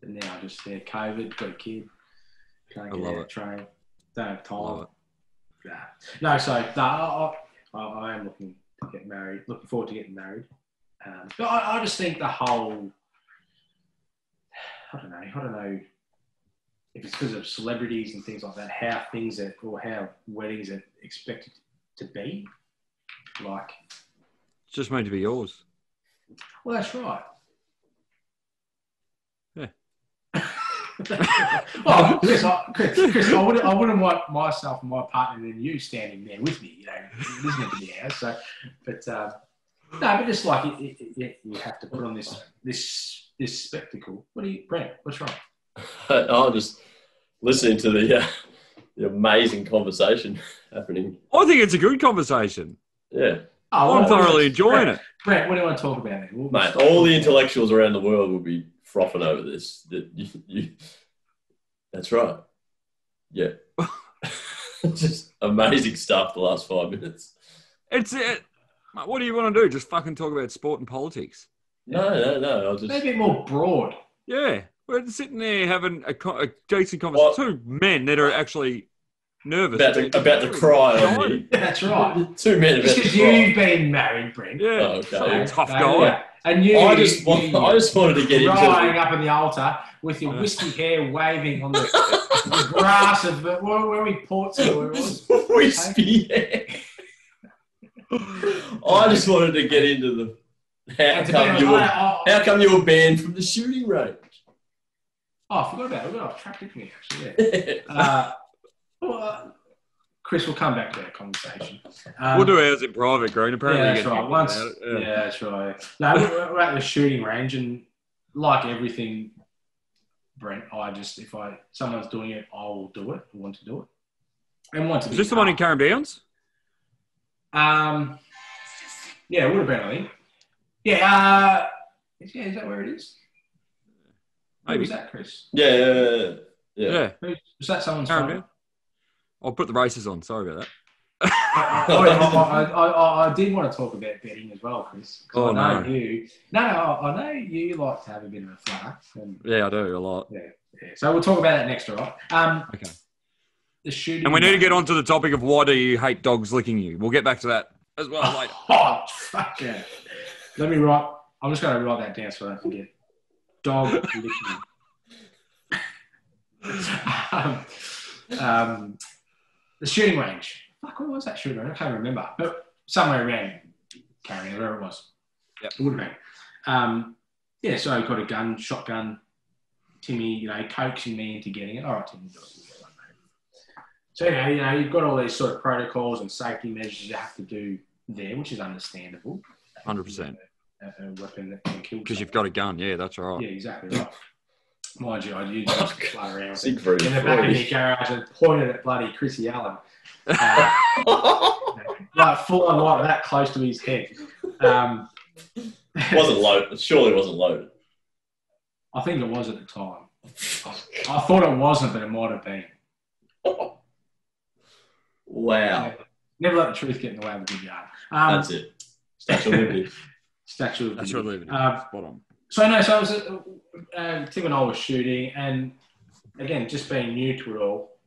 [SPEAKER 2] but now I just, yeah, COVID, got a kid, can't
[SPEAKER 3] I
[SPEAKER 2] get
[SPEAKER 3] love
[SPEAKER 2] out
[SPEAKER 3] it.
[SPEAKER 2] of train, don't have time.
[SPEAKER 3] Love it.
[SPEAKER 2] Nah. No, so no, I, I, I am looking to get married. Looking forward to getting married. Um, but I, I just think the whole, I don't know, I don't know if it's because of celebrities and things like that, how things are or how weddings are expected to be. Like,
[SPEAKER 3] It's just meant to be yours.
[SPEAKER 2] well, that's right.
[SPEAKER 3] Yeah.
[SPEAKER 2] oh, Chris, I, Chris, Chris, I wouldn't, I wouldn't want myself and my partner and you standing there with me, you know, listening to me ours. So, but um, no, but just like it, it, it- it, you have to put on this this this spectacle. What do you, Brent? What's wrong?
[SPEAKER 1] I'm just listening to the uh, the amazing conversation happening.
[SPEAKER 3] I think it's a good conversation.
[SPEAKER 1] Yeah,
[SPEAKER 2] Oh,
[SPEAKER 3] I'm
[SPEAKER 2] what- what-
[SPEAKER 3] thoroughly enjoying
[SPEAKER 2] Brent,
[SPEAKER 3] it.
[SPEAKER 2] Brent, what do you want to talk about? Then? We'll
[SPEAKER 1] mate.
[SPEAKER 2] stop
[SPEAKER 1] All the
[SPEAKER 2] talking about-
[SPEAKER 1] intellectuals around the world will be frothing over this. That you- you- that's right. Yeah. just amazing stuff the last five minutes.
[SPEAKER 3] It's it. mate, What do you want to do? Just fucking talk about sport and politics.
[SPEAKER 1] No, no, no. I'll just.
[SPEAKER 2] Maybe a bit more broad.
[SPEAKER 3] Yeah, we're sitting there having a, co- a decent conversation. Two men that are actually nervous
[SPEAKER 1] about the, about the cry on you.
[SPEAKER 2] That's right.
[SPEAKER 1] Two men about
[SPEAKER 2] It's
[SPEAKER 1] the
[SPEAKER 2] because
[SPEAKER 1] cry.
[SPEAKER 2] you've been married, Brent.
[SPEAKER 3] Yeah,
[SPEAKER 1] Oh, okay.
[SPEAKER 3] fucking tough
[SPEAKER 2] No,
[SPEAKER 3] guy.
[SPEAKER 2] yeah. And you,
[SPEAKER 1] I just, want,
[SPEAKER 2] you
[SPEAKER 1] I just wanted to get into
[SPEAKER 2] crying
[SPEAKER 1] it.
[SPEAKER 2] up in the altar with your whiskey hair waving on the, the grass of the, where, where we Portsmouth. Where it was.
[SPEAKER 1] Wispy hair. Oh, I just wanted to get into the how
[SPEAKER 2] And to be
[SPEAKER 1] come
[SPEAKER 2] honest,
[SPEAKER 1] you were
[SPEAKER 2] I, I,
[SPEAKER 1] how come you were banned from the shooting range.
[SPEAKER 2] oh, I forgot about it. We got off track, didn't we? Actually, yeah.
[SPEAKER 1] yeah,
[SPEAKER 2] Uh, well, uh, Chris, we'll come back to that conversation. Um,
[SPEAKER 3] We'll do ours in private, Green. Apparently,
[SPEAKER 2] yeah,
[SPEAKER 3] you
[SPEAKER 2] that's
[SPEAKER 3] get
[SPEAKER 2] right.
[SPEAKER 3] kicked
[SPEAKER 2] Once,
[SPEAKER 3] out.
[SPEAKER 2] yeah. that's right. No, we're, we're at the shooting range, and like everything, Brent, I just if I someone's doing it, I will do it. I want to do it, and want to.
[SPEAKER 3] Is
[SPEAKER 2] be
[SPEAKER 3] this the one in
[SPEAKER 2] part.
[SPEAKER 3] Karen Downs?
[SPEAKER 2] Um, yeah, it would have been. I think. Yeah. Uh, is, yeah, is that where it is? Who
[SPEAKER 3] Maybe.
[SPEAKER 2] was that, Chris?
[SPEAKER 1] yeah,
[SPEAKER 3] Yeah.
[SPEAKER 1] yeah.
[SPEAKER 2] Who, was that someone's
[SPEAKER 3] Karen
[SPEAKER 2] phone?
[SPEAKER 3] Downs. I'll put the races on. Sorry about that.
[SPEAKER 2] I, I, I, I, I, I did want to talk about betting as well, Chris. 'cause
[SPEAKER 3] Oh,
[SPEAKER 2] I know
[SPEAKER 3] no.
[SPEAKER 2] you. No, no, I, I know you like to have a bit of a flatter. And,
[SPEAKER 3] Yeah, I do a lot.
[SPEAKER 2] yeah, so we'll talk about that next, all right? Um,
[SPEAKER 3] Okay.
[SPEAKER 2] The shooting.
[SPEAKER 3] And we need to get on to the topic of why do you hate dogs licking you? We'll get back to that as well later.
[SPEAKER 2] Oh, fuck yeah. Let me write. I'm just going to write that down so I don't forget. Dog licking. um, um, the shooting range. Fuck, what was that shooting range? I can't remember. But somewhere around carrying wherever it was.
[SPEAKER 3] Yep.
[SPEAKER 2] It would have been. Um, yeah, so I got a gun, shotgun. Timmy, you know, coaxing me into getting it. All right, Timmy, do it. So anyway, you know, you've got all these sort of protocols and safety measures you have to do there, which is understandable.
[SPEAKER 3] 100%.
[SPEAKER 2] A, a weapon that can kill.
[SPEAKER 3] because you've
[SPEAKER 2] someone.
[SPEAKER 3] got a gun. Yeah, that's all right.
[SPEAKER 2] Yeah, exactly right. Mind you, I used to just fly around with it
[SPEAKER 1] Siegfried.
[SPEAKER 2] in the back of your
[SPEAKER 1] Freud.
[SPEAKER 2] garage and pointed at bloody Chrissy Allen. Uh, like full on like that close to his head. Um,
[SPEAKER 1] wasn't loaded. Surely wasn't loaded.
[SPEAKER 2] I think it was at the time. I thought it wasn't, but it might have been.
[SPEAKER 1] Wow.
[SPEAKER 2] Never let the truth get in the way of a good yarn. Um,
[SPEAKER 1] That's it. Statue of Liberty.
[SPEAKER 2] Statue of
[SPEAKER 3] That's
[SPEAKER 2] Liberty.
[SPEAKER 3] your liberty.
[SPEAKER 2] Um,
[SPEAKER 3] Spot on.
[SPEAKER 2] So no, so I was, uh, uh, Tim and I were shooting, and again, just being new to it all,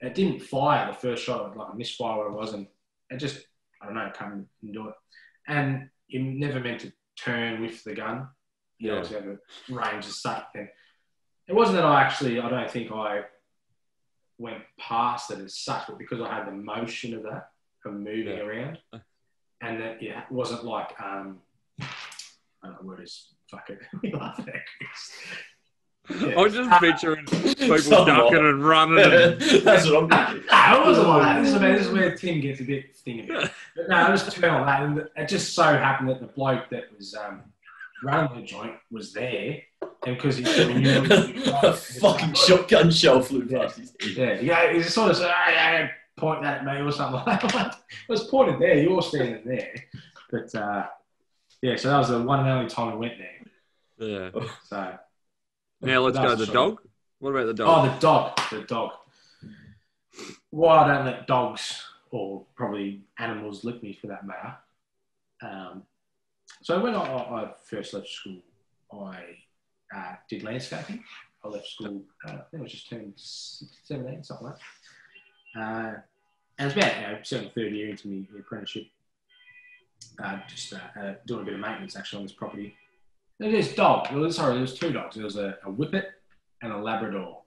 [SPEAKER 2] it didn't fire the first shot. It was like a misfire where it was, and it just I don't know, come and do it. And you never meant to turn with the gun. You
[SPEAKER 3] Yeah.
[SPEAKER 2] always have a range as such. Then it wasn't that I actually, I don't think I went past it as such, but because I had the motion of that of moving
[SPEAKER 3] Yeah. Uh.
[SPEAKER 2] around, and that yeah, it wasn't like um, I don't know what is fuck it. we laugh at that.
[SPEAKER 3] I was just picturing people
[SPEAKER 1] Somewhat.
[SPEAKER 3] ducking and running. And,
[SPEAKER 1] That's what I'm thinking.
[SPEAKER 2] No, it wasn't like that. This is, where, this is where Tim gets a bit thingy. But no, it was two on that, and it just so happened that the bloke that was um, running the joint was there, and because he sort of knew what he was
[SPEAKER 1] a
[SPEAKER 2] doing,
[SPEAKER 1] fucking shotgun shell flew past his head.
[SPEAKER 2] Yeah, yeah, he sort of said, hey, hey, point that at me or something like that. it was pointed there, you're standing there. But uh, yeah, so that was the one and only time we went there.
[SPEAKER 3] yeah.
[SPEAKER 2] So
[SPEAKER 3] Now let's
[SPEAKER 2] That's
[SPEAKER 3] go to the
[SPEAKER 2] shocking.
[SPEAKER 3] dog. What about the
[SPEAKER 2] Oh,
[SPEAKER 3] dog?
[SPEAKER 2] the dog. The dog. Why I don't let dogs or probably animals lick me for that matter. Um, so when I, I I first left school, I uh, did landscaping. I left school, uh, I think I was just turning s- 17, something like that. Uh, and it's about, you know, second, third year into my apprenticeship, uh, just uh, uh, doing a bit of maintenance actually on this property. There was this dog, well, sorry, there was two dogs. There was a, a whippet and a Labrador.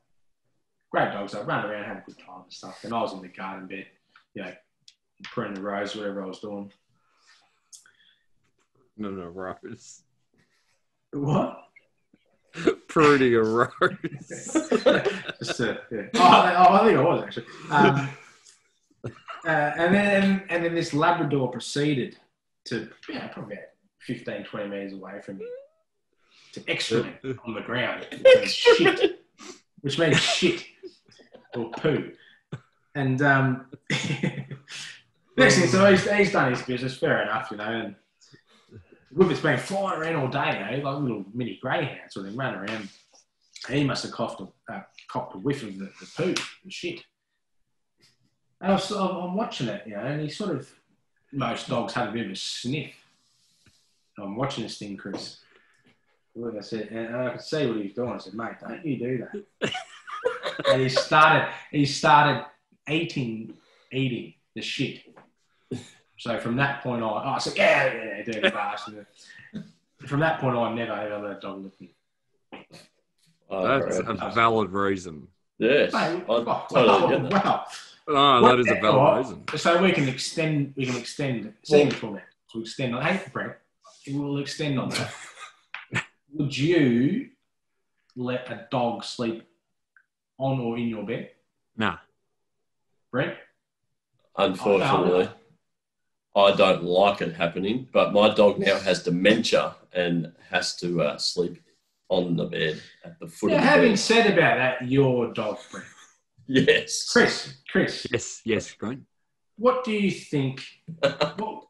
[SPEAKER 2] Great dogs. I ran around, had a good time and stuff. And I was in the garden bed, you know, pruning the rose, whatever I was doing.
[SPEAKER 3] no, no, rose.
[SPEAKER 2] What?
[SPEAKER 3] Pruning a rose.
[SPEAKER 2] Just to, yeah. oh, I, I think I was actually. Um, uh, and then and then this Labrador proceeded to yeah, probably about 15, 20 metres away from me to excrement on the ground, which means shit, which means shit or poo. And um, next thing, so he's, he's done his business, fair enough, you know. And Whippet's been flying around all day, you know, like little mini greyhounds, so they run around. He must have coughed a, uh, copped a whiff of the, the poo and shit. And I was, I'm, I'm watching it, you know, and he sort of, most dogs have a bit of a sniff. And I'm watching this thing, Chris. Look, I said, and I could see what he was doing. I said, mate, don't you do that. and he started, he started eating, eating the shit. So from that point on, I said, yeah, yeah, yeah, dirty bastard. from that point on, never ever let a dog lick me.
[SPEAKER 1] Oh,
[SPEAKER 3] That's
[SPEAKER 1] great.
[SPEAKER 3] a valid reason.
[SPEAKER 1] yes. I
[SPEAKER 2] Mate, wow,
[SPEAKER 1] totally get that.
[SPEAKER 2] oh, wow.
[SPEAKER 3] Oh,
[SPEAKER 2] What
[SPEAKER 3] that is
[SPEAKER 2] the
[SPEAKER 3] a valid
[SPEAKER 2] hell?
[SPEAKER 3] reason.
[SPEAKER 2] So we can extend, we can extend, same format. We'll extend on, hey, Brett, we'll extend on that. Would you let a dog sleep on or in your bed,
[SPEAKER 3] Nah.
[SPEAKER 2] Brett?
[SPEAKER 1] Unfortunately, I don't like it happening, but my dog now has dementia and has to uh, sleep on the bed at the foot
[SPEAKER 2] Now,
[SPEAKER 1] of the
[SPEAKER 2] having
[SPEAKER 1] bed.
[SPEAKER 2] said about that, your dog, Brett.
[SPEAKER 1] Yes.
[SPEAKER 2] Chris, Chris,
[SPEAKER 3] Yes, yes, Green.
[SPEAKER 2] what do you think? what,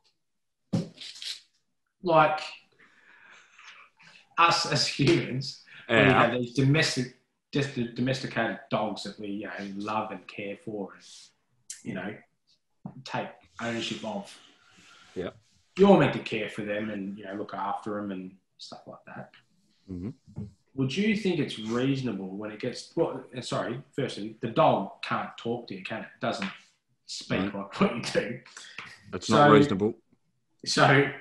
[SPEAKER 2] like us as humans, when we
[SPEAKER 3] Yeah.
[SPEAKER 2] have these domestic, just the domesticated dogs that we you know, love and care for, and you know, take ownership of.
[SPEAKER 3] Yeah.
[SPEAKER 2] you're meant to care for them and you know look after them and stuff like that.
[SPEAKER 3] Mhm.
[SPEAKER 2] Would you think it's reasonable when it gets? Well, uh, sorry. Firstly, the dog can't talk to you, can it? Doesn't speak like what you do.
[SPEAKER 3] That's not
[SPEAKER 2] So-
[SPEAKER 3] reasonable.
[SPEAKER 2] So,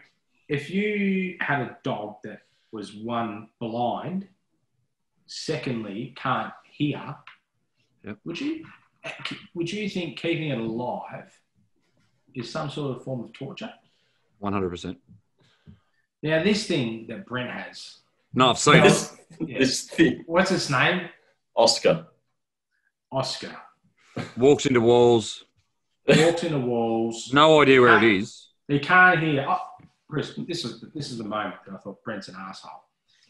[SPEAKER 2] if you had a dog that was one blind, secondly can't hear,
[SPEAKER 3] Yep.
[SPEAKER 2] would you would you think keeping it alive is some sort of form of torture?
[SPEAKER 3] 100%.
[SPEAKER 2] Now, this thing that Brent has,
[SPEAKER 3] No, I've seen it.
[SPEAKER 1] This, this thing,
[SPEAKER 2] what's its name?
[SPEAKER 1] Oscar.
[SPEAKER 2] Oscar.
[SPEAKER 3] Walks into walls.
[SPEAKER 2] Walked into walls.
[SPEAKER 3] No idea where it is.
[SPEAKER 2] He can't hear. Oh, Chris, this is this is the moment that I thought Brent's an asshole.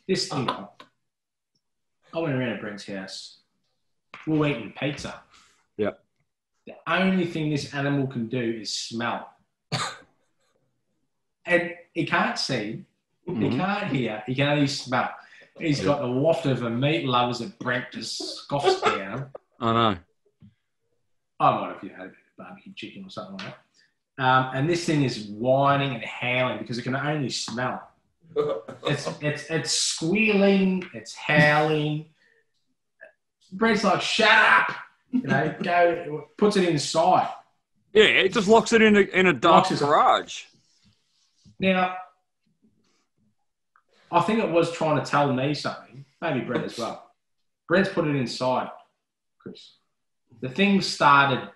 [SPEAKER 2] This thing. I went around to Brent's house. We were eating pizza.
[SPEAKER 3] Yep.
[SPEAKER 2] The only thing this animal can do is smell. and he can't see. He
[SPEAKER 3] Mhm.
[SPEAKER 2] can't hear. He can only smell. He's got the waft of the meat lovers that Brent just scoffs down.
[SPEAKER 3] I know.
[SPEAKER 2] I might have you know, had a bit of barbecue chicken or something like that. Um, and this thing is whining and howling because it can only smell. It's it's it's squealing, it's howling. Brent's like, shut up, you know, go puts it inside.
[SPEAKER 3] Yeah, it just locks it in a, in a dark
[SPEAKER 2] Locks it-
[SPEAKER 3] garage.
[SPEAKER 2] Now I think it was trying to tell me something, maybe Brent as well. Brent's put it inside, Chris. The thing started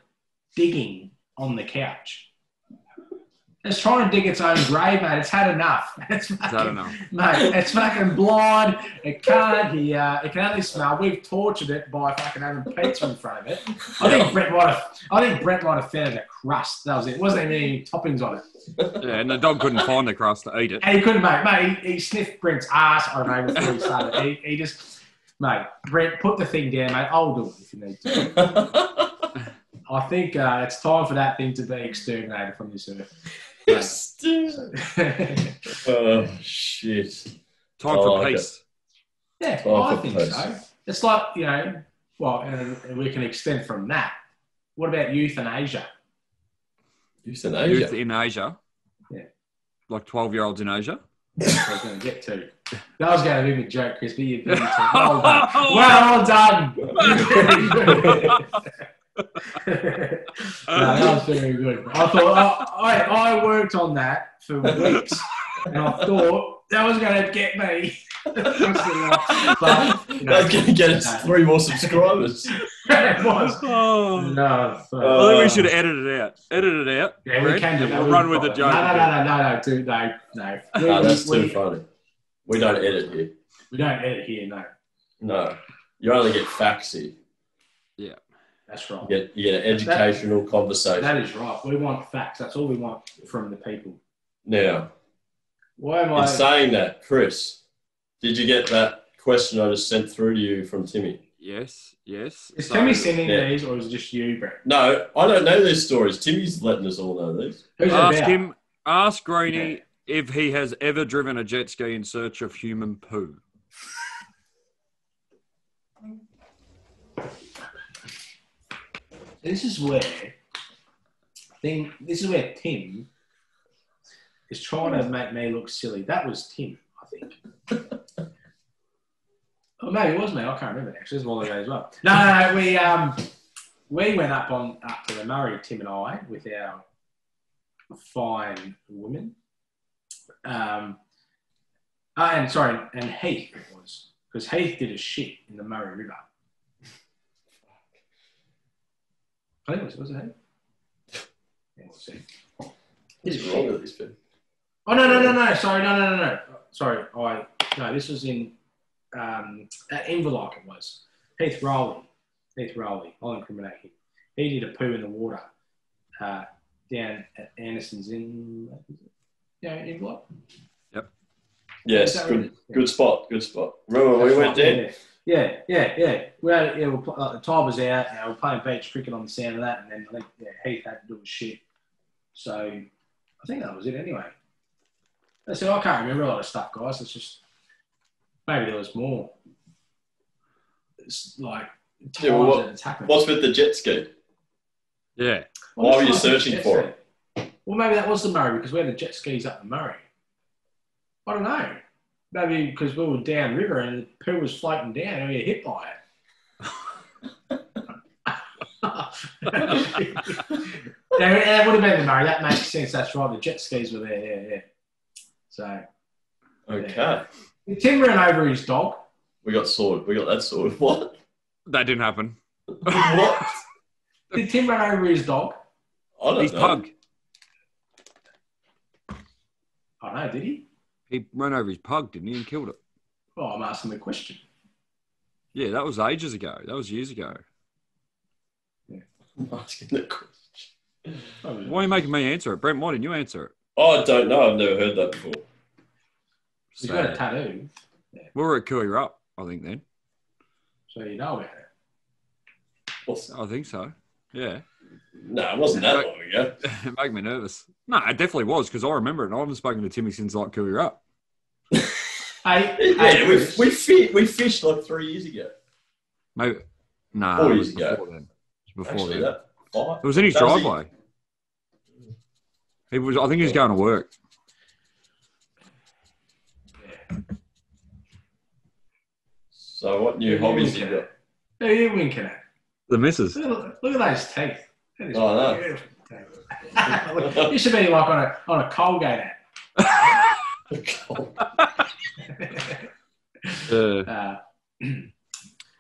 [SPEAKER 2] digging on the couch. It's trying to dig its own grave, mate. It's had enough. It's
[SPEAKER 3] I
[SPEAKER 2] fucking,
[SPEAKER 3] don't know.
[SPEAKER 2] Mate, it's fucking blind. It can't hear. It can only smell. We've tortured it by fucking having pizza in front of it. I think Brent might have. I think Brent might have found a crust. That was it. It wasn't even any toppings on it.
[SPEAKER 3] Yeah, and the dog couldn't find the crust to eat it.
[SPEAKER 2] And he couldn't, mate. Mate, he, he sniffed Brent's ass. I don't know before he started. He, he just, mate, Brent, put the thing down, mate. I'll do it if you need to. I think uh, it's time for that thing to be exterminated from this earth.
[SPEAKER 1] oh shit!
[SPEAKER 3] Time
[SPEAKER 1] I
[SPEAKER 2] Oh,
[SPEAKER 3] for
[SPEAKER 1] like
[SPEAKER 3] peace.
[SPEAKER 2] Yeah,
[SPEAKER 1] Oh,
[SPEAKER 2] I
[SPEAKER 1] for
[SPEAKER 2] think
[SPEAKER 1] peace.
[SPEAKER 2] so. It's like, you know, well, and and we can extend from that. What about euthanasia?
[SPEAKER 3] Youth
[SPEAKER 1] Euthanasia.
[SPEAKER 3] in Asia.
[SPEAKER 2] Yeah.
[SPEAKER 3] Like 12 year olds in Asia.
[SPEAKER 2] That's what I was going to get to. That was going to be my joke, Chris, but you've been to well done. Well done. no,
[SPEAKER 3] Oh.
[SPEAKER 2] that was very good. I thought I, I, I worked on that for weeks, and I thought that was going to get me. but you know,
[SPEAKER 1] That's gonna get us three more subscribers.
[SPEAKER 2] it was.
[SPEAKER 3] Oh.
[SPEAKER 2] No, so-
[SPEAKER 1] Uh,
[SPEAKER 3] I think we should edit it out. Edit it out.
[SPEAKER 2] Yeah, we can do
[SPEAKER 3] And
[SPEAKER 2] that.
[SPEAKER 3] We'll
[SPEAKER 2] We
[SPEAKER 3] run
[SPEAKER 2] can
[SPEAKER 3] with the
[SPEAKER 2] follow it.
[SPEAKER 3] joke.
[SPEAKER 2] No, no, no, no, no, dude, no, no. We,
[SPEAKER 1] no, that's
[SPEAKER 2] we,
[SPEAKER 1] too funny. We don't edit here.
[SPEAKER 2] we don't edit here. No,
[SPEAKER 1] No, you only get factsy.
[SPEAKER 2] that's right.
[SPEAKER 1] You get you get an educational conversation.
[SPEAKER 2] That is right. We want facts. That's all we want from the people.
[SPEAKER 1] now,
[SPEAKER 2] Why am
[SPEAKER 1] in
[SPEAKER 2] I?
[SPEAKER 1] saying that, Chris, did you get that question I just sent through to you from Timmy?
[SPEAKER 3] Yes, yes.
[SPEAKER 2] is
[SPEAKER 3] So-
[SPEAKER 2] Timmy sending
[SPEAKER 1] Yeah.
[SPEAKER 2] these, or is it just you, Brett?
[SPEAKER 1] No, I don't know these stories. Timmy's letting us all know these.
[SPEAKER 2] Who's it
[SPEAKER 3] Ask
[SPEAKER 2] about?
[SPEAKER 3] him, ask Greeny
[SPEAKER 2] Okay.
[SPEAKER 3] if he has ever driven a jet ski in search of human poo.
[SPEAKER 2] This is where thing. This is where Tim is trying to make me look silly. That was Tim, I think. or Oh, maybe it was me. I can't remember actually. This was a while ago as well. No, no, no. We um we went up on up to the Murray, Tim and I, with our fine women. Um, ah, and sorry, and Heath it was because Heath did a shit in the Murray River. I think it was was it Heath? Yeah, it was Heath.
[SPEAKER 1] He's wrong with this people.
[SPEAKER 2] Oh no no no no! Sorry no no no no! Sorry, Oh, I no. This was in um, at Inverloch. It was Heath Rowley. Heath Rowley. I'll incriminate him. He did a poo in the water uh, down at Anderson's in yeah Inverloch.
[SPEAKER 1] Yes,
[SPEAKER 2] Is that
[SPEAKER 1] good,
[SPEAKER 2] right? Yeah.
[SPEAKER 1] good spot, good spot. Remember, we
[SPEAKER 2] That's
[SPEAKER 1] went
[SPEAKER 2] right,
[SPEAKER 1] there.
[SPEAKER 2] Yeah, yeah, yeah. yeah. We had, yeah, we pl- uh, the tide was out. And we were playing beach cricket on the sound of that, and then I think yeah, Heath had to do his shit. So I think that was it anyway. I said I can't remember a lot of stuff, guys. It's just maybe there was more. It's like times
[SPEAKER 1] Yeah, well, what-
[SPEAKER 2] that it's happened.
[SPEAKER 1] What's with the jet ski?
[SPEAKER 3] Yeah.
[SPEAKER 2] I'm just
[SPEAKER 1] why were you
[SPEAKER 2] trying to think of
[SPEAKER 1] searching
[SPEAKER 2] jet
[SPEAKER 1] for
[SPEAKER 2] ski. Well, maybe that was the Murray because we had the jet skis up the Murray. I don't know. Maybe because we were downriver and the poo was floating down and we were hit by it. Yeah, that would have been the Murray. That makes sense. That's right. The jet skis were there. Yeah, yeah. So
[SPEAKER 1] Okay,
[SPEAKER 2] Tim ran over his dog.
[SPEAKER 1] we got sword. We got that sword. What?
[SPEAKER 3] That didn't happen.
[SPEAKER 1] what? I
[SPEAKER 2] Did Tim run over his dog?
[SPEAKER 1] don't
[SPEAKER 3] His
[SPEAKER 1] know.
[SPEAKER 3] pug.
[SPEAKER 2] I don't know. Did he?
[SPEAKER 3] He ran over his pug, didn't he, and killed it.
[SPEAKER 2] Well, I'm asking the question.
[SPEAKER 3] Yeah, that was ages ago. That was years ago.
[SPEAKER 1] I'm asking the question.
[SPEAKER 3] Why are you making me answer it? Brent, why didn't you answer it?
[SPEAKER 1] Oh, I don't know. I've never heard that before.
[SPEAKER 2] He's got a tattoo,
[SPEAKER 3] We were at Cooey Up, I think, then.
[SPEAKER 2] so you know about it.
[SPEAKER 1] What's-
[SPEAKER 3] I think so. Yeah.
[SPEAKER 1] No, it wasn't that long ago.
[SPEAKER 3] it made me nervous. No, it definitely was because I remember it. And I haven't spoken to Timmy since like Cooey Up.
[SPEAKER 2] Hey,
[SPEAKER 1] Yeah,
[SPEAKER 2] hey,
[SPEAKER 1] we,
[SPEAKER 2] Chris.
[SPEAKER 1] we, fi- we fished like three years ago.
[SPEAKER 3] Maybe. No,
[SPEAKER 1] Four
[SPEAKER 3] it was
[SPEAKER 1] years ago.
[SPEAKER 3] before then. It was before
[SPEAKER 1] Actually,
[SPEAKER 3] then.
[SPEAKER 1] that five.
[SPEAKER 3] It was in his
[SPEAKER 1] That was a-
[SPEAKER 3] driveway. He was. I think he was going to work.
[SPEAKER 2] Yeah.
[SPEAKER 1] So, what new
[SPEAKER 2] Who
[SPEAKER 1] hobbies
[SPEAKER 2] you
[SPEAKER 1] you
[SPEAKER 2] winking
[SPEAKER 1] got?
[SPEAKER 2] at? Who are you winking at?
[SPEAKER 3] The missus.
[SPEAKER 2] Look, look at those teeth. That is
[SPEAKER 1] Oh, I know.
[SPEAKER 2] beautiful teeth. Look, you should be like on a on a Colgate ad.
[SPEAKER 3] Uh,
[SPEAKER 2] uh,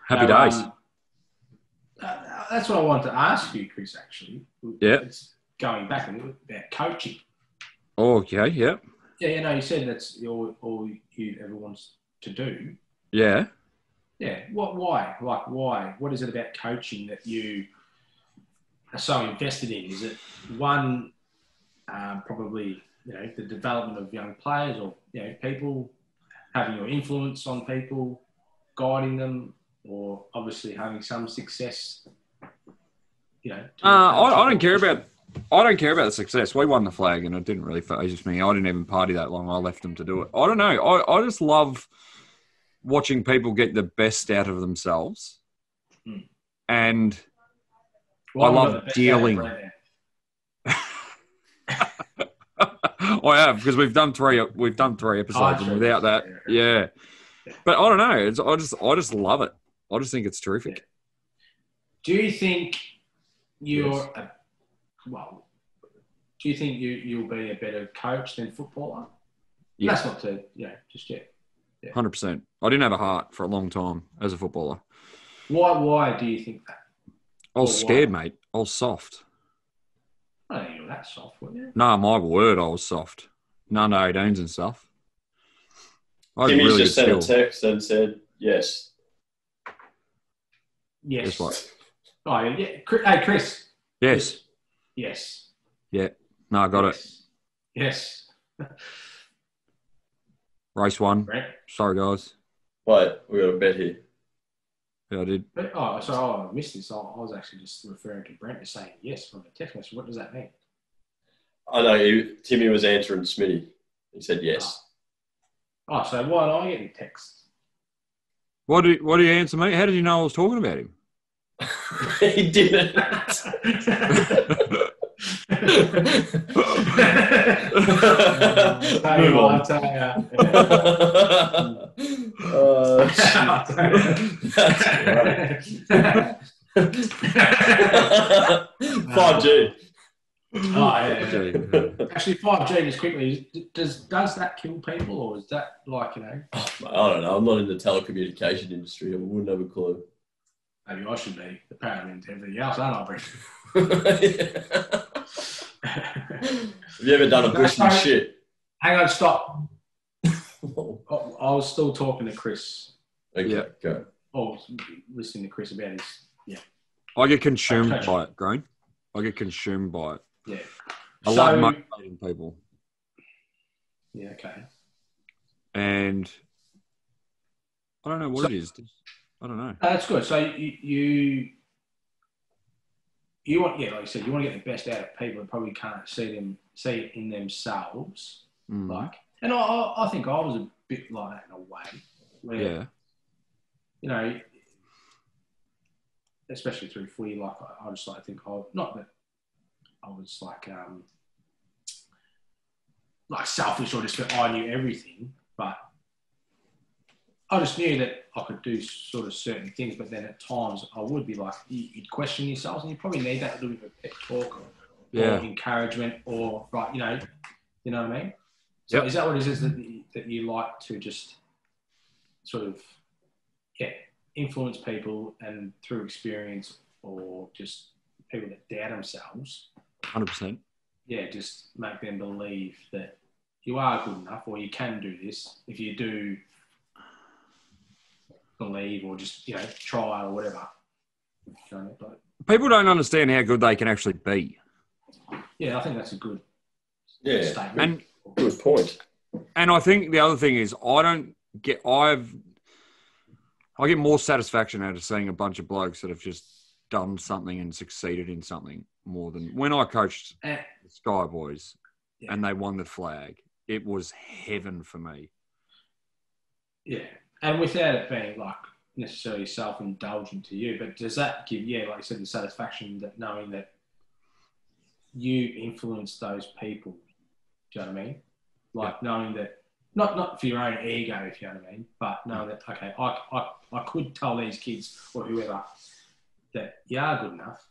[SPEAKER 3] happy
[SPEAKER 2] no,
[SPEAKER 3] days.
[SPEAKER 2] um, uh, that's what I wanted to ask you, Chris. Actually,
[SPEAKER 3] Yeah.
[SPEAKER 2] it's going back a little bit about coaching.
[SPEAKER 3] oh, okay. Yeah.
[SPEAKER 2] Yeah, you know, you said that's all, all you ever wants to do.
[SPEAKER 3] Yeah.
[SPEAKER 2] Yeah. What? Why? Like, why? What is it about coaching that you are so invested in? Is it one, um, probably you know, the development of young players or you know people having your influence on people, guiding them, or obviously having some success. You know.
[SPEAKER 3] Uh, I, I don't care about. I don't care about the success. We won the flag, and it didn't really phase me. I didn't even party that long. I left them to do it. I don't know. I, I just love watching people get the best out of themselves,
[SPEAKER 2] Hmm.
[SPEAKER 3] and
[SPEAKER 2] Well,
[SPEAKER 3] I
[SPEAKER 2] I've got
[SPEAKER 3] love
[SPEAKER 2] the best
[SPEAKER 3] dealing.
[SPEAKER 2] out of Brad there.
[SPEAKER 3] I have because we've done three. We've done three episodes, and
[SPEAKER 2] sure.
[SPEAKER 3] without that, yeah. But I don't know. It's, I just I just love it. I just think it's terrific.
[SPEAKER 2] Do you think you're
[SPEAKER 1] Yes.
[SPEAKER 2] a, well? Do you think you you'll be a better coach than footballer?
[SPEAKER 3] Yeah.
[SPEAKER 2] That's not to you know just yet.
[SPEAKER 3] Hundred percent. I didn't have a heart for a long time as a footballer.
[SPEAKER 2] Why why do you think that?
[SPEAKER 3] I was
[SPEAKER 2] Oh, wow.
[SPEAKER 3] scared, mate. I was soft.
[SPEAKER 2] I don't think you're that soft, were you?
[SPEAKER 3] No, my word, I was soft. No, no, 18s and stuff. I had
[SPEAKER 1] Timmy's
[SPEAKER 3] really good
[SPEAKER 1] just sent
[SPEAKER 3] skill.
[SPEAKER 1] a text and said, yes.
[SPEAKER 2] Yes.
[SPEAKER 3] Just like-
[SPEAKER 2] Oh yeah. Chris, hey Chris.
[SPEAKER 3] yes.
[SPEAKER 2] Yes.
[SPEAKER 3] No, I got it.
[SPEAKER 2] yes. it. Yes.
[SPEAKER 3] Race one.
[SPEAKER 2] Right.
[SPEAKER 3] Sorry, guys.
[SPEAKER 1] Wait, we got a bet here.
[SPEAKER 3] Yeah, I did.
[SPEAKER 2] But, oh, sorry, oh, I missed this. I, I was actually just referring to Brent as saying yes from the text message. What does that mean?
[SPEAKER 1] I know he, Timmy was answering Smitty. He said yes.
[SPEAKER 2] Oh, so why do I get the text?
[SPEAKER 3] What did, what did he answer me? How did you know I was talking about him?
[SPEAKER 1] he didn't.
[SPEAKER 2] Hey,
[SPEAKER 1] Move
[SPEAKER 2] well, I
[SPEAKER 1] on.
[SPEAKER 2] tell ya.
[SPEAKER 1] Uh, that's great. 5G.
[SPEAKER 2] Oh, yeah, yeah.
[SPEAKER 3] Okay.
[SPEAKER 2] Actually, five G just quickly d- does does that kill people or is that like you know?
[SPEAKER 1] I don't know. I'm not in the telecommunication industry. I wouldn't have a clue.
[SPEAKER 2] Maybe I should be the parent to everything else, aren't I, Brent?
[SPEAKER 1] have you ever done a bushman shit?
[SPEAKER 2] Hang on, stop.
[SPEAKER 1] okay,
[SPEAKER 2] I, I was still talking to Chris
[SPEAKER 3] Yeah.
[SPEAKER 1] go.
[SPEAKER 2] or listening to Chris about his yeah
[SPEAKER 3] I get consumed
[SPEAKER 2] Okay.
[SPEAKER 3] by it, Green. I get consumed by it.
[SPEAKER 2] yeah.
[SPEAKER 3] I love motivating people.
[SPEAKER 2] yeah okay.
[SPEAKER 3] And I don't know what it is. I don't know.
[SPEAKER 2] No, that's good. So you, you you want yeah, like you said, you want to get the best out of people that probably can't see them see it in themselves.
[SPEAKER 3] Mm.
[SPEAKER 2] Like, and I, I I think I was a bit like that in a way, where
[SPEAKER 3] Yeah.
[SPEAKER 2] you know, especially through footy, like I, I just like think I not that I was like um like selfish or just that I knew everything, but I just knew that I could do sort of certain things, but then at times I would be like, you, you'd question yourselves, and you probably need that little bit of a pep talk or,
[SPEAKER 3] Yeah.
[SPEAKER 2] or encouragement or right, you know, you know what I mean. So
[SPEAKER 3] Yep.
[SPEAKER 2] is that what it is that you, that you like to just sort of yeah influence people and through experience or just people that doubt themselves,
[SPEAKER 3] 100%.
[SPEAKER 2] yeah, just make them believe that you are good enough or you can do this if you do believe or just you know try or whatever. You know, like,
[SPEAKER 3] People don't understand how good they can actually be.
[SPEAKER 2] Yeah, I think that's a good
[SPEAKER 1] Yeah,
[SPEAKER 2] statement.
[SPEAKER 3] And
[SPEAKER 1] good point.
[SPEAKER 3] And I think the other thing is I don't get I've I get more satisfaction out of seeing a bunch of blokes that have just done something and succeeded in something more than when I coached
[SPEAKER 2] Eh.
[SPEAKER 3] the Sky Boys
[SPEAKER 2] Yeah.
[SPEAKER 3] and they won the flag. It was heaven for me.
[SPEAKER 2] Yeah, and without it being like necessarily self-indulgent to you, but does that give yeah, like you said, the satisfaction that knowing that you influence those people? Do you know what I mean? Like knowing that not not for your own ego, if you know what I mean, but knowing
[SPEAKER 3] Mm.
[SPEAKER 2] that okay, I, I I could tell these kids or whoever that you are good enough.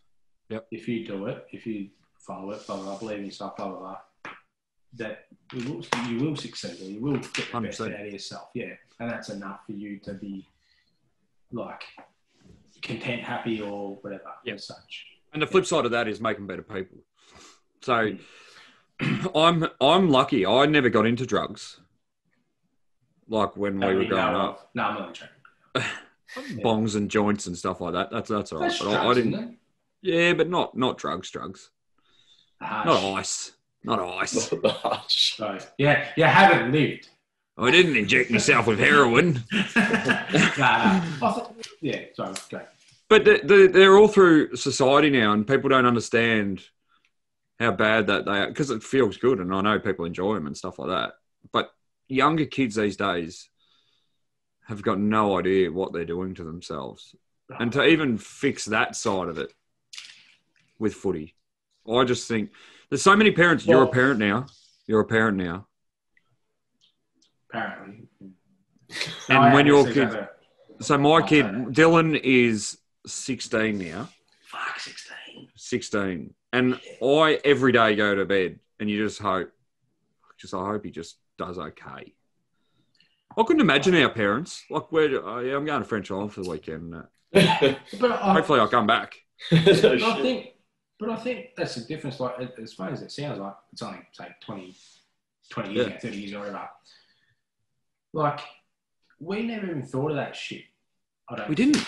[SPEAKER 3] Yep.
[SPEAKER 2] If you do it, if you follow it, blah blah, blah believe in yourself, blah blah blah. That you will, you will succeed, or you will get the best
[SPEAKER 3] 100%.
[SPEAKER 2] out of yourself. Yeah, and that's enough for you to be like content, happy, or whatever.
[SPEAKER 3] Yeah.
[SPEAKER 2] as such.
[SPEAKER 3] And the flip side of that is making better people. So
[SPEAKER 2] Hmm.
[SPEAKER 3] I'm I'm lucky. I never got into drugs. Like when we
[SPEAKER 2] That
[SPEAKER 3] were
[SPEAKER 2] Oh, you know
[SPEAKER 3] growing
[SPEAKER 2] of.
[SPEAKER 3] up,
[SPEAKER 2] No, I'm not in trouble.
[SPEAKER 3] bongs and joints and stuff like that. That's that's all right.
[SPEAKER 2] That's
[SPEAKER 3] But I- I
[SPEAKER 2] drugs,
[SPEAKER 3] didn't.
[SPEAKER 2] isn't it?
[SPEAKER 3] Yeah, but not not drugs, drugs.
[SPEAKER 2] Ah,
[SPEAKER 3] Not
[SPEAKER 2] shit.
[SPEAKER 3] ice. Not ice.
[SPEAKER 1] Harsh.
[SPEAKER 2] So, yeah, you haven't lived.
[SPEAKER 3] I didn't inject myself with heroin.
[SPEAKER 2] nah, nah. I thought- yeah, sorry, go.
[SPEAKER 3] But the, the, they're all through society now, and people don't understand how bad that they are because it feels good, and I know people enjoy them and stuff like that. But younger kids these days have got no idea what they're doing to themselves, and to even fix that side of it with footy, I just think there's so many parents. You're a
[SPEAKER 1] Well-
[SPEAKER 3] parent now. You're a parent now.
[SPEAKER 2] Apparently.
[SPEAKER 3] And
[SPEAKER 2] I
[SPEAKER 3] when your
[SPEAKER 2] actually
[SPEAKER 3] kids-
[SPEAKER 2] have a-
[SPEAKER 3] So my
[SPEAKER 2] Oh,
[SPEAKER 3] kid
[SPEAKER 2] no, no.
[SPEAKER 3] Dylan is 16 now.
[SPEAKER 2] Fuck, 16.
[SPEAKER 3] 16. And I every day go to bed and you just hope, just I hope he just does okay. I couldn't imagine our parents. Like, where, oh, yeah, I'm going to French Island for the weekend. uh,
[SPEAKER 2] But I,
[SPEAKER 3] Hopefully, I'll come back.
[SPEAKER 1] No
[SPEAKER 2] but I
[SPEAKER 1] shit.
[SPEAKER 2] think, but I think that's the difference. Like a- as funny as it sounds, like it's only say 20, 20 years,
[SPEAKER 3] Yeah.
[SPEAKER 2] ago, thirty years, or whatever. Like we never even thought of that shit. I don't.
[SPEAKER 3] We didn't.
[SPEAKER 2] think.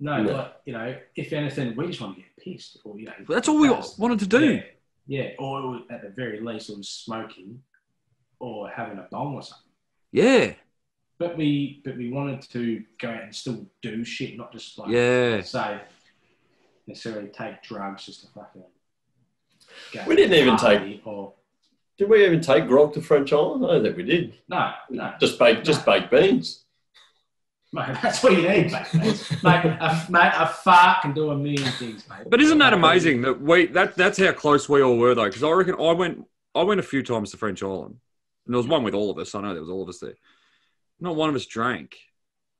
[SPEAKER 2] No,
[SPEAKER 1] No.
[SPEAKER 2] like you know, if anything, we just want to get pissed, or you know,
[SPEAKER 3] That's all we
[SPEAKER 2] that's-
[SPEAKER 3] wanted to do.
[SPEAKER 2] Yeah, yeah. or it was- at the very least, it was smoking, or having a bong or something.
[SPEAKER 3] Yeah.
[SPEAKER 2] But we, but we wanted to go out and still do shit, not just like
[SPEAKER 3] Yeah.
[SPEAKER 2] so necessarily take drugs just to fucking. Go
[SPEAKER 1] We didn't even
[SPEAKER 2] party Or
[SPEAKER 1] Did we even take grog to French Island? I don't think we did.
[SPEAKER 2] no, no,
[SPEAKER 1] Just baked, just baked beans.
[SPEAKER 2] mate. That's what you need, mate. mate, Mate, a, mate, a fart can do a million things, mate.
[SPEAKER 3] But isn't that amazing that we, that, that's how close we all were, though? Because I reckon I went, I went a few times to French Island and there was one with all of us. I know there was all of us there. Not one of us drank.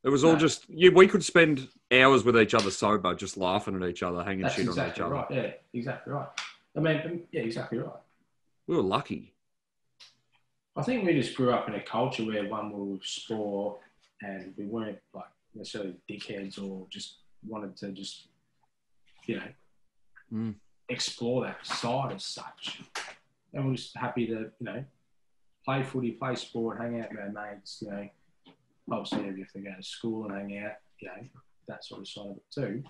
[SPEAKER 3] It was all
[SPEAKER 2] No.
[SPEAKER 3] just, yeah, we could spend hours with each other sober, just laughing at each other, hanging
[SPEAKER 2] That's
[SPEAKER 3] shit on each
[SPEAKER 2] exactly
[SPEAKER 3] other.
[SPEAKER 2] right. Yeah, exactly right. I mean, um, yeah, exactly right.
[SPEAKER 3] We were lucky.
[SPEAKER 2] I think we just grew up in a culture where one we were sport and we weren't like necessarily dickheads or just wanted to just, you know,
[SPEAKER 3] Mm.
[SPEAKER 2] explore that side as such. And we're just happy to, you know, play footy, play sport, hang out with our mates, you know, obviously if they go to school and hang out, you know, that sort of side of it too.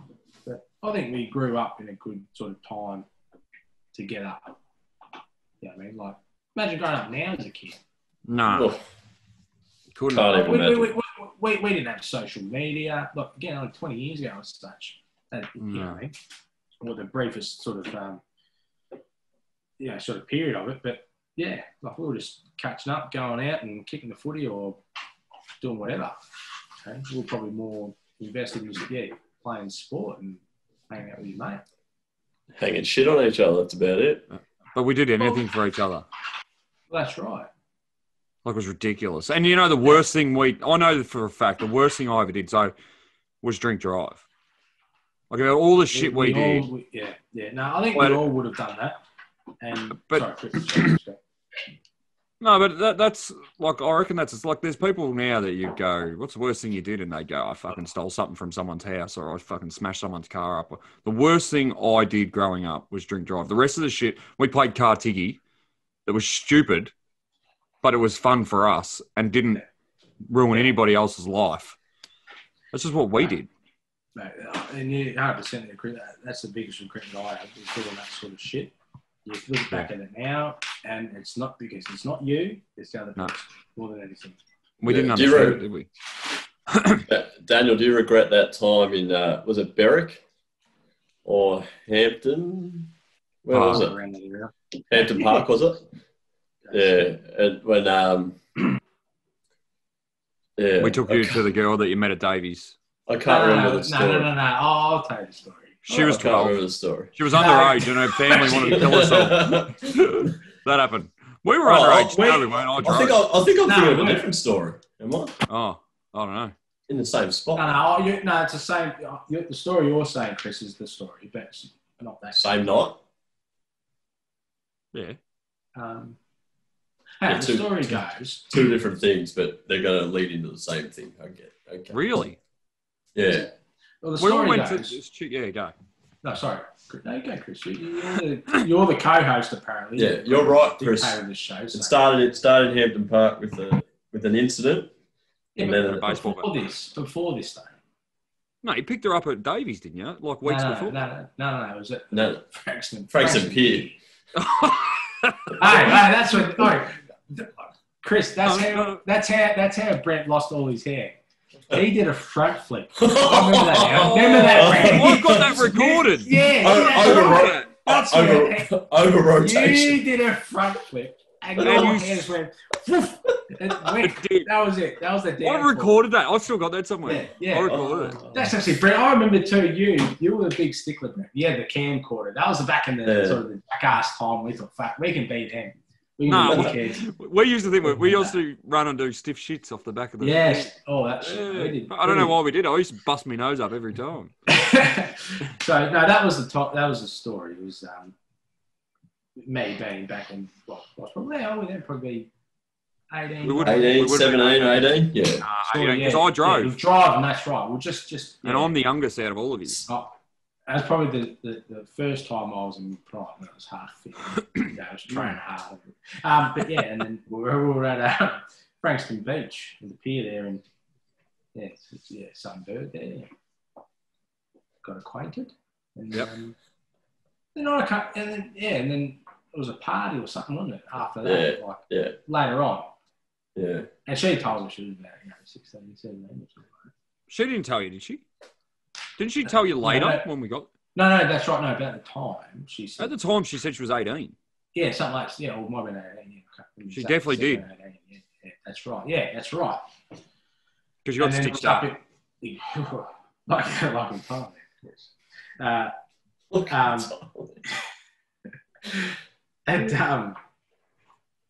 [SPEAKER 2] But I think we grew up in a good sort of time together. You know what I mean? Like, imagine growing up now as a kid.
[SPEAKER 3] No,
[SPEAKER 1] Oh,
[SPEAKER 3] couldn't.
[SPEAKER 1] can't even
[SPEAKER 2] We, we,
[SPEAKER 1] imagine.
[SPEAKER 2] we, we, we, we didn't have social media. Look, again, like 20 years ago, as such, and, you know,
[SPEAKER 3] No.
[SPEAKER 2] or the briefest sort of, um, you know, sort of period of it. But yeah, like we were just catching up, going out and kicking the footy or doing whatever. Okay? We were probably more invested in just, yeah, playing sport and hanging out with your mate.
[SPEAKER 1] Hanging shit on each other. That's about it.
[SPEAKER 3] But we did anything for each other.
[SPEAKER 2] Well, that's right.
[SPEAKER 3] Like it was ridiculous. And you know the worst thing we I know for a fact the worst thing I ever did so was drink drive. Like about all the shit we,
[SPEAKER 2] all-
[SPEAKER 3] did.
[SPEAKER 2] we- yeah, yeah. No, I think
[SPEAKER 3] Well-
[SPEAKER 2] we all would have done that. And
[SPEAKER 3] But-
[SPEAKER 2] sorry, Chris, sorry, sorry.
[SPEAKER 3] No, but that, that's like I reckon that's it's like there's people now that you go, what's the worst thing you did? And they go, I fucking stole something from someone's house or I fucking smashed someone's car up. The worst thing I did growing up was drink drive. The rest of the shit we played car tiggy, that was stupid, but it was fun for us and didn't ruin anybody else's life. That's just what we did.
[SPEAKER 2] Mate, uh, and you 100% agree that uh, that's the biggest regret I have is doing that sort of shit. You look back at it now, and it's not because it's not you, it's the other
[SPEAKER 3] No.
[SPEAKER 2] person more than anything.
[SPEAKER 3] We
[SPEAKER 1] Yeah,
[SPEAKER 3] didn't
[SPEAKER 1] do you
[SPEAKER 3] understand it,
[SPEAKER 1] reckon-
[SPEAKER 3] did we?
[SPEAKER 1] Da- Uh, Daniel, do you regret that time in uh, was it Berwick or Hampton? Where was
[SPEAKER 3] Ah.
[SPEAKER 1] it?
[SPEAKER 2] Around that area.
[SPEAKER 1] Hampton Park was it? Yeah, and when um, yeah,
[SPEAKER 3] We took
[SPEAKER 1] I
[SPEAKER 3] you
[SPEAKER 1] ca-
[SPEAKER 3] to the girl that you met at Davies.
[SPEAKER 1] I can't
[SPEAKER 2] No, no, no,
[SPEAKER 1] remember
[SPEAKER 2] no,
[SPEAKER 1] the
[SPEAKER 2] no,
[SPEAKER 1] story.
[SPEAKER 2] no, no, no. I'll, I'll tell you the story.
[SPEAKER 3] She
[SPEAKER 1] I
[SPEAKER 3] was
[SPEAKER 1] can't
[SPEAKER 3] 12.
[SPEAKER 1] Remember the story.
[SPEAKER 3] She was
[SPEAKER 2] No.
[SPEAKER 3] underage and her family wanted to kill herself. that happened. We were
[SPEAKER 1] Oh,
[SPEAKER 3] underage.
[SPEAKER 1] wait.
[SPEAKER 3] No, we weren't. I
[SPEAKER 1] I think
[SPEAKER 3] drove.
[SPEAKER 1] I, I think I'm
[SPEAKER 2] No,
[SPEAKER 1] thinking of a
[SPEAKER 2] wait.
[SPEAKER 1] different story. Am I
[SPEAKER 3] Oh, I don't know.
[SPEAKER 1] in the same
[SPEAKER 2] No,
[SPEAKER 1] spot?
[SPEAKER 2] no, oh, you, no, it's the same. You, the story you're saying, Chris, is the story, but it's not that.
[SPEAKER 1] Same night.
[SPEAKER 3] Yeah.
[SPEAKER 2] Um, hey,
[SPEAKER 1] Yeah,
[SPEAKER 2] the
[SPEAKER 1] two-
[SPEAKER 2] story
[SPEAKER 1] two-
[SPEAKER 2] goes.
[SPEAKER 1] Two different things, but they're going to lead into the same thing. I get. Okay.
[SPEAKER 3] Really?
[SPEAKER 1] Yeah.
[SPEAKER 2] Well, the
[SPEAKER 3] We all
[SPEAKER 2] story
[SPEAKER 3] went to
[SPEAKER 2] goes.
[SPEAKER 3] this chick. Yeah, go.
[SPEAKER 2] No, sorry. No, you go, Chris. You- You're the, you're the co-host, apparently.
[SPEAKER 1] Yeah, you're right,
[SPEAKER 2] The
[SPEAKER 1] Chris.
[SPEAKER 2] co-host of this show.
[SPEAKER 1] It
[SPEAKER 2] So.
[SPEAKER 1] started. It started in Hampton Park with a with an incident,
[SPEAKER 2] Yeah,
[SPEAKER 1] and
[SPEAKER 2] but
[SPEAKER 1] then
[SPEAKER 3] A
[SPEAKER 1] a,
[SPEAKER 3] baseball
[SPEAKER 2] before
[SPEAKER 3] bat.
[SPEAKER 2] this, before this though.
[SPEAKER 3] No, you picked her up at Davies, didn't you? Like weeks
[SPEAKER 2] no, no,
[SPEAKER 3] before.
[SPEAKER 2] No, no, no, no, no. It was at
[SPEAKER 1] no.
[SPEAKER 2] Frankston.
[SPEAKER 1] Frank's and Pier.
[SPEAKER 2] hey, hey, that's what. No, th- Chris, that's how.
[SPEAKER 3] No, Oh, no.
[SPEAKER 2] That's how. That's how Brent lost all his hair. He did a front flip. I remember that. Now. Remember that, Brent?
[SPEAKER 3] Oh, I've got that recorded.
[SPEAKER 2] Yeah,
[SPEAKER 1] Oh,
[SPEAKER 2] that's
[SPEAKER 1] oh,
[SPEAKER 2] right.
[SPEAKER 1] right.
[SPEAKER 2] That's
[SPEAKER 1] over over rotation.
[SPEAKER 2] You did a front flip, and
[SPEAKER 3] And
[SPEAKER 2] your
[SPEAKER 3] you-
[SPEAKER 2] hands went. woof, and went.
[SPEAKER 3] It did.
[SPEAKER 2] That was it. That was the
[SPEAKER 3] I
[SPEAKER 2] downfall.
[SPEAKER 3] recorded that. I've still got that somewhere.
[SPEAKER 2] Yeah, yeah.
[SPEAKER 3] I
[SPEAKER 1] Oh.
[SPEAKER 3] recorded it.
[SPEAKER 2] That's actually Brett. I remember too. You, you were a big stickler, Brett. Yeah, the camcorder. That was the back in the
[SPEAKER 1] Yeah.
[SPEAKER 2] sort of the jackass time. We thought, fuck, we can beat him. We can
[SPEAKER 3] No,
[SPEAKER 2] beat
[SPEAKER 1] we-
[SPEAKER 2] the kids.
[SPEAKER 3] We used to think we, we used to run and do stiff shits off the back of the.
[SPEAKER 2] Yes. Oh, that shit.
[SPEAKER 3] Yeah.
[SPEAKER 2] We did.
[SPEAKER 3] I don't know why we did. I used to bust my nose up every time.
[SPEAKER 2] why. so no, that was the top. That was the story. It was um, me being back in what? what probably how old were they? Probably eighteen.
[SPEAKER 3] We wouldn't-
[SPEAKER 1] 18,
[SPEAKER 3] would have been
[SPEAKER 1] 17, 18. Yeah.
[SPEAKER 3] Because
[SPEAKER 2] Sorry, yeah,
[SPEAKER 3] Uh, I
[SPEAKER 2] Yeah, you
[SPEAKER 3] drove,
[SPEAKER 2] drive, and that's right. Well, just just.
[SPEAKER 3] and I'm the youngest out of all of you.
[SPEAKER 2] Oh, that's probably the, the, the first time I was in prime when I was hard fit. yeah, I was training hard. Um, but yeah, and then we were, we were at uh, Frankston Beach with the pier there, and yeah, it's, it's- yeah, sunbird there. Got acquainted. And,
[SPEAKER 3] Yep.
[SPEAKER 2] Um, then I can and then yeah, and then it was a party or something, wasn't it? After that, like
[SPEAKER 1] yeah.
[SPEAKER 2] later on,
[SPEAKER 1] Yeah.
[SPEAKER 2] and she told me she was about you know 16, 17 or something.
[SPEAKER 3] She didn't tell you, did she? Didn't she tell you
[SPEAKER 2] No,
[SPEAKER 3] later
[SPEAKER 2] no.
[SPEAKER 3] when we got?
[SPEAKER 2] No, no, that's right. No, about the time she said.
[SPEAKER 3] At the time, she said she was 18.
[SPEAKER 2] Yeah, something like yeah, or might have been 18, yeah, I can't remember
[SPEAKER 3] She
[SPEAKER 2] exactly,
[SPEAKER 3] definitely did.
[SPEAKER 2] 17, 18, yeah, yeah, that's right. Yeah, that's right.
[SPEAKER 3] Because you got
[SPEAKER 2] And then it
[SPEAKER 3] stitched
[SPEAKER 2] was
[SPEAKER 3] up.
[SPEAKER 2] up in- like like in Thailand, yes. Uh,
[SPEAKER 1] Look.
[SPEAKER 2] Um, and um,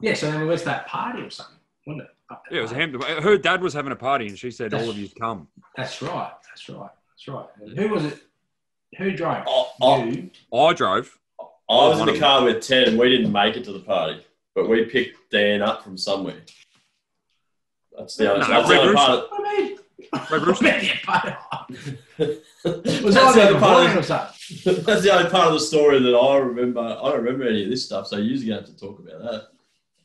[SPEAKER 2] yeah, so then we went to that party or something, wasn't it? Up that
[SPEAKER 3] Yeah, it was
[SPEAKER 2] party.
[SPEAKER 3] him. Her dad was having a party, and she said,
[SPEAKER 2] That's-
[SPEAKER 3] "All of you come."
[SPEAKER 2] That's right. That's right. That's right. And who was it? Who drove?
[SPEAKER 1] Oh, oh.
[SPEAKER 2] You.
[SPEAKER 3] I drove.
[SPEAKER 1] I was in
[SPEAKER 3] One of
[SPEAKER 1] the car with Ted, and we didn't make it to the party, but we picked Dan up from somewhere. That's the other,
[SPEAKER 3] No,
[SPEAKER 1] that's the
[SPEAKER 3] Red
[SPEAKER 1] other part.
[SPEAKER 2] What do you mean?
[SPEAKER 3] Red Rooster.
[SPEAKER 2] Maybe a party.
[SPEAKER 1] Of,
[SPEAKER 2] Was
[SPEAKER 1] that's, the
[SPEAKER 2] I
[SPEAKER 1] other
[SPEAKER 2] the
[SPEAKER 1] part
[SPEAKER 2] party or
[SPEAKER 1] of,
[SPEAKER 2] something?
[SPEAKER 1] that's the other part of the story that I remember. I don't remember any of this stuff, so you're going to have to talk about that.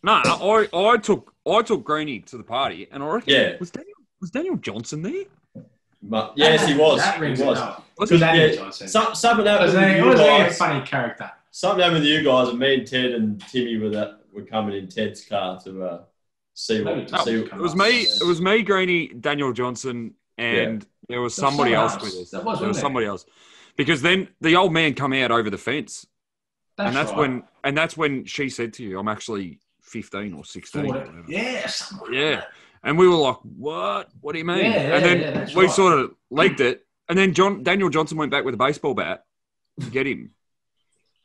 [SPEAKER 3] No, I, I took I took Greenie to the party, and I reckon
[SPEAKER 1] Yeah.
[SPEAKER 3] was Daniel was Daniel Johnson there?
[SPEAKER 1] But, yes, he was.
[SPEAKER 2] That rings
[SPEAKER 1] He
[SPEAKER 2] a
[SPEAKER 1] was.
[SPEAKER 2] bell.
[SPEAKER 3] Was
[SPEAKER 1] Because,
[SPEAKER 2] Danny
[SPEAKER 1] yeah,
[SPEAKER 2] Johnson.
[SPEAKER 1] some, something
[SPEAKER 2] It
[SPEAKER 1] happened
[SPEAKER 2] was
[SPEAKER 1] with
[SPEAKER 2] a- it
[SPEAKER 1] you
[SPEAKER 2] was a
[SPEAKER 1] guys.
[SPEAKER 2] funny character.
[SPEAKER 1] Something happened with you guys, and me and Ted and Timmy were that were coming in Ted's car to uh, see what
[SPEAKER 2] No,
[SPEAKER 1] see.
[SPEAKER 3] It was me. It was me, Greenie, Daniel Johnson, and there was
[SPEAKER 2] There was
[SPEAKER 3] somebody
[SPEAKER 2] someone
[SPEAKER 3] else
[SPEAKER 2] else.
[SPEAKER 3] with us.
[SPEAKER 2] There was,
[SPEAKER 3] there
[SPEAKER 2] wasn't
[SPEAKER 3] was
[SPEAKER 2] there?
[SPEAKER 3] somebody else, because then the old man come out over the fence,
[SPEAKER 2] That's
[SPEAKER 3] and that's
[SPEAKER 2] right.
[SPEAKER 3] when and that's when she said to you, "I'm actually 15 or 16." Or
[SPEAKER 2] Ford-
[SPEAKER 3] whatever.
[SPEAKER 2] Yeah, something like
[SPEAKER 3] Yeah.
[SPEAKER 2] that.
[SPEAKER 3] And we were like, "What? What do you mean?"
[SPEAKER 2] Yeah, yeah,
[SPEAKER 3] and then
[SPEAKER 2] yeah, that's
[SPEAKER 3] we
[SPEAKER 2] right.
[SPEAKER 3] sort of leaked it, and then John Daniel Johnson went back with a baseball bat to get him,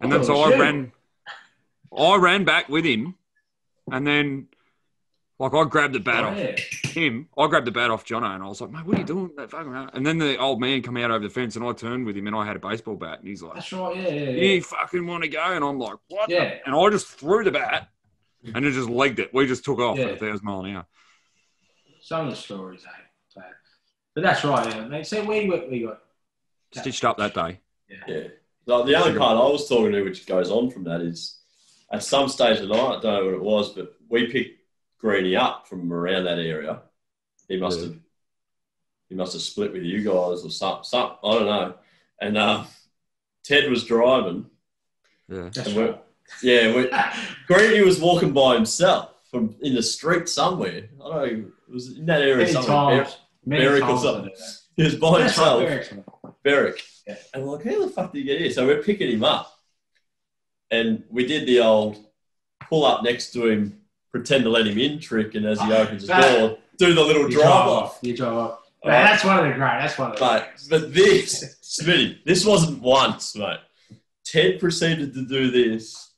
[SPEAKER 3] and then
[SPEAKER 2] Oh,
[SPEAKER 3] so I
[SPEAKER 2] shit.
[SPEAKER 3] ran, I ran back with him, and then like I grabbed the bat off
[SPEAKER 2] Oh, Yeah.
[SPEAKER 3] him. I grabbed the bat off Jono and I was like, mate, what are you doing? with That fucking bat?" and then the old man come out over the fence and I turned with him and I had a baseball bat and he's like,
[SPEAKER 2] That's right. Yeah, yeah, yeah.
[SPEAKER 3] you fucking want to go? And I'm like, what? the-"
[SPEAKER 2] Yeah.
[SPEAKER 3] And I just threw the bat and it just legged it. We just took off at
[SPEAKER 2] Yeah.
[SPEAKER 3] a thousand mile an hour.
[SPEAKER 2] Some of the stories, eh? So- But that's right. Yeah, mate. So we were, we got
[SPEAKER 3] Stitched up that day.
[SPEAKER 1] Yeah. Like the other part I was talking to, which goes on from that, is at some stage of the night, I don't know what it was, but we picked Greeny up from around that area. He must
[SPEAKER 3] Yeah.
[SPEAKER 1] have he must have split with you guys or something. Some, I don't know. And uh, Ted was driving.
[SPEAKER 3] Yeah.
[SPEAKER 2] That's
[SPEAKER 1] And we're-
[SPEAKER 2] right.
[SPEAKER 1] Yeah, we, Greeny was walking by himself from in the street somewhere. I don't know. It was in that area
[SPEAKER 2] Many
[SPEAKER 1] somewhere.
[SPEAKER 2] times. Many
[SPEAKER 1] Berwick or
[SPEAKER 2] times. I
[SPEAKER 1] something. Oh,
[SPEAKER 2] do that.
[SPEAKER 1] He was by
[SPEAKER 2] That's right,
[SPEAKER 1] himself.
[SPEAKER 2] Berwick's one.
[SPEAKER 1] Beric.
[SPEAKER 2] Yeah.
[SPEAKER 1] And we're like, how the fuck did you get here? So we're picking him up. And we did the old pull up next to him, pretend to let him in trick, and as he opens the
[SPEAKER 2] Ah, That-
[SPEAKER 1] door, do the little
[SPEAKER 2] You
[SPEAKER 1] drive off. Oh.
[SPEAKER 2] You drive off. Man,
[SPEAKER 1] Alright,
[SPEAKER 2] that's one of the great. That's one of the
[SPEAKER 1] But, but this, Smitty, this wasn't once, mate. Ted proceeded to do this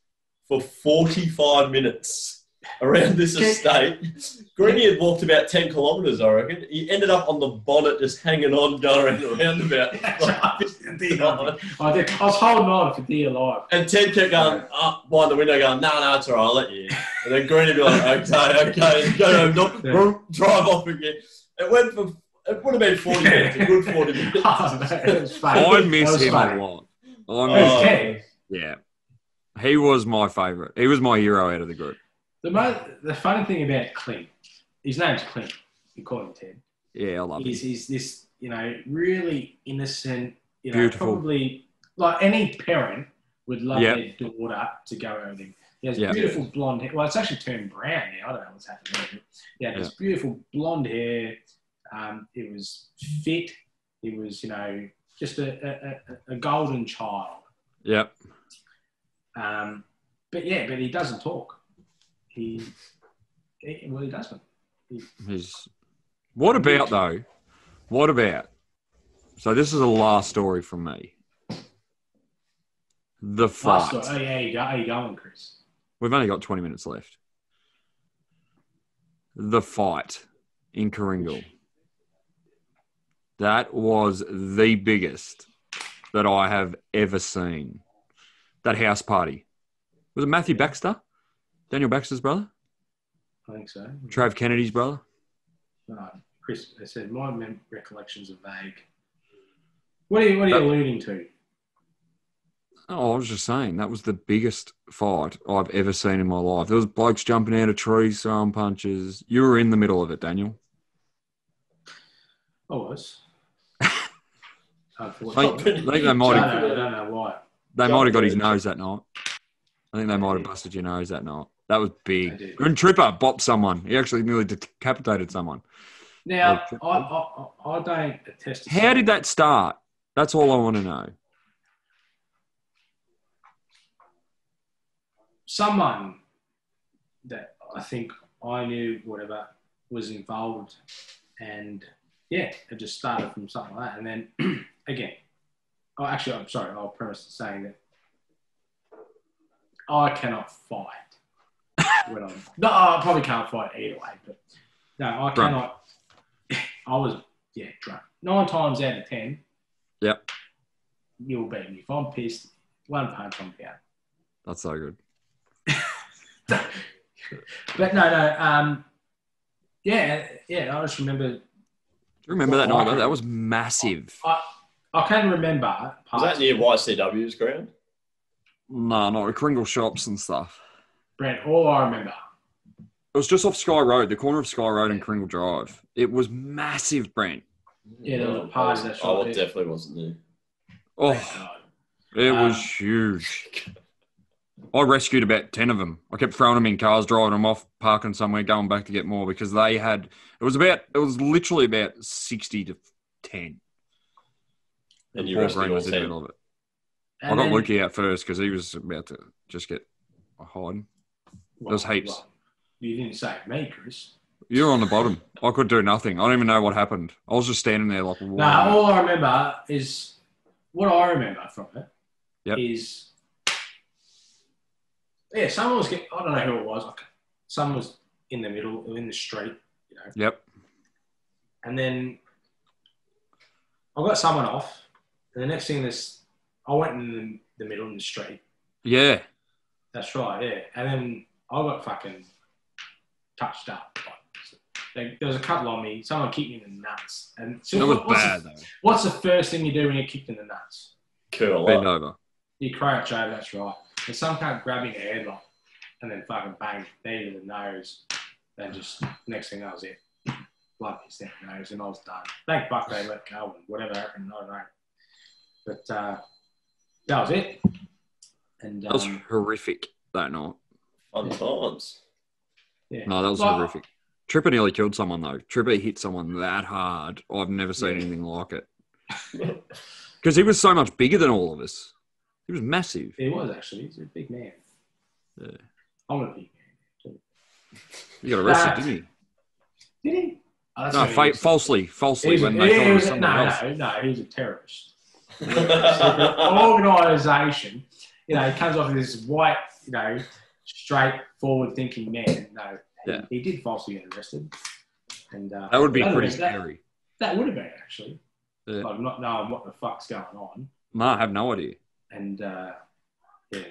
[SPEAKER 1] for 45 minutes around this
[SPEAKER 2] Okay.
[SPEAKER 1] estate. Greeny had walked about 10 kilometres, I reckon. He ended up on the bonnet just hanging on, going around the roundabout.
[SPEAKER 2] That's right. Dear God. I did. I was holding on for dear life.
[SPEAKER 1] And Ted kept going up by the window, going, "No, no, it's all right, I'll let you." in." And then Green would be like, "Okay, okay, go home, not
[SPEAKER 2] Yeah.
[SPEAKER 1] drive off again." It went for it would have been forty minutes, a good forty minutes.
[SPEAKER 2] Oh, man, it was funny.
[SPEAKER 3] I
[SPEAKER 2] That
[SPEAKER 3] miss
[SPEAKER 2] was
[SPEAKER 3] him
[SPEAKER 2] funny.
[SPEAKER 3] a lot. I miss,
[SPEAKER 2] Oh. okay.
[SPEAKER 3] yeah. He was my favorite. He was my hero out of the group.
[SPEAKER 2] The, mo- the funny thing about Clint, his name's Clint. You call him Ted.
[SPEAKER 3] Yeah, I love him.
[SPEAKER 2] He's, he's this, you know, really innocent. You know,
[SPEAKER 3] Beautiful.
[SPEAKER 2] probably like any parent would love
[SPEAKER 3] Yeah.
[SPEAKER 2] their daughter to go over with him. He has
[SPEAKER 3] Yeah.
[SPEAKER 2] beautiful blonde hair. Well, it's actually turned brown now. I don't know what's happening. Yeah, this beautiful blonde hair. Um, it was fit. It was, you know, just a, a, a, a golden child.
[SPEAKER 3] Yep.
[SPEAKER 2] Um, but yeah, but he doesn't talk. He, he well, he doesn't.
[SPEAKER 3] He's. What about though? What about? So this is the last story from me. The
[SPEAKER 2] Last story-
[SPEAKER 3] fart.
[SPEAKER 2] Oh yeah, you go, how you going, Chris?
[SPEAKER 3] We've only got 20 minutes left. The fight in Coringle. That was the biggest that I have ever seen. That house party. Was it Matthew Baxter? Daniel Baxter's brother?
[SPEAKER 2] I think so.
[SPEAKER 3] Trav Kennedy's brother?
[SPEAKER 2] No, Chris I said my mem- recollections are vague. What are you What are you
[SPEAKER 3] That-
[SPEAKER 2] alluding to?
[SPEAKER 3] Oh, I was just saying that was the biggest fight I've ever seen in my life. There was blokes jumping out of trees, throwing punches. You were in the middle of it, Daniel.
[SPEAKER 2] I was.
[SPEAKER 3] I think,
[SPEAKER 2] Unfortunately.
[SPEAKER 3] I think they
[SPEAKER 2] Oh, I
[SPEAKER 3] might
[SPEAKER 2] don't,
[SPEAKER 3] have
[SPEAKER 2] know, I don't know why.
[SPEAKER 3] They
[SPEAKER 1] Jump
[SPEAKER 3] might have got
[SPEAKER 1] in.
[SPEAKER 3] his nose that night. I think they might have
[SPEAKER 2] Yeah.
[SPEAKER 3] busted your nose that night. That was
[SPEAKER 2] They
[SPEAKER 3] big.
[SPEAKER 2] did.
[SPEAKER 3] And Tripper bopped someone. He actually nearly decapitated someone.
[SPEAKER 2] Now
[SPEAKER 3] Like-
[SPEAKER 2] I, I, I, I don't attest. To
[SPEAKER 3] How did that start? That's all I want to know.
[SPEAKER 2] Someone that I think I knew, whatever, was involved, and yeah, it just started from something like that, and then again, oh, actually, I'm sorry, I'll premise it saying that I cannot fight. when I'm, no, I probably can't fight either way, but no, I
[SPEAKER 3] Drunk.
[SPEAKER 2] cannot. I was yeah drunk. Nine times out of ten.
[SPEAKER 3] Yep.
[SPEAKER 2] You'll beat me if I'm pissed. One punch, I'm down.
[SPEAKER 3] That's so good.
[SPEAKER 2] But no, no. Um, yeah, yeah. I just remember.
[SPEAKER 3] Do you remember that night? though? That was massive.
[SPEAKER 2] I can remember. Parts.
[SPEAKER 1] Was that near YCW's ground?
[SPEAKER 3] No, not the Kringle shops and stuff.
[SPEAKER 2] Brent, all I remember.
[SPEAKER 3] It was just off Sky Road, the corner of Sky Road and Kringle Drive. It was massive, Brent.
[SPEAKER 2] Yeah, there was a
[SPEAKER 1] I
[SPEAKER 2] party
[SPEAKER 1] wasn't-
[SPEAKER 2] that
[SPEAKER 1] I
[SPEAKER 2] shot
[SPEAKER 1] wa-
[SPEAKER 2] it.
[SPEAKER 1] Oh, definitely wasn't there.
[SPEAKER 3] Oh, it
[SPEAKER 1] Uh,
[SPEAKER 3] was huge. I rescued about 10 of them. I kept throwing them in cars, driving them off, parking somewhere, going back to get more because they had, it was about, it was literally about 60 to 10.
[SPEAKER 1] And you
[SPEAKER 3] Paul
[SPEAKER 1] rescued
[SPEAKER 3] Green
[SPEAKER 1] all
[SPEAKER 3] was in the
[SPEAKER 1] 10.
[SPEAKER 3] middle of it.
[SPEAKER 2] And
[SPEAKER 3] I got
[SPEAKER 2] then-
[SPEAKER 3] Lukey out first because he was about to just get a hiding.
[SPEAKER 2] Well,
[SPEAKER 3] was heaps.
[SPEAKER 2] well, you didn't say me, Chris.
[SPEAKER 3] You were on the bottom. I could do nothing. I don't even know what happened. I was just standing there like,
[SPEAKER 2] No,
[SPEAKER 3] wow.
[SPEAKER 2] all I remember is what I remember from it is
[SPEAKER 3] Yep.
[SPEAKER 2] yeah, someone was getting, I don't know who it was. Like, someone was in the middle, in the street, you know,
[SPEAKER 3] Yep.
[SPEAKER 2] and then I got someone off. And the next thing is, I went in the, the middle of the street.
[SPEAKER 3] Yeah.
[SPEAKER 2] That's right, yeah. And then I got fucking touched up. Like, there was a couple on me. Someone kicked me in the nuts. And so
[SPEAKER 3] That was
[SPEAKER 2] what- what's
[SPEAKER 3] bad,
[SPEAKER 2] The,
[SPEAKER 3] though.
[SPEAKER 2] what's the first thing you do when you're kicked in the nuts?
[SPEAKER 1] Curl
[SPEAKER 3] Bend
[SPEAKER 1] up.
[SPEAKER 3] over.
[SPEAKER 2] You crouch over. That's right. And some can't grab your headlock, and then fucking bang, knee to the nose, and just next thing that was it. blood his damn nose, and I was done. Thank fuck they let go and whatever happened, I don't know. But uh, that was it. And
[SPEAKER 3] That was
[SPEAKER 2] um,
[SPEAKER 3] horrific that night.
[SPEAKER 1] Fun times.
[SPEAKER 2] yeah.
[SPEAKER 3] No, that was
[SPEAKER 2] Well-
[SPEAKER 3] horrific. Tripper nearly killed someone though. Tripper hit someone that hard. I've never seen
[SPEAKER 2] Yeah.
[SPEAKER 3] anything like it. Because he was so much bigger than all of us. He was massive.
[SPEAKER 2] He was actually. He's a big man.
[SPEAKER 3] Yeah.
[SPEAKER 2] I'm a big
[SPEAKER 3] He got arrested,
[SPEAKER 2] Nah.
[SPEAKER 3] didn't
[SPEAKER 2] man. Did he? Oh, that's
[SPEAKER 3] he? No,
[SPEAKER 2] what he
[SPEAKER 3] fa-
[SPEAKER 2] was.
[SPEAKER 3] falsely, falsely
[SPEAKER 2] He's a-
[SPEAKER 3] when they thought
[SPEAKER 2] he
[SPEAKER 3] it was
[SPEAKER 2] was-
[SPEAKER 3] someone
[SPEAKER 2] no,
[SPEAKER 3] else.
[SPEAKER 2] no, no, he's a terrorist.
[SPEAKER 1] oh,
[SPEAKER 2] organisation, you know, he comes off as this white, you know, straightforward thinking man. No, he-
[SPEAKER 3] Yeah.
[SPEAKER 2] he, did falsely get arrested. And uh,
[SPEAKER 3] That would be
[SPEAKER 2] would've
[SPEAKER 3] pretty
[SPEAKER 2] been- that-
[SPEAKER 3] scary.
[SPEAKER 2] That would have been actually.
[SPEAKER 3] Yeah.
[SPEAKER 2] Like not knowing what the fuck's going on,
[SPEAKER 3] No, I have no idea.
[SPEAKER 2] and uh, yeah,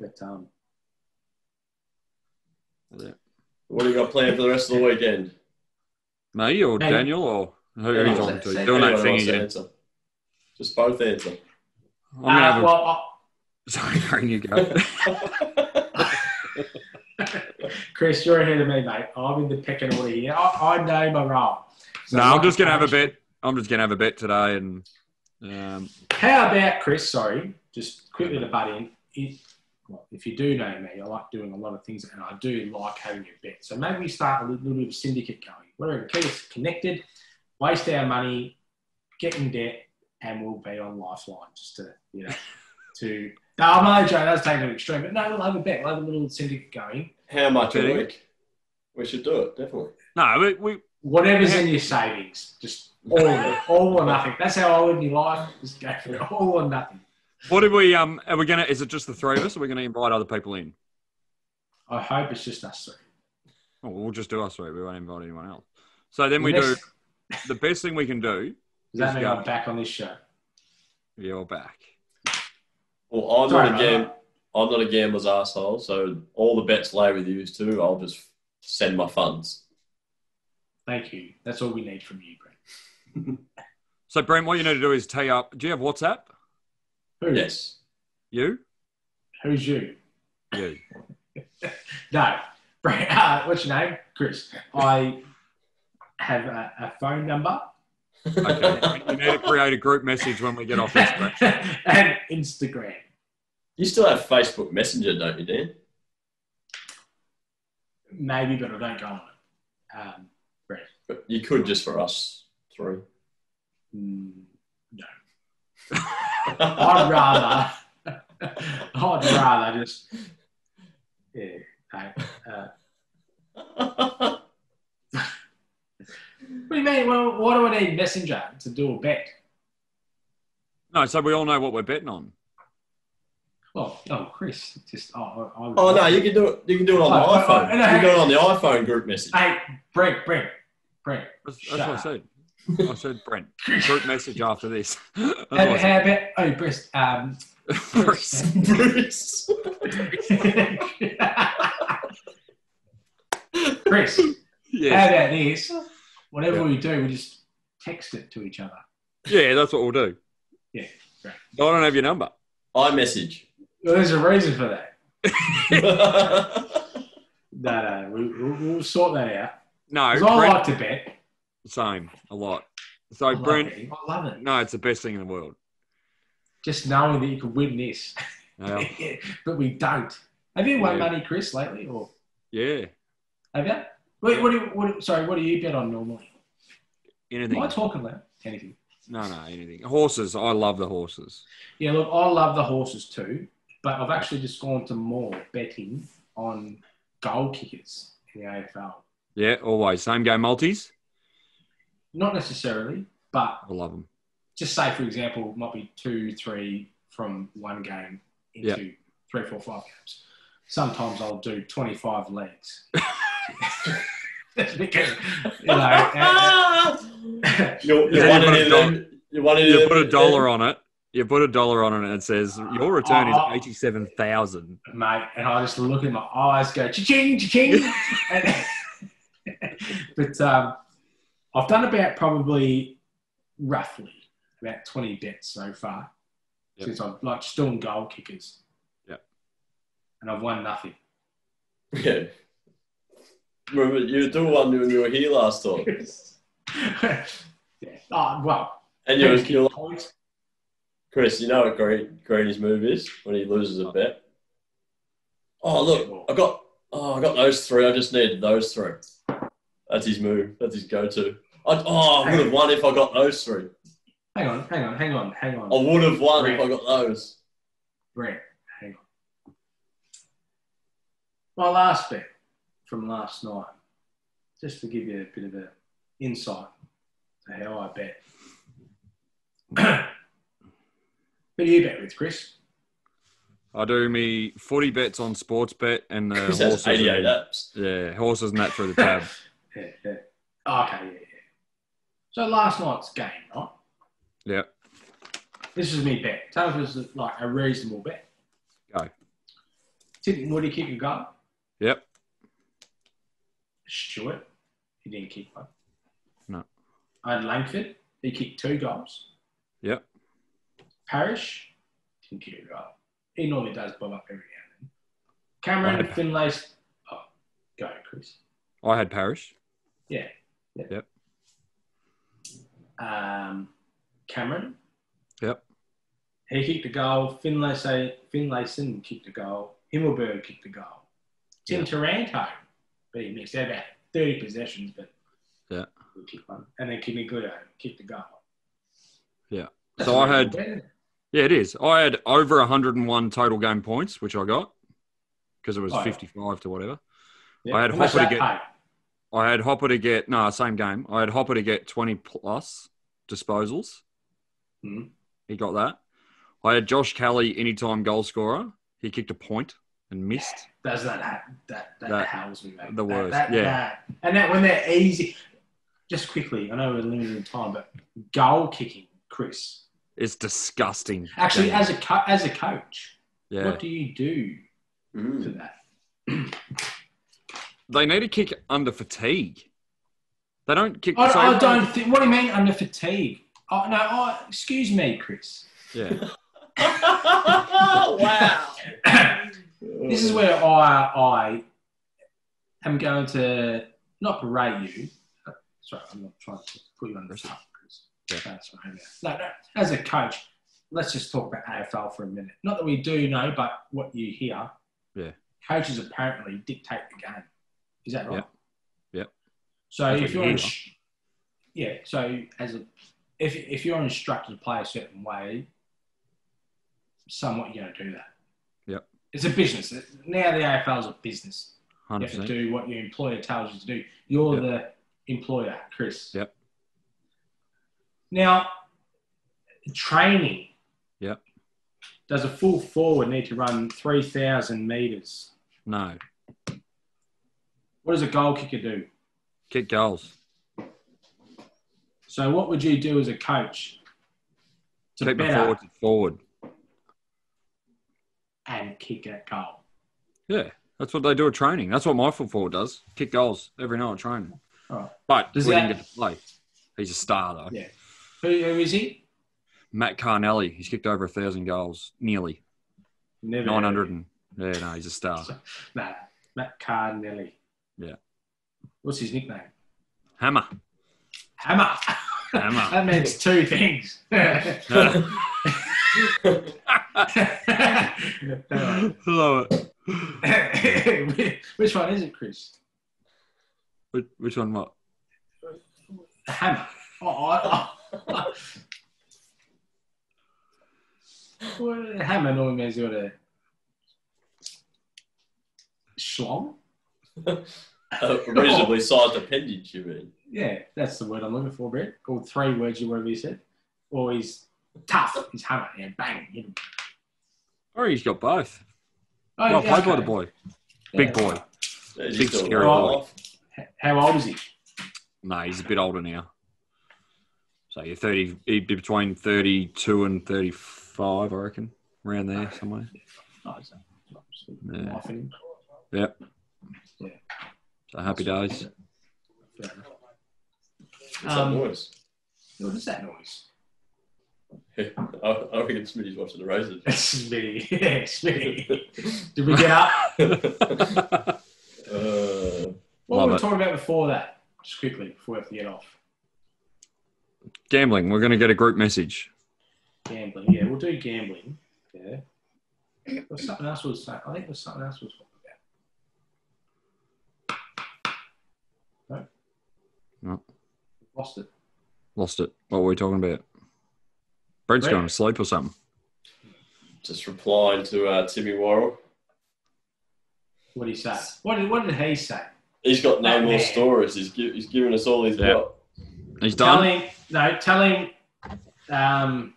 [SPEAKER 2] but um,
[SPEAKER 1] what do you got planned for the rest of the weekend?
[SPEAKER 3] Me or
[SPEAKER 2] Hey.
[SPEAKER 3] Daniel or who are
[SPEAKER 1] Yeah,
[SPEAKER 3] you talking
[SPEAKER 2] say-
[SPEAKER 3] to? Doing that
[SPEAKER 1] Anyone
[SPEAKER 3] thing
[SPEAKER 1] wants to
[SPEAKER 3] again.
[SPEAKER 1] answer? Just both answer.
[SPEAKER 3] I'm
[SPEAKER 2] uh,
[SPEAKER 3] gonna have a...
[SPEAKER 2] well, uh,
[SPEAKER 3] Sorry, Aaron, you go.
[SPEAKER 2] Chris, you're ahead of me, mate. I'm in the pecking order here. I, I know my role. So
[SPEAKER 3] no, I'm
[SPEAKER 2] like-
[SPEAKER 3] just gonna have a bet. I'm just gonna have a bet today, and um,
[SPEAKER 2] How about Chris? Sorry, just quickly to butt in. If, well, if you do know me, I like doing a lot of things, and I do like having a bet. So maybe we start a little, little bit of syndicate going. We're keep us connected, waste our money, get in debt, and we'll be on lifeline just to you know to. No, I'm only joking. That's taking it to an extreme, but no, we'll have a bet. We'll have a little syndicate going.
[SPEAKER 1] How much a
[SPEAKER 3] Betting?
[SPEAKER 1] week? We should do it, definitely.
[SPEAKER 3] no, we, we
[SPEAKER 2] Whatever's in your savings, just all of it, all or nothing. That's how I live my life. Just go for it, all or nothing.
[SPEAKER 3] what did we um are we gonna? Is it just the three of us? Or are we gonna invite other people in?
[SPEAKER 2] I hope it's just us three.
[SPEAKER 3] Oh, we'll just do us three. We won't invite anyone else. So then we
[SPEAKER 2] Next-
[SPEAKER 3] do the best thing we can do.
[SPEAKER 2] Does that
[SPEAKER 3] Just
[SPEAKER 2] mean
[SPEAKER 3] go.
[SPEAKER 2] I'm back on this show?
[SPEAKER 3] You're back.
[SPEAKER 1] Well, I'm
[SPEAKER 2] Sorry
[SPEAKER 1] not a
[SPEAKER 2] about
[SPEAKER 1] gam- I'm not a gambler's asshole, so all the bets lay with you too. I'll just send my funds.
[SPEAKER 2] Thank you. That's all we need from you, Brent.
[SPEAKER 3] So Brent, what you need to do is tee up. Do you have WhatsApp?
[SPEAKER 2] Who?
[SPEAKER 1] Yes.
[SPEAKER 3] You?
[SPEAKER 2] Who's you?
[SPEAKER 3] You.
[SPEAKER 2] No. Brent, uh, what's your name? Chris. I have a, a phone number
[SPEAKER 3] Okay. you need to create a group message when we get off this. Brent.
[SPEAKER 2] and Instagram.
[SPEAKER 1] you still have Facebook Messenger, don't you, Dan?
[SPEAKER 2] Maybe, but I don't go on it. Um,
[SPEAKER 1] But you could just for us three.
[SPEAKER 2] mm, I'd rather. I'd rather just. Yeah. No. Uh, what do you mean? Well, why do I need Messenger to do a bet?
[SPEAKER 3] No, so we all know what we're betting on.
[SPEAKER 2] Well, oh, Chris, just oh, I, I
[SPEAKER 1] oh no, you can do it. You can do it on
[SPEAKER 2] Oh, oh,
[SPEAKER 1] the
[SPEAKER 2] oh,
[SPEAKER 1] iPhone.
[SPEAKER 2] no,
[SPEAKER 1] you can
[SPEAKER 2] hang
[SPEAKER 1] do it
[SPEAKER 2] on.
[SPEAKER 1] on the iPhone group message.
[SPEAKER 2] Hey, Brent, Brent, Brent.
[SPEAKER 3] That's, that's
[SPEAKER 2] Shut
[SPEAKER 3] what I
[SPEAKER 2] up.
[SPEAKER 3] said. I said Brent. Group message after this. That's what
[SPEAKER 2] How,
[SPEAKER 3] I said.
[SPEAKER 2] how about oh, Brent? Um,
[SPEAKER 3] Bruce.
[SPEAKER 1] Bruce.
[SPEAKER 2] Chris,
[SPEAKER 3] Yes.
[SPEAKER 2] how about this? Whatever
[SPEAKER 3] Yeah.
[SPEAKER 2] we do, we just text it to each other.
[SPEAKER 3] Yeah, that's what we'll do.
[SPEAKER 2] Yeah, right.
[SPEAKER 3] I don't have your number.
[SPEAKER 1] iMessage.
[SPEAKER 2] Well, there's a reason for that.
[SPEAKER 1] That's
[SPEAKER 2] No, no, uh, we, we'll, we'll sort that out.
[SPEAKER 3] No,
[SPEAKER 2] 'Cause I
[SPEAKER 3] Brent,
[SPEAKER 2] like to bet.
[SPEAKER 3] same a lot.
[SPEAKER 2] I
[SPEAKER 3] So
[SPEAKER 2] love
[SPEAKER 3] Brent,
[SPEAKER 2] it. I love it.
[SPEAKER 3] no, it's the best thing in the world.
[SPEAKER 2] Just knowing that you could win this,
[SPEAKER 3] Yeah,
[SPEAKER 2] but we don't. Have you won
[SPEAKER 3] Yeah.
[SPEAKER 2] money, Chris, lately, or
[SPEAKER 3] yeah.
[SPEAKER 2] have you? What, what, do you, what, sorry, what do you bet on normally?
[SPEAKER 3] anything.
[SPEAKER 2] Am I talking about anything?
[SPEAKER 3] No, no, anything. Horses. I love the horses.
[SPEAKER 2] Yeah, look, I love the horses too, but I've actually just gone to more betting on goal kickers in the AFL.
[SPEAKER 3] Yeah, always same game multis.
[SPEAKER 2] Not necessarily, but
[SPEAKER 3] I love them.
[SPEAKER 2] just say, for example, might be two, three from one game into three, four, five games. Sometimes I'll do 25 legs. because, you know, and- and-
[SPEAKER 1] you, you,
[SPEAKER 3] Yeah,
[SPEAKER 1] want
[SPEAKER 3] you put
[SPEAKER 1] any
[SPEAKER 3] a
[SPEAKER 1] of them, you want any
[SPEAKER 3] You
[SPEAKER 1] of
[SPEAKER 3] put
[SPEAKER 1] them-
[SPEAKER 3] a dollar on it. You put a dollar on it, and it says your return is
[SPEAKER 2] Oh.
[SPEAKER 3] eighty-seven thousand.
[SPEAKER 2] mate, and I just look in my eyes, go cha-ching, cha-ching. And- but um, I've done about probably roughly about 20 bets so far
[SPEAKER 3] Yep.
[SPEAKER 2] since I'm like still in goal kickers.
[SPEAKER 3] Yep.
[SPEAKER 2] And I've won nothing.
[SPEAKER 1] Yeah. Remember, you do one when you were here last time,
[SPEAKER 2] yeah. Oh, well,
[SPEAKER 1] and you were
[SPEAKER 2] thank you,
[SPEAKER 1] you're like,
[SPEAKER 2] Alex.
[SPEAKER 1] Chris. You know what Green, Greeny's move is when he loses a bet. Oh look, I got oh I got those three. I just needed those three. That's his move. That's his go-to. I, oh, I would have won if I got those three.
[SPEAKER 2] hang on, hang on, hang on, hang on.
[SPEAKER 1] I would have won if I got those.
[SPEAKER 2] Brent, hang on. My last bet from last night, just to give you a bit of an insight to how I bet. Who do you bet with, Chris?
[SPEAKER 3] I do me 40 bets on sports bet and the
[SPEAKER 1] Chris
[SPEAKER 3] horses.
[SPEAKER 1] has 88
[SPEAKER 3] and-
[SPEAKER 1] apps.
[SPEAKER 3] yeah, horses and that through the tab.
[SPEAKER 2] Yeah, yeah. Okay, yeah, yeah. So last night's game, right?
[SPEAKER 3] yeah.
[SPEAKER 2] This is me bet. Tell us if it's like a reasonable bet.
[SPEAKER 3] Go.
[SPEAKER 2] Tim Woody kick a goal.
[SPEAKER 3] Yep.
[SPEAKER 2] Stewart, he didn't kick one.
[SPEAKER 3] No.
[SPEAKER 2] I had Langford, he kicked two goals.
[SPEAKER 3] Yep.
[SPEAKER 2] Parrish, didn't kick a goal. He normally does bob up every now and then.
[SPEAKER 3] I
[SPEAKER 2] Cameron,
[SPEAKER 3] had-
[SPEAKER 2] Finlay, oh, go, Chris.
[SPEAKER 3] I had Parrish.
[SPEAKER 2] Um, Cameron,
[SPEAKER 3] Yep.
[SPEAKER 2] he kicked a goal. Finlayson, Finlayson kicked a goal. Himmelberg kicked a goal. Tim
[SPEAKER 3] Yeah.
[SPEAKER 2] Taranto, but he missed about 30 possessions, but
[SPEAKER 3] Yeah.
[SPEAKER 2] he kicked one. And then Kimmy Goodo kicked a goal.
[SPEAKER 3] Yeah.
[SPEAKER 2] That's
[SPEAKER 3] So I
[SPEAKER 2] a
[SPEAKER 3] had-
[SPEAKER 2] reasonable bet.
[SPEAKER 3] Yeah, it is. I had over 101 total game points, which I got because it was
[SPEAKER 2] Oh, yeah.
[SPEAKER 3] 55 to whatever.
[SPEAKER 2] Yeah.
[SPEAKER 3] I had
[SPEAKER 2] How much
[SPEAKER 3] Hopper to
[SPEAKER 2] did that
[SPEAKER 3] I had Hopper to get no same game. I had Hopper to get twenty plus disposals.
[SPEAKER 2] Mhm.
[SPEAKER 3] He got that. I had Josh Kelly anytime goal scorer. He kicked a point and missed.
[SPEAKER 2] pay? Does that happen? That, that,
[SPEAKER 3] That-
[SPEAKER 2] howls me, mate. That-
[SPEAKER 3] the worst,
[SPEAKER 2] that-
[SPEAKER 3] yeah.
[SPEAKER 2] that- and that when they're easy, just quickly, I know we're limited in time, but goal kicking, Chris.
[SPEAKER 3] It's disgusting.
[SPEAKER 2] Actually,
[SPEAKER 3] Yeah.
[SPEAKER 2] as a, co- as a coach,
[SPEAKER 3] yeah,
[SPEAKER 2] What do you do for that?
[SPEAKER 3] they need to kick under fatigue. They don't kick.
[SPEAKER 2] I,
[SPEAKER 3] so-
[SPEAKER 2] I don't think. What do you mean under fatigue? Oh, no, oh, excuse me, Chris.
[SPEAKER 3] Yeah,
[SPEAKER 1] wow.
[SPEAKER 2] this is where I, I am going to not berate you. Sorry, I'm not trying to put you under the spot, Chris.
[SPEAKER 3] Yeah.
[SPEAKER 2] That's what I meant. No, no. As a coach, let's just talk about AFL for a minute. Not that we do know, but what you hear.
[SPEAKER 3] Yeah.
[SPEAKER 2] Coaches apparently dictate the game. Is that right?
[SPEAKER 3] Yeah. Yep.
[SPEAKER 2] So
[SPEAKER 3] That's
[SPEAKER 2] if
[SPEAKER 3] what
[SPEAKER 2] you're,
[SPEAKER 3] you
[SPEAKER 2] inst- yeah. So as a, if if you're instructed to play a certain way, somewhat you're going to do that. It's a business. Now the AFL is a business. You
[SPEAKER 3] hundred
[SPEAKER 2] have to
[SPEAKER 3] percent.
[SPEAKER 2] do what your employer tells you to do. You're the employer, Chris.
[SPEAKER 3] Yep.
[SPEAKER 2] Now, training.
[SPEAKER 3] Yep.
[SPEAKER 2] Does a full forward need to run 3,000 metres?
[SPEAKER 3] No,
[SPEAKER 2] What does a goal kicker do?
[SPEAKER 3] kick goals.
[SPEAKER 2] So, what would you do as a coach to
[SPEAKER 3] Keep the
[SPEAKER 2] better
[SPEAKER 3] forward forward.
[SPEAKER 2] and kick that goal?
[SPEAKER 3] Yeah, that's what they do at training. That's what my full forward does. Kick goals every night at training.
[SPEAKER 2] Oh.
[SPEAKER 3] But
[SPEAKER 2] Does
[SPEAKER 3] we
[SPEAKER 2] that-
[SPEAKER 3] didn't get to play. He's a star though.
[SPEAKER 2] Yeah. Who, who is he?
[SPEAKER 3] Matt Carnelli, he's kicked over a thousand goals, nearly
[SPEAKER 2] Never.
[SPEAKER 3] nine hundred and yeah, no, he's a star.
[SPEAKER 2] Nah, Matt Cardinelli.
[SPEAKER 3] Yeah.
[SPEAKER 2] What's his nickname?
[SPEAKER 3] Hammer.
[SPEAKER 2] Hammer.
[SPEAKER 3] Hammer.
[SPEAKER 2] that means two things.
[SPEAKER 3] Love it.
[SPEAKER 2] Which one is it, Chris?
[SPEAKER 3] Which, which one? What?
[SPEAKER 2] Hammer. Oh, I, I, well, hammer normally means you got a schlong.
[SPEAKER 1] A Uh, reasonably sized appendage, you mean?
[SPEAKER 2] Yeah, that's the word I'm looking for, Brett. Or three words, you whatever you said. Or he's tough. He's hammer. Yeah, bang. Hit him.
[SPEAKER 3] Or he's got both.
[SPEAKER 2] Oh,
[SPEAKER 3] well
[SPEAKER 2] yeah,
[SPEAKER 3] played by
[SPEAKER 2] okay.
[SPEAKER 3] the boy.
[SPEAKER 2] Yeah,
[SPEAKER 3] Big
[SPEAKER 2] that's
[SPEAKER 3] boy.
[SPEAKER 2] right.
[SPEAKER 1] He's
[SPEAKER 3] Big
[SPEAKER 1] still
[SPEAKER 3] scary
[SPEAKER 1] well
[SPEAKER 3] boy.
[SPEAKER 1] off.
[SPEAKER 2] H- How old is he?
[SPEAKER 3] No, he's a bit older now. So you're thirty. He'd be between thirty-two and thirty-five, I reckon, around there somewhere.
[SPEAKER 2] Oh, he's not- not sleeping.
[SPEAKER 3] Yeah.
[SPEAKER 2] Off in him.
[SPEAKER 3] So happy days.
[SPEAKER 2] Fair enough.
[SPEAKER 1] What's
[SPEAKER 2] Um,
[SPEAKER 1] that noise?
[SPEAKER 2] What is that noise?
[SPEAKER 1] I, I reckon Smitty's watching the races.
[SPEAKER 2] Smitty. Yeah, Smitty. Did we get up?
[SPEAKER 1] uh,
[SPEAKER 2] What were
[SPEAKER 3] Love
[SPEAKER 2] we
[SPEAKER 3] it.
[SPEAKER 2] talking about before that? Just quickly before we have to get off.
[SPEAKER 3] Gambling. We're going to get a group message.
[SPEAKER 2] Gambling. Yeah, we'll do gambling. Yeah. There's something else was saying. I think there's something else was talking about. No.
[SPEAKER 3] No.
[SPEAKER 2] Lost it.
[SPEAKER 3] Lost it. What were we talking about? Brent's
[SPEAKER 2] Brent.
[SPEAKER 3] going to sleep or something.
[SPEAKER 1] Just replying to uh, Timmy Worrell.
[SPEAKER 2] What did he say? What did, what did he say?
[SPEAKER 1] He's got no
[SPEAKER 2] Oh,
[SPEAKER 1] more
[SPEAKER 2] man.
[SPEAKER 1] stories. He's, gi- he's given us all he's
[SPEAKER 3] Yeah.
[SPEAKER 1] got.
[SPEAKER 3] He's done.
[SPEAKER 2] Telling no, telling um,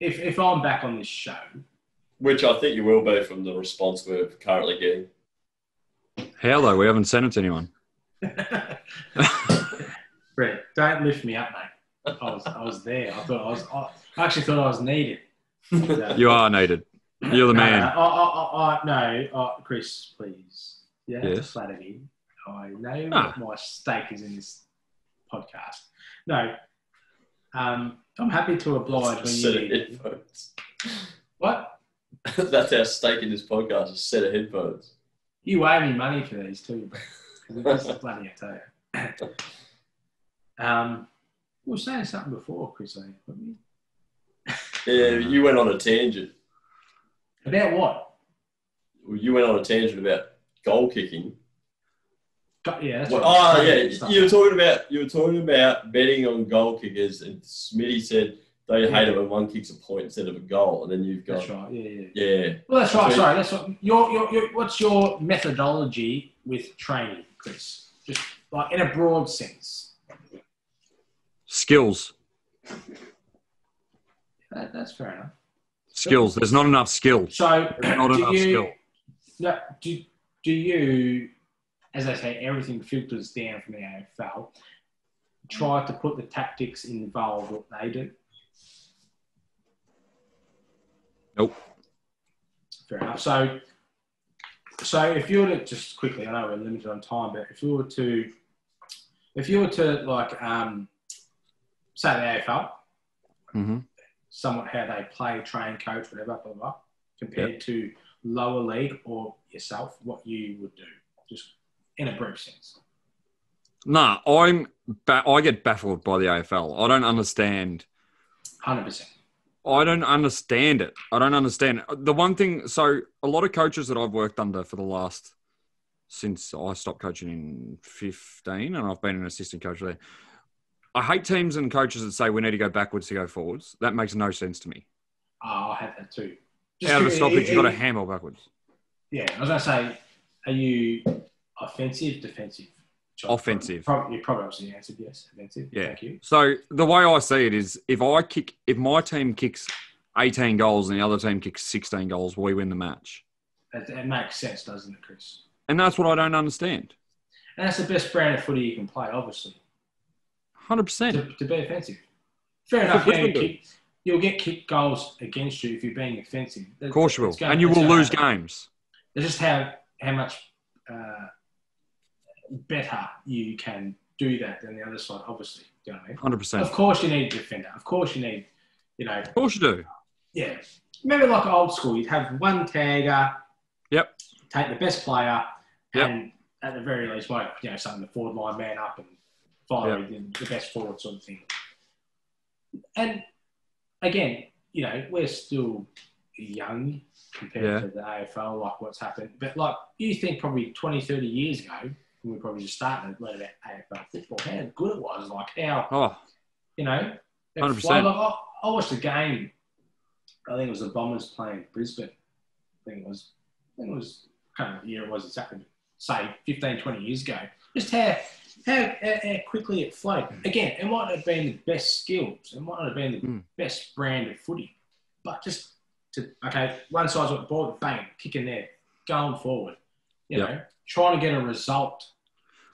[SPEAKER 2] if if I'm back on this show,
[SPEAKER 1] Which I think you will be from the response we're currently getting.
[SPEAKER 3] How though? We haven't sent it to anyone.
[SPEAKER 2] Brett, don't lift me up, mate. I was I was there. I thought I was. I actually thought I was needed.
[SPEAKER 3] You are needed. You're the
[SPEAKER 2] No,
[SPEAKER 3] man.
[SPEAKER 2] No, I, I, I, I, no uh, Chris, please. Yeah,
[SPEAKER 3] Yes. Ah.
[SPEAKER 2] flatter me. I know
[SPEAKER 3] No.
[SPEAKER 2] what my stake is in this podcast. No, um, I'm happy to oblige when you
[SPEAKER 1] Set of
[SPEAKER 2] need me.
[SPEAKER 1] headphones.
[SPEAKER 2] What?
[SPEAKER 1] That's our stake in this podcast, a set of headphones.
[SPEAKER 2] You owe me money for these too, bro. 'Cause this is bloody I tell you. Um, we were saying something before, Chris, eh? I think, weren't we?
[SPEAKER 1] Yeah, you went on a tangent.
[SPEAKER 2] About what?
[SPEAKER 1] You went on a tangent about goal kicking.
[SPEAKER 2] Go- Yeah, that's
[SPEAKER 1] Well,
[SPEAKER 2] right.
[SPEAKER 1] oh yeah,
[SPEAKER 2] Stuff.
[SPEAKER 1] you were talking about you were talking about betting on goal kickers, and Smitty said they hate it when one kicks a point instead of a goal, and then you've got
[SPEAKER 2] That's right. Yeah, yeah.
[SPEAKER 1] yeah.
[SPEAKER 2] Well, that's right.
[SPEAKER 1] So-
[SPEAKER 2] Sorry, that's what your, your, your what's your methodology with training, Chris? Just like in a broad sense.
[SPEAKER 3] Skills.
[SPEAKER 2] That, that's fair enough.
[SPEAKER 3] Skills. There's not enough skill.
[SPEAKER 2] So,
[SPEAKER 3] Not
[SPEAKER 2] do
[SPEAKER 3] enough
[SPEAKER 2] you
[SPEAKER 3] skill.
[SPEAKER 2] No, do do you, as I say, everything filters down from the AFL. Try to put the tactics involved what they do.
[SPEAKER 3] Nope.
[SPEAKER 2] Fair enough. So, so if you were to just quickly, I know we're limited on time, but if you were to, if you were to like, um, say the AFL,
[SPEAKER 3] Mm-hmm.
[SPEAKER 2] somewhat how they play, train, coach, whatever, blah blah, compared to lower league or yourself, what you would do, just in a brief sense.
[SPEAKER 3] Nah, I'm. Ba- I get baffled by the AFL. I don't understand.
[SPEAKER 2] Hundred percent.
[SPEAKER 3] I don't understand it. I don't understand it. The one thing, so a lot of coaches that I've worked under for the last, since I stopped coaching in 15 and I've been an assistant coach there, I hate teams and coaches that say we need to go backwards to go forwards. That makes no sense to me.
[SPEAKER 2] Oh, I had that too.
[SPEAKER 3] Out of a
[SPEAKER 2] to-
[SPEAKER 3] stoppage, you've got to handle backwards.
[SPEAKER 2] Yeah, I was gonna say, are you offensive, defensive? Which I-
[SPEAKER 3] Offensive.
[SPEAKER 2] Prob- you probably obviously answered yes, offensive.
[SPEAKER 3] Yeah.
[SPEAKER 2] Thank you.
[SPEAKER 3] So the way I see it is, if I kick, if my team kicks 18 goals and the other team kicks 16 goals, we win the match.
[SPEAKER 2] It, it makes sense, doesn't it, Chris?
[SPEAKER 3] And that's what I don't understand.
[SPEAKER 2] And that's the best brand of footy you can play, obviously,
[SPEAKER 3] 100%.
[SPEAKER 2] to, to be offensive. Fair enough.
[SPEAKER 3] Good
[SPEAKER 2] Yeah, you
[SPEAKER 3] window.
[SPEAKER 2] kick, you'll get kick goals against you if you're being offensive.
[SPEAKER 3] Of course you will.
[SPEAKER 2] It's gonna-
[SPEAKER 3] And you
[SPEAKER 2] it's
[SPEAKER 3] will
[SPEAKER 2] gonna
[SPEAKER 3] lose
[SPEAKER 2] happen.
[SPEAKER 3] games.
[SPEAKER 2] It's just how how much uh, better you can do that than the other side, obviously. Do you know what I mean?
[SPEAKER 3] 100%.
[SPEAKER 2] Of course, you need a defender. Of course, you need, you know,
[SPEAKER 3] Of course you do.
[SPEAKER 2] yeah. Remember, like old school, you'd have one tagger.
[SPEAKER 3] Yep.
[SPEAKER 2] Take the best player,
[SPEAKER 3] Yep.
[SPEAKER 2] and at the very least, like you know, something the forward line man up and fire
[SPEAKER 3] Yep.
[SPEAKER 2] the, the best forward sort of thing. And again, you know, we're still young compared
[SPEAKER 3] Yeah.
[SPEAKER 2] to the AFL, like what's happened. But like you think probably 20, 30 years ago, when we probably just started to learn about AFL football, how good it was, like how
[SPEAKER 3] Oh,
[SPEAKER 2] you know, that
[SPEAKER 3] 100%.
[SPEAKER 2] fly- like, I, I watched a game. I think it was the Bombers playing Brisbane. I think it was. I think it was. I can't remember what year it was exactly. but Say 15, 20 years ago. Just how how, how, how quickly it flowed. Again, it might not have been the best skills. It might not have been the
[SPEAKER 3] Mm.
[SPEAKER 2] best brand of footy, but just to okay, one side's got the ball, bang, kicking there, going forward. You
[SPEAKER 3] Yep.
[SPEAKER 2] know, trying to get a result.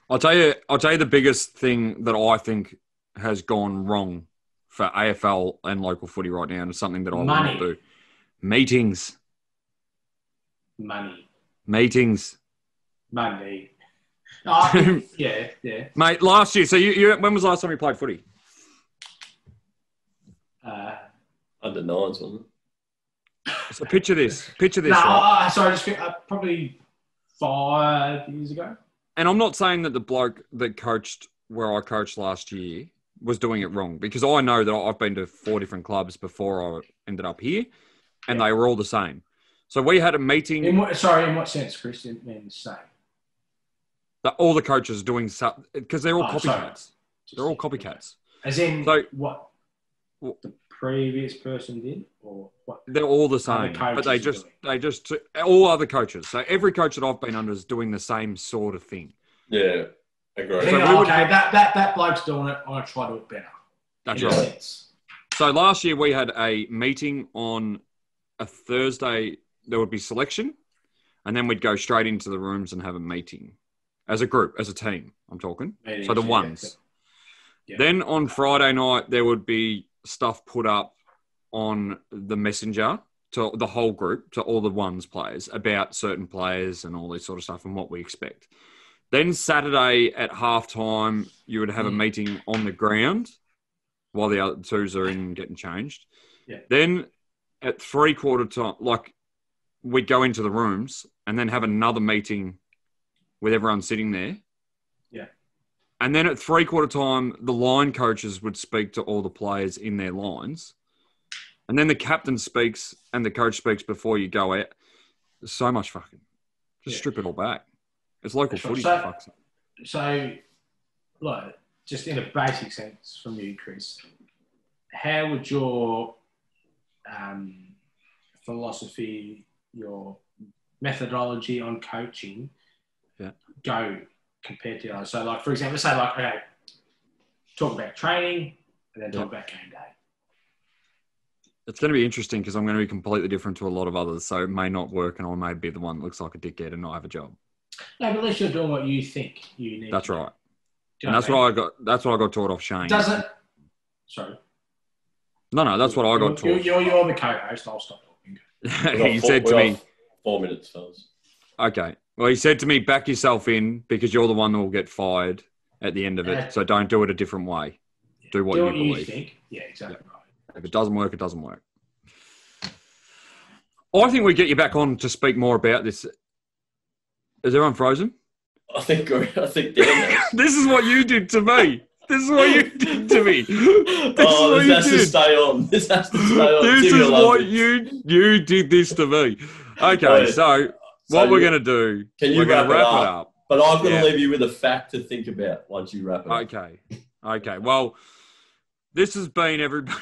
[SPEAKER 3] I'll tell you. I'll tell you the biggest thing that I think has gone wrong for AFL and local footy right now, and it's something that I will
[SPEAKER 2] Money.
[SPEAKER 3] not do. Meetings,
[SPEAKER 2] Money,
[SPEAKER 3] meetings,
[SPEAKER 2] money. Oh, yeah, yeah.
[SPEAKER 3] mate. Last year, so you, you when was the last time you played footy?
[SPEAKER 2] Uh,
[SPEAKER 1] Under nines, wasn't it?
[SPEAKER 3] So picture this. Picture this.
[SPEAKER 2] No,
[SPEAKER 3] right?
[SPEAKER 2] uh, sorry, just uh, probably five years ago.
[SPEAKER 3] And I'm not saying that the bloke that coached where I coached last year was doing it wrong because I know that I've been to four different clubs before I ended up here, and they were all the same. So we had a meeting.
[SPEAKER 2] In what, sorry, in what sense, Chris? In, in the same.
[SPEAKER 3] that all the coaches are doing because they're all
[SPEAKER 2] Oh,
[SPEAKER 3] copycats.
[SPEAKER 2] sorry.
[SPEAKER 3] They're all copycats.
[SPEAKER 2] As in
[SPEAKER 3] So-
[SPEAKER 2] what
[SPEAKER 3] Wh-
[SPEAKER 2] the previous person did, or what?
[SPEAKER 3] They're all the
[SPEAKER 2] Other
[SPEAKER 3] same, but they
[SPEAKER 2] coaches are
[SPEAKER 3] just
[SPEAKER 2] doing
[SPEAKER 3] they just all other coaches. So every coach that I've been under is doing the same sort of thing.
[SPEAKER 1] Yeah, agree.
[SPEAKER 2] Yeah,
[SPEAKER 3] So we
[SPEAKER 2] okay,
[SPEAKER 3] would-
[SPEAKER 2] that, that that bloke's doing it. I'm gonna try to do it better.
[SPEAKER 3] That's
[SPEAKER 2] in a
[SPEAKER 3] right.
[SPEAKER 2] sense.
[SPEAKER 3] So last year we had a meeting on a Thursday. There would be selection, and then we'd go straight into the rooms and have a meeting as a group, as a team. I'm talking.
[SPEAKER 2] Maybe
[SPEAKER 3] So the
[SPEAKER 2] yeah,
[SPEAKER 3] ones.
[SPEAKER 2] Yeah.
[SPEAKER 3] Then on Friday night there would be stuff put up on the messenger to the whole group, to all the ones players about certain players and all this sort of stuff and what we expect. Then Saturday at halftime you would have a
[SPEAKER 2] Mm.
[SPEAKER 3] meeting on the ground while the other twos are in getting changed.
[SPEAKER 2] Yeah.
[SPEAKER 3] Then at three quarter time, like we'd go into the rooms and then have another meeting with everyone sitting there.
[SPEAKER 2] Yeah.
[SPEAKER 3] And then at three quarter time, the line coaches would speak to all the players in their lines. And then the captain speaks and the coach speaks before you go out. There's so much fucking. Just
[SPEAKER 2] Yeah.
[SPEAKER 3] strip it all back. It's local
[SPEAKER 2] That's right.
[SPEAKER 3] footy.
[SPEAKER 2] So-
[SPEAKER 3] for fuck's sake.
[SPEAKER 2] So, like, just in a basic sense from you, Chris, how would your um, philosophy, your methodology on coaching
[SPEAKER 3] Yeah.
[SPEAKER 2] go compared to others? So, like, for example, say, like, okay, talk about training and then talk about game day.
[SPEAKER 3] It's going to be interesting because I'm going to be completely different to a lot of others. So it may not work and I may be the one that looks like a dickhead and not have a job.
[SPEAKER 2] No, but at least you're doing what you think you need.
[SPEAKER 3] That's
[SPEAKER 2] to do.
[SPEAKER 3] right.
[SPEAKER 2] Do you
[SPEAKER 3] And
[SPEAKER 2] know
[SPEAKER 3] that's
[SPEAKER 2] I mean?
[SPEAKER 3] what I got. That's what I got taught off Shane.
[SPEAKER 2] Doesn't. Sorry.
[SPEAKER 3] No, no, that's what I got
[SPEAKER 2] You're,
[SPEAKER 3] taught.
[SPEAKER 2] you're, you're the co-host. I'll stop talking.
[SPEAKER 3] he said to me,
[SPEAKER 1] Four minutes, fellas.
[SPEAKER 3] "Okay." Well, he said to me, "Back yourself in because you're the one that will get fired at the end of
[SPEAKER 2] Yeah.
[SPEAKER 3] it. So don't do it a different way. Do what
[SPEAKER 2] do
[SPEAKER 3] you
[SPEAKER 2] what you
[SPEAKER 3] believe.
[SPEAKER 2] think. Yeah, exactly right.
[SPEAKER 3] If it doesn't work, it doesn't work." I think we get you back on to speak more about this. Is everyone frozen?
[SPEAKER 1] I think I think Dan. knows.
[SPEAKER 3] This is what you did to me. This is what you did to me.
[SPEAKER 1] oh,
[SPEAKER 3] what
[SPEAKER 1] this
[SPEAKER 3] you
[SPEAKER 1] has to
[SPEAKER 3] did.
[SPEAKER 1] stay on. This has to stay on.
[SPEAKER 3] this
[SPEAKER 1] Timmy
[SPEAKER 3] is
[SPEAKER 1] loves
[SPEAKER 3] what
[SPEAKER 1] it.
[SPEAKER 3] you you did this to me.
[SPEAKER 1] Oh, yeah.
[SPEAKER 3] Okay, so
[SPEAKER 1] So
[SPEAKER 3] what we're
[SPEAKER 1] you-
[SPEAKER 3] gonna do?
[SPEAKER 1] Can you
[SPEAKER 3] we're
[SPEAKER 1] wrap,
[SPEAKER 3] gonna wrap
[SPEAKER 1] it, up? But I'm going to
[SPEAKER 3] Yeah.
[SPEAKER 1] leave you with a fact to think about once you wrap it up.
[SPEAKER 3] Okay, okay. Well, this has been everybody.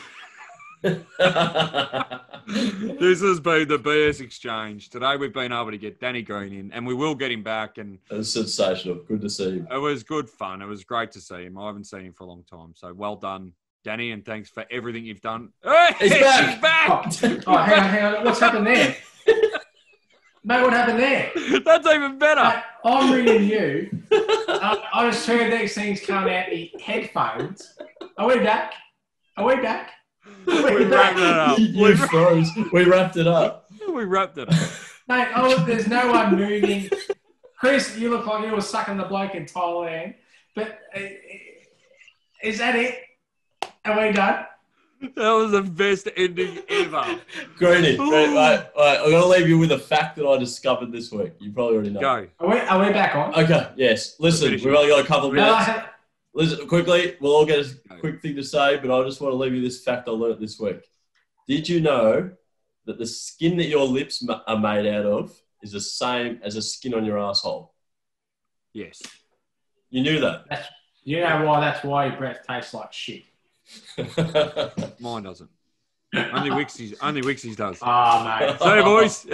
[SPEAKER 3] this has been the BS exchange. Today we've been able to get Danny Green in, and we will get him back. And
[SPEAKER 1] That was sensational. Good to see you.
[SPEAKER 3] it was good fun. It was great to see him. I haven't seen him for a long time, so well done, Danny, and thanks for everything you've done. Hey,
[SPEAKER 1] He's back!
[SPEAKER 3] he's back!
[SPEAKER 2] Oh, oh, hang on, hang on. What's happened there? Mate, what happened there?
[SPEAKER 3] That's even better.
[SPEAKER 2] Mate, I'm reading you. I, I just heard these things coming out the headphones. Are we back? Are we back?
[SPEAKER 3] We wrapped it up.
[SPEAKER 1] You froze. We wrapped it up.
[SPEAKER 3] We wrapped it up.
[SPEAKER 2] Mate, oh, there's no one moving. Chris, you look like you were sucking the bloke in Thailand. But uh, is that it? Are we done?
[SPEAKER 3] That was the best ending ever.
[SPEAKER 1] Greeny,
[SPEAKER 3] Ooh.
[SPEAKER 1] right, right, right. I'm going to leave you with a fact that I discovered this week. You probably already know.
[SPEAKER 3] Go.
[SPEAKER 2] Are we, are we back on?
[SPEAKER 1] Okay, yes. Listen,
[SPEAKER 3] Finish
[SPEAKER 1] we've
[SPEAKER 3] it.
[SPEAKER 1] only got a couple of
[SPEAKER 2] No, I
[SPEAKER 1] minutes.
[SPEAKER 2] haven't-
[SPEAKER 1] Listen, quickly, we'll all get a quick thing to say, but I just want to leave you this fact I learnt this week. Did you know that the skin that your lips ma- are made out of is the same as the skin on your asshole?
[SPEAKER 3] Yes.
[SPEAKER 1] You knew
[SPEAKER 2] you know why that's why your breath tastes like shit.
[SPEAKER 1] that.
[SPEAKER 3] Mine doesn't. Only Wixie's. Only Wixie's does.
[SPEAKER 2] Oh, mate.
[SPEAKER 3] Sorry, boys.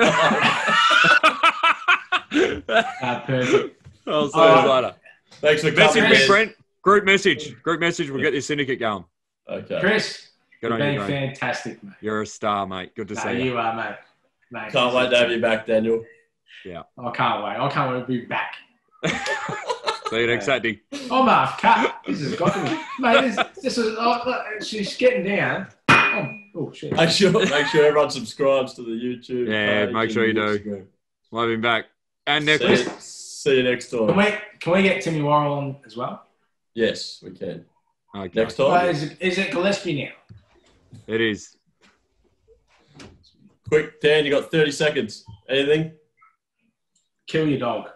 [SPEAKER 2] Uh, perfect.
[SPEAKER 3] I'll see
[SPEAKER 2] Alright.
[SPEAKER 3] you later.
[SPEAKER 1] Thanks for
[SPEAKER 3] Message
[SPEAKER 1] coming.
[SPEAKER 3] me,
[SPEAKER 1] man.
[SPEAKER 3] Brent. Group message. Group message. We'll get this syndicate going.
[SPEAKER 1] Okay.
[SPEAKER 2] Chris, you've
[SPEAKER 3] Good on you,
[SPEAKER 2] been
[SPEAKER 3] Green.
[SPEAKER 2] fantastic, mate.
[SPEAKER 3] You're a star, mate. Good to
[SPEAKER 2] No,
[SPEAKER 3] see you.
[SPEAKER 2] you are, mate. mate.
[SPEAKER 1] Can't wait to have you back, Daniel.
[SPEAKER 2] I can't wait. I can't wait to be back.
[SPEAKER 3] See you next Saturday.
[SPEAKER 2] Omar, cut. This has got to be. Mate, this, this is. Oh, look, she's getting down. Oh, oh shit.
[SPEAKER 1] Make sure, make sure everyone subscribes to the YouTube.
[SPEAKER 3] Yeah,
[SPEAKER 1] page
[SPEAKER 3] make sure
[SPEAKER 1] and
[SPEAKER 3] you do.
[SPEAKER 1] Instagram.
[SPEAKER 3] Love him back. And next.
[SPEAKER 1] See, you- see you next
[SPEAKER 2] Can
[SPEAKER 1] time.
[SPEAKER 2] we, can we get Timmy Warrell on as well?
[SPEAKER 1] Yes, we can.
[SPEAKER 3] Okay.
[SPEAKER 1] Next
[SPEAKER 2] Well,
[SPEAKER 1] time.
[SPEAKER 2] is, it, is it Gillespie now?
[SPEAKER 3] It is.
[SPEAKER 1] Quick, Dan, you got 30 seconds. Anything?
[SPEAKER 2] Kill your dog.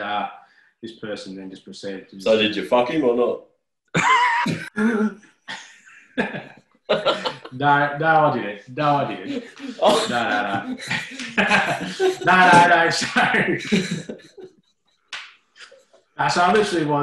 [SPEAKER 2] Uh, this person then just proceeded to.
[SPEAKER 1] So did you fuck him or not?
[SPEAKER 2] no, no, I didn't. No, I didn't.
[SPEAKER 1] Oh.
[SPEAKER 2] No, no, no, no, no, no. So, Uh, so I literally was.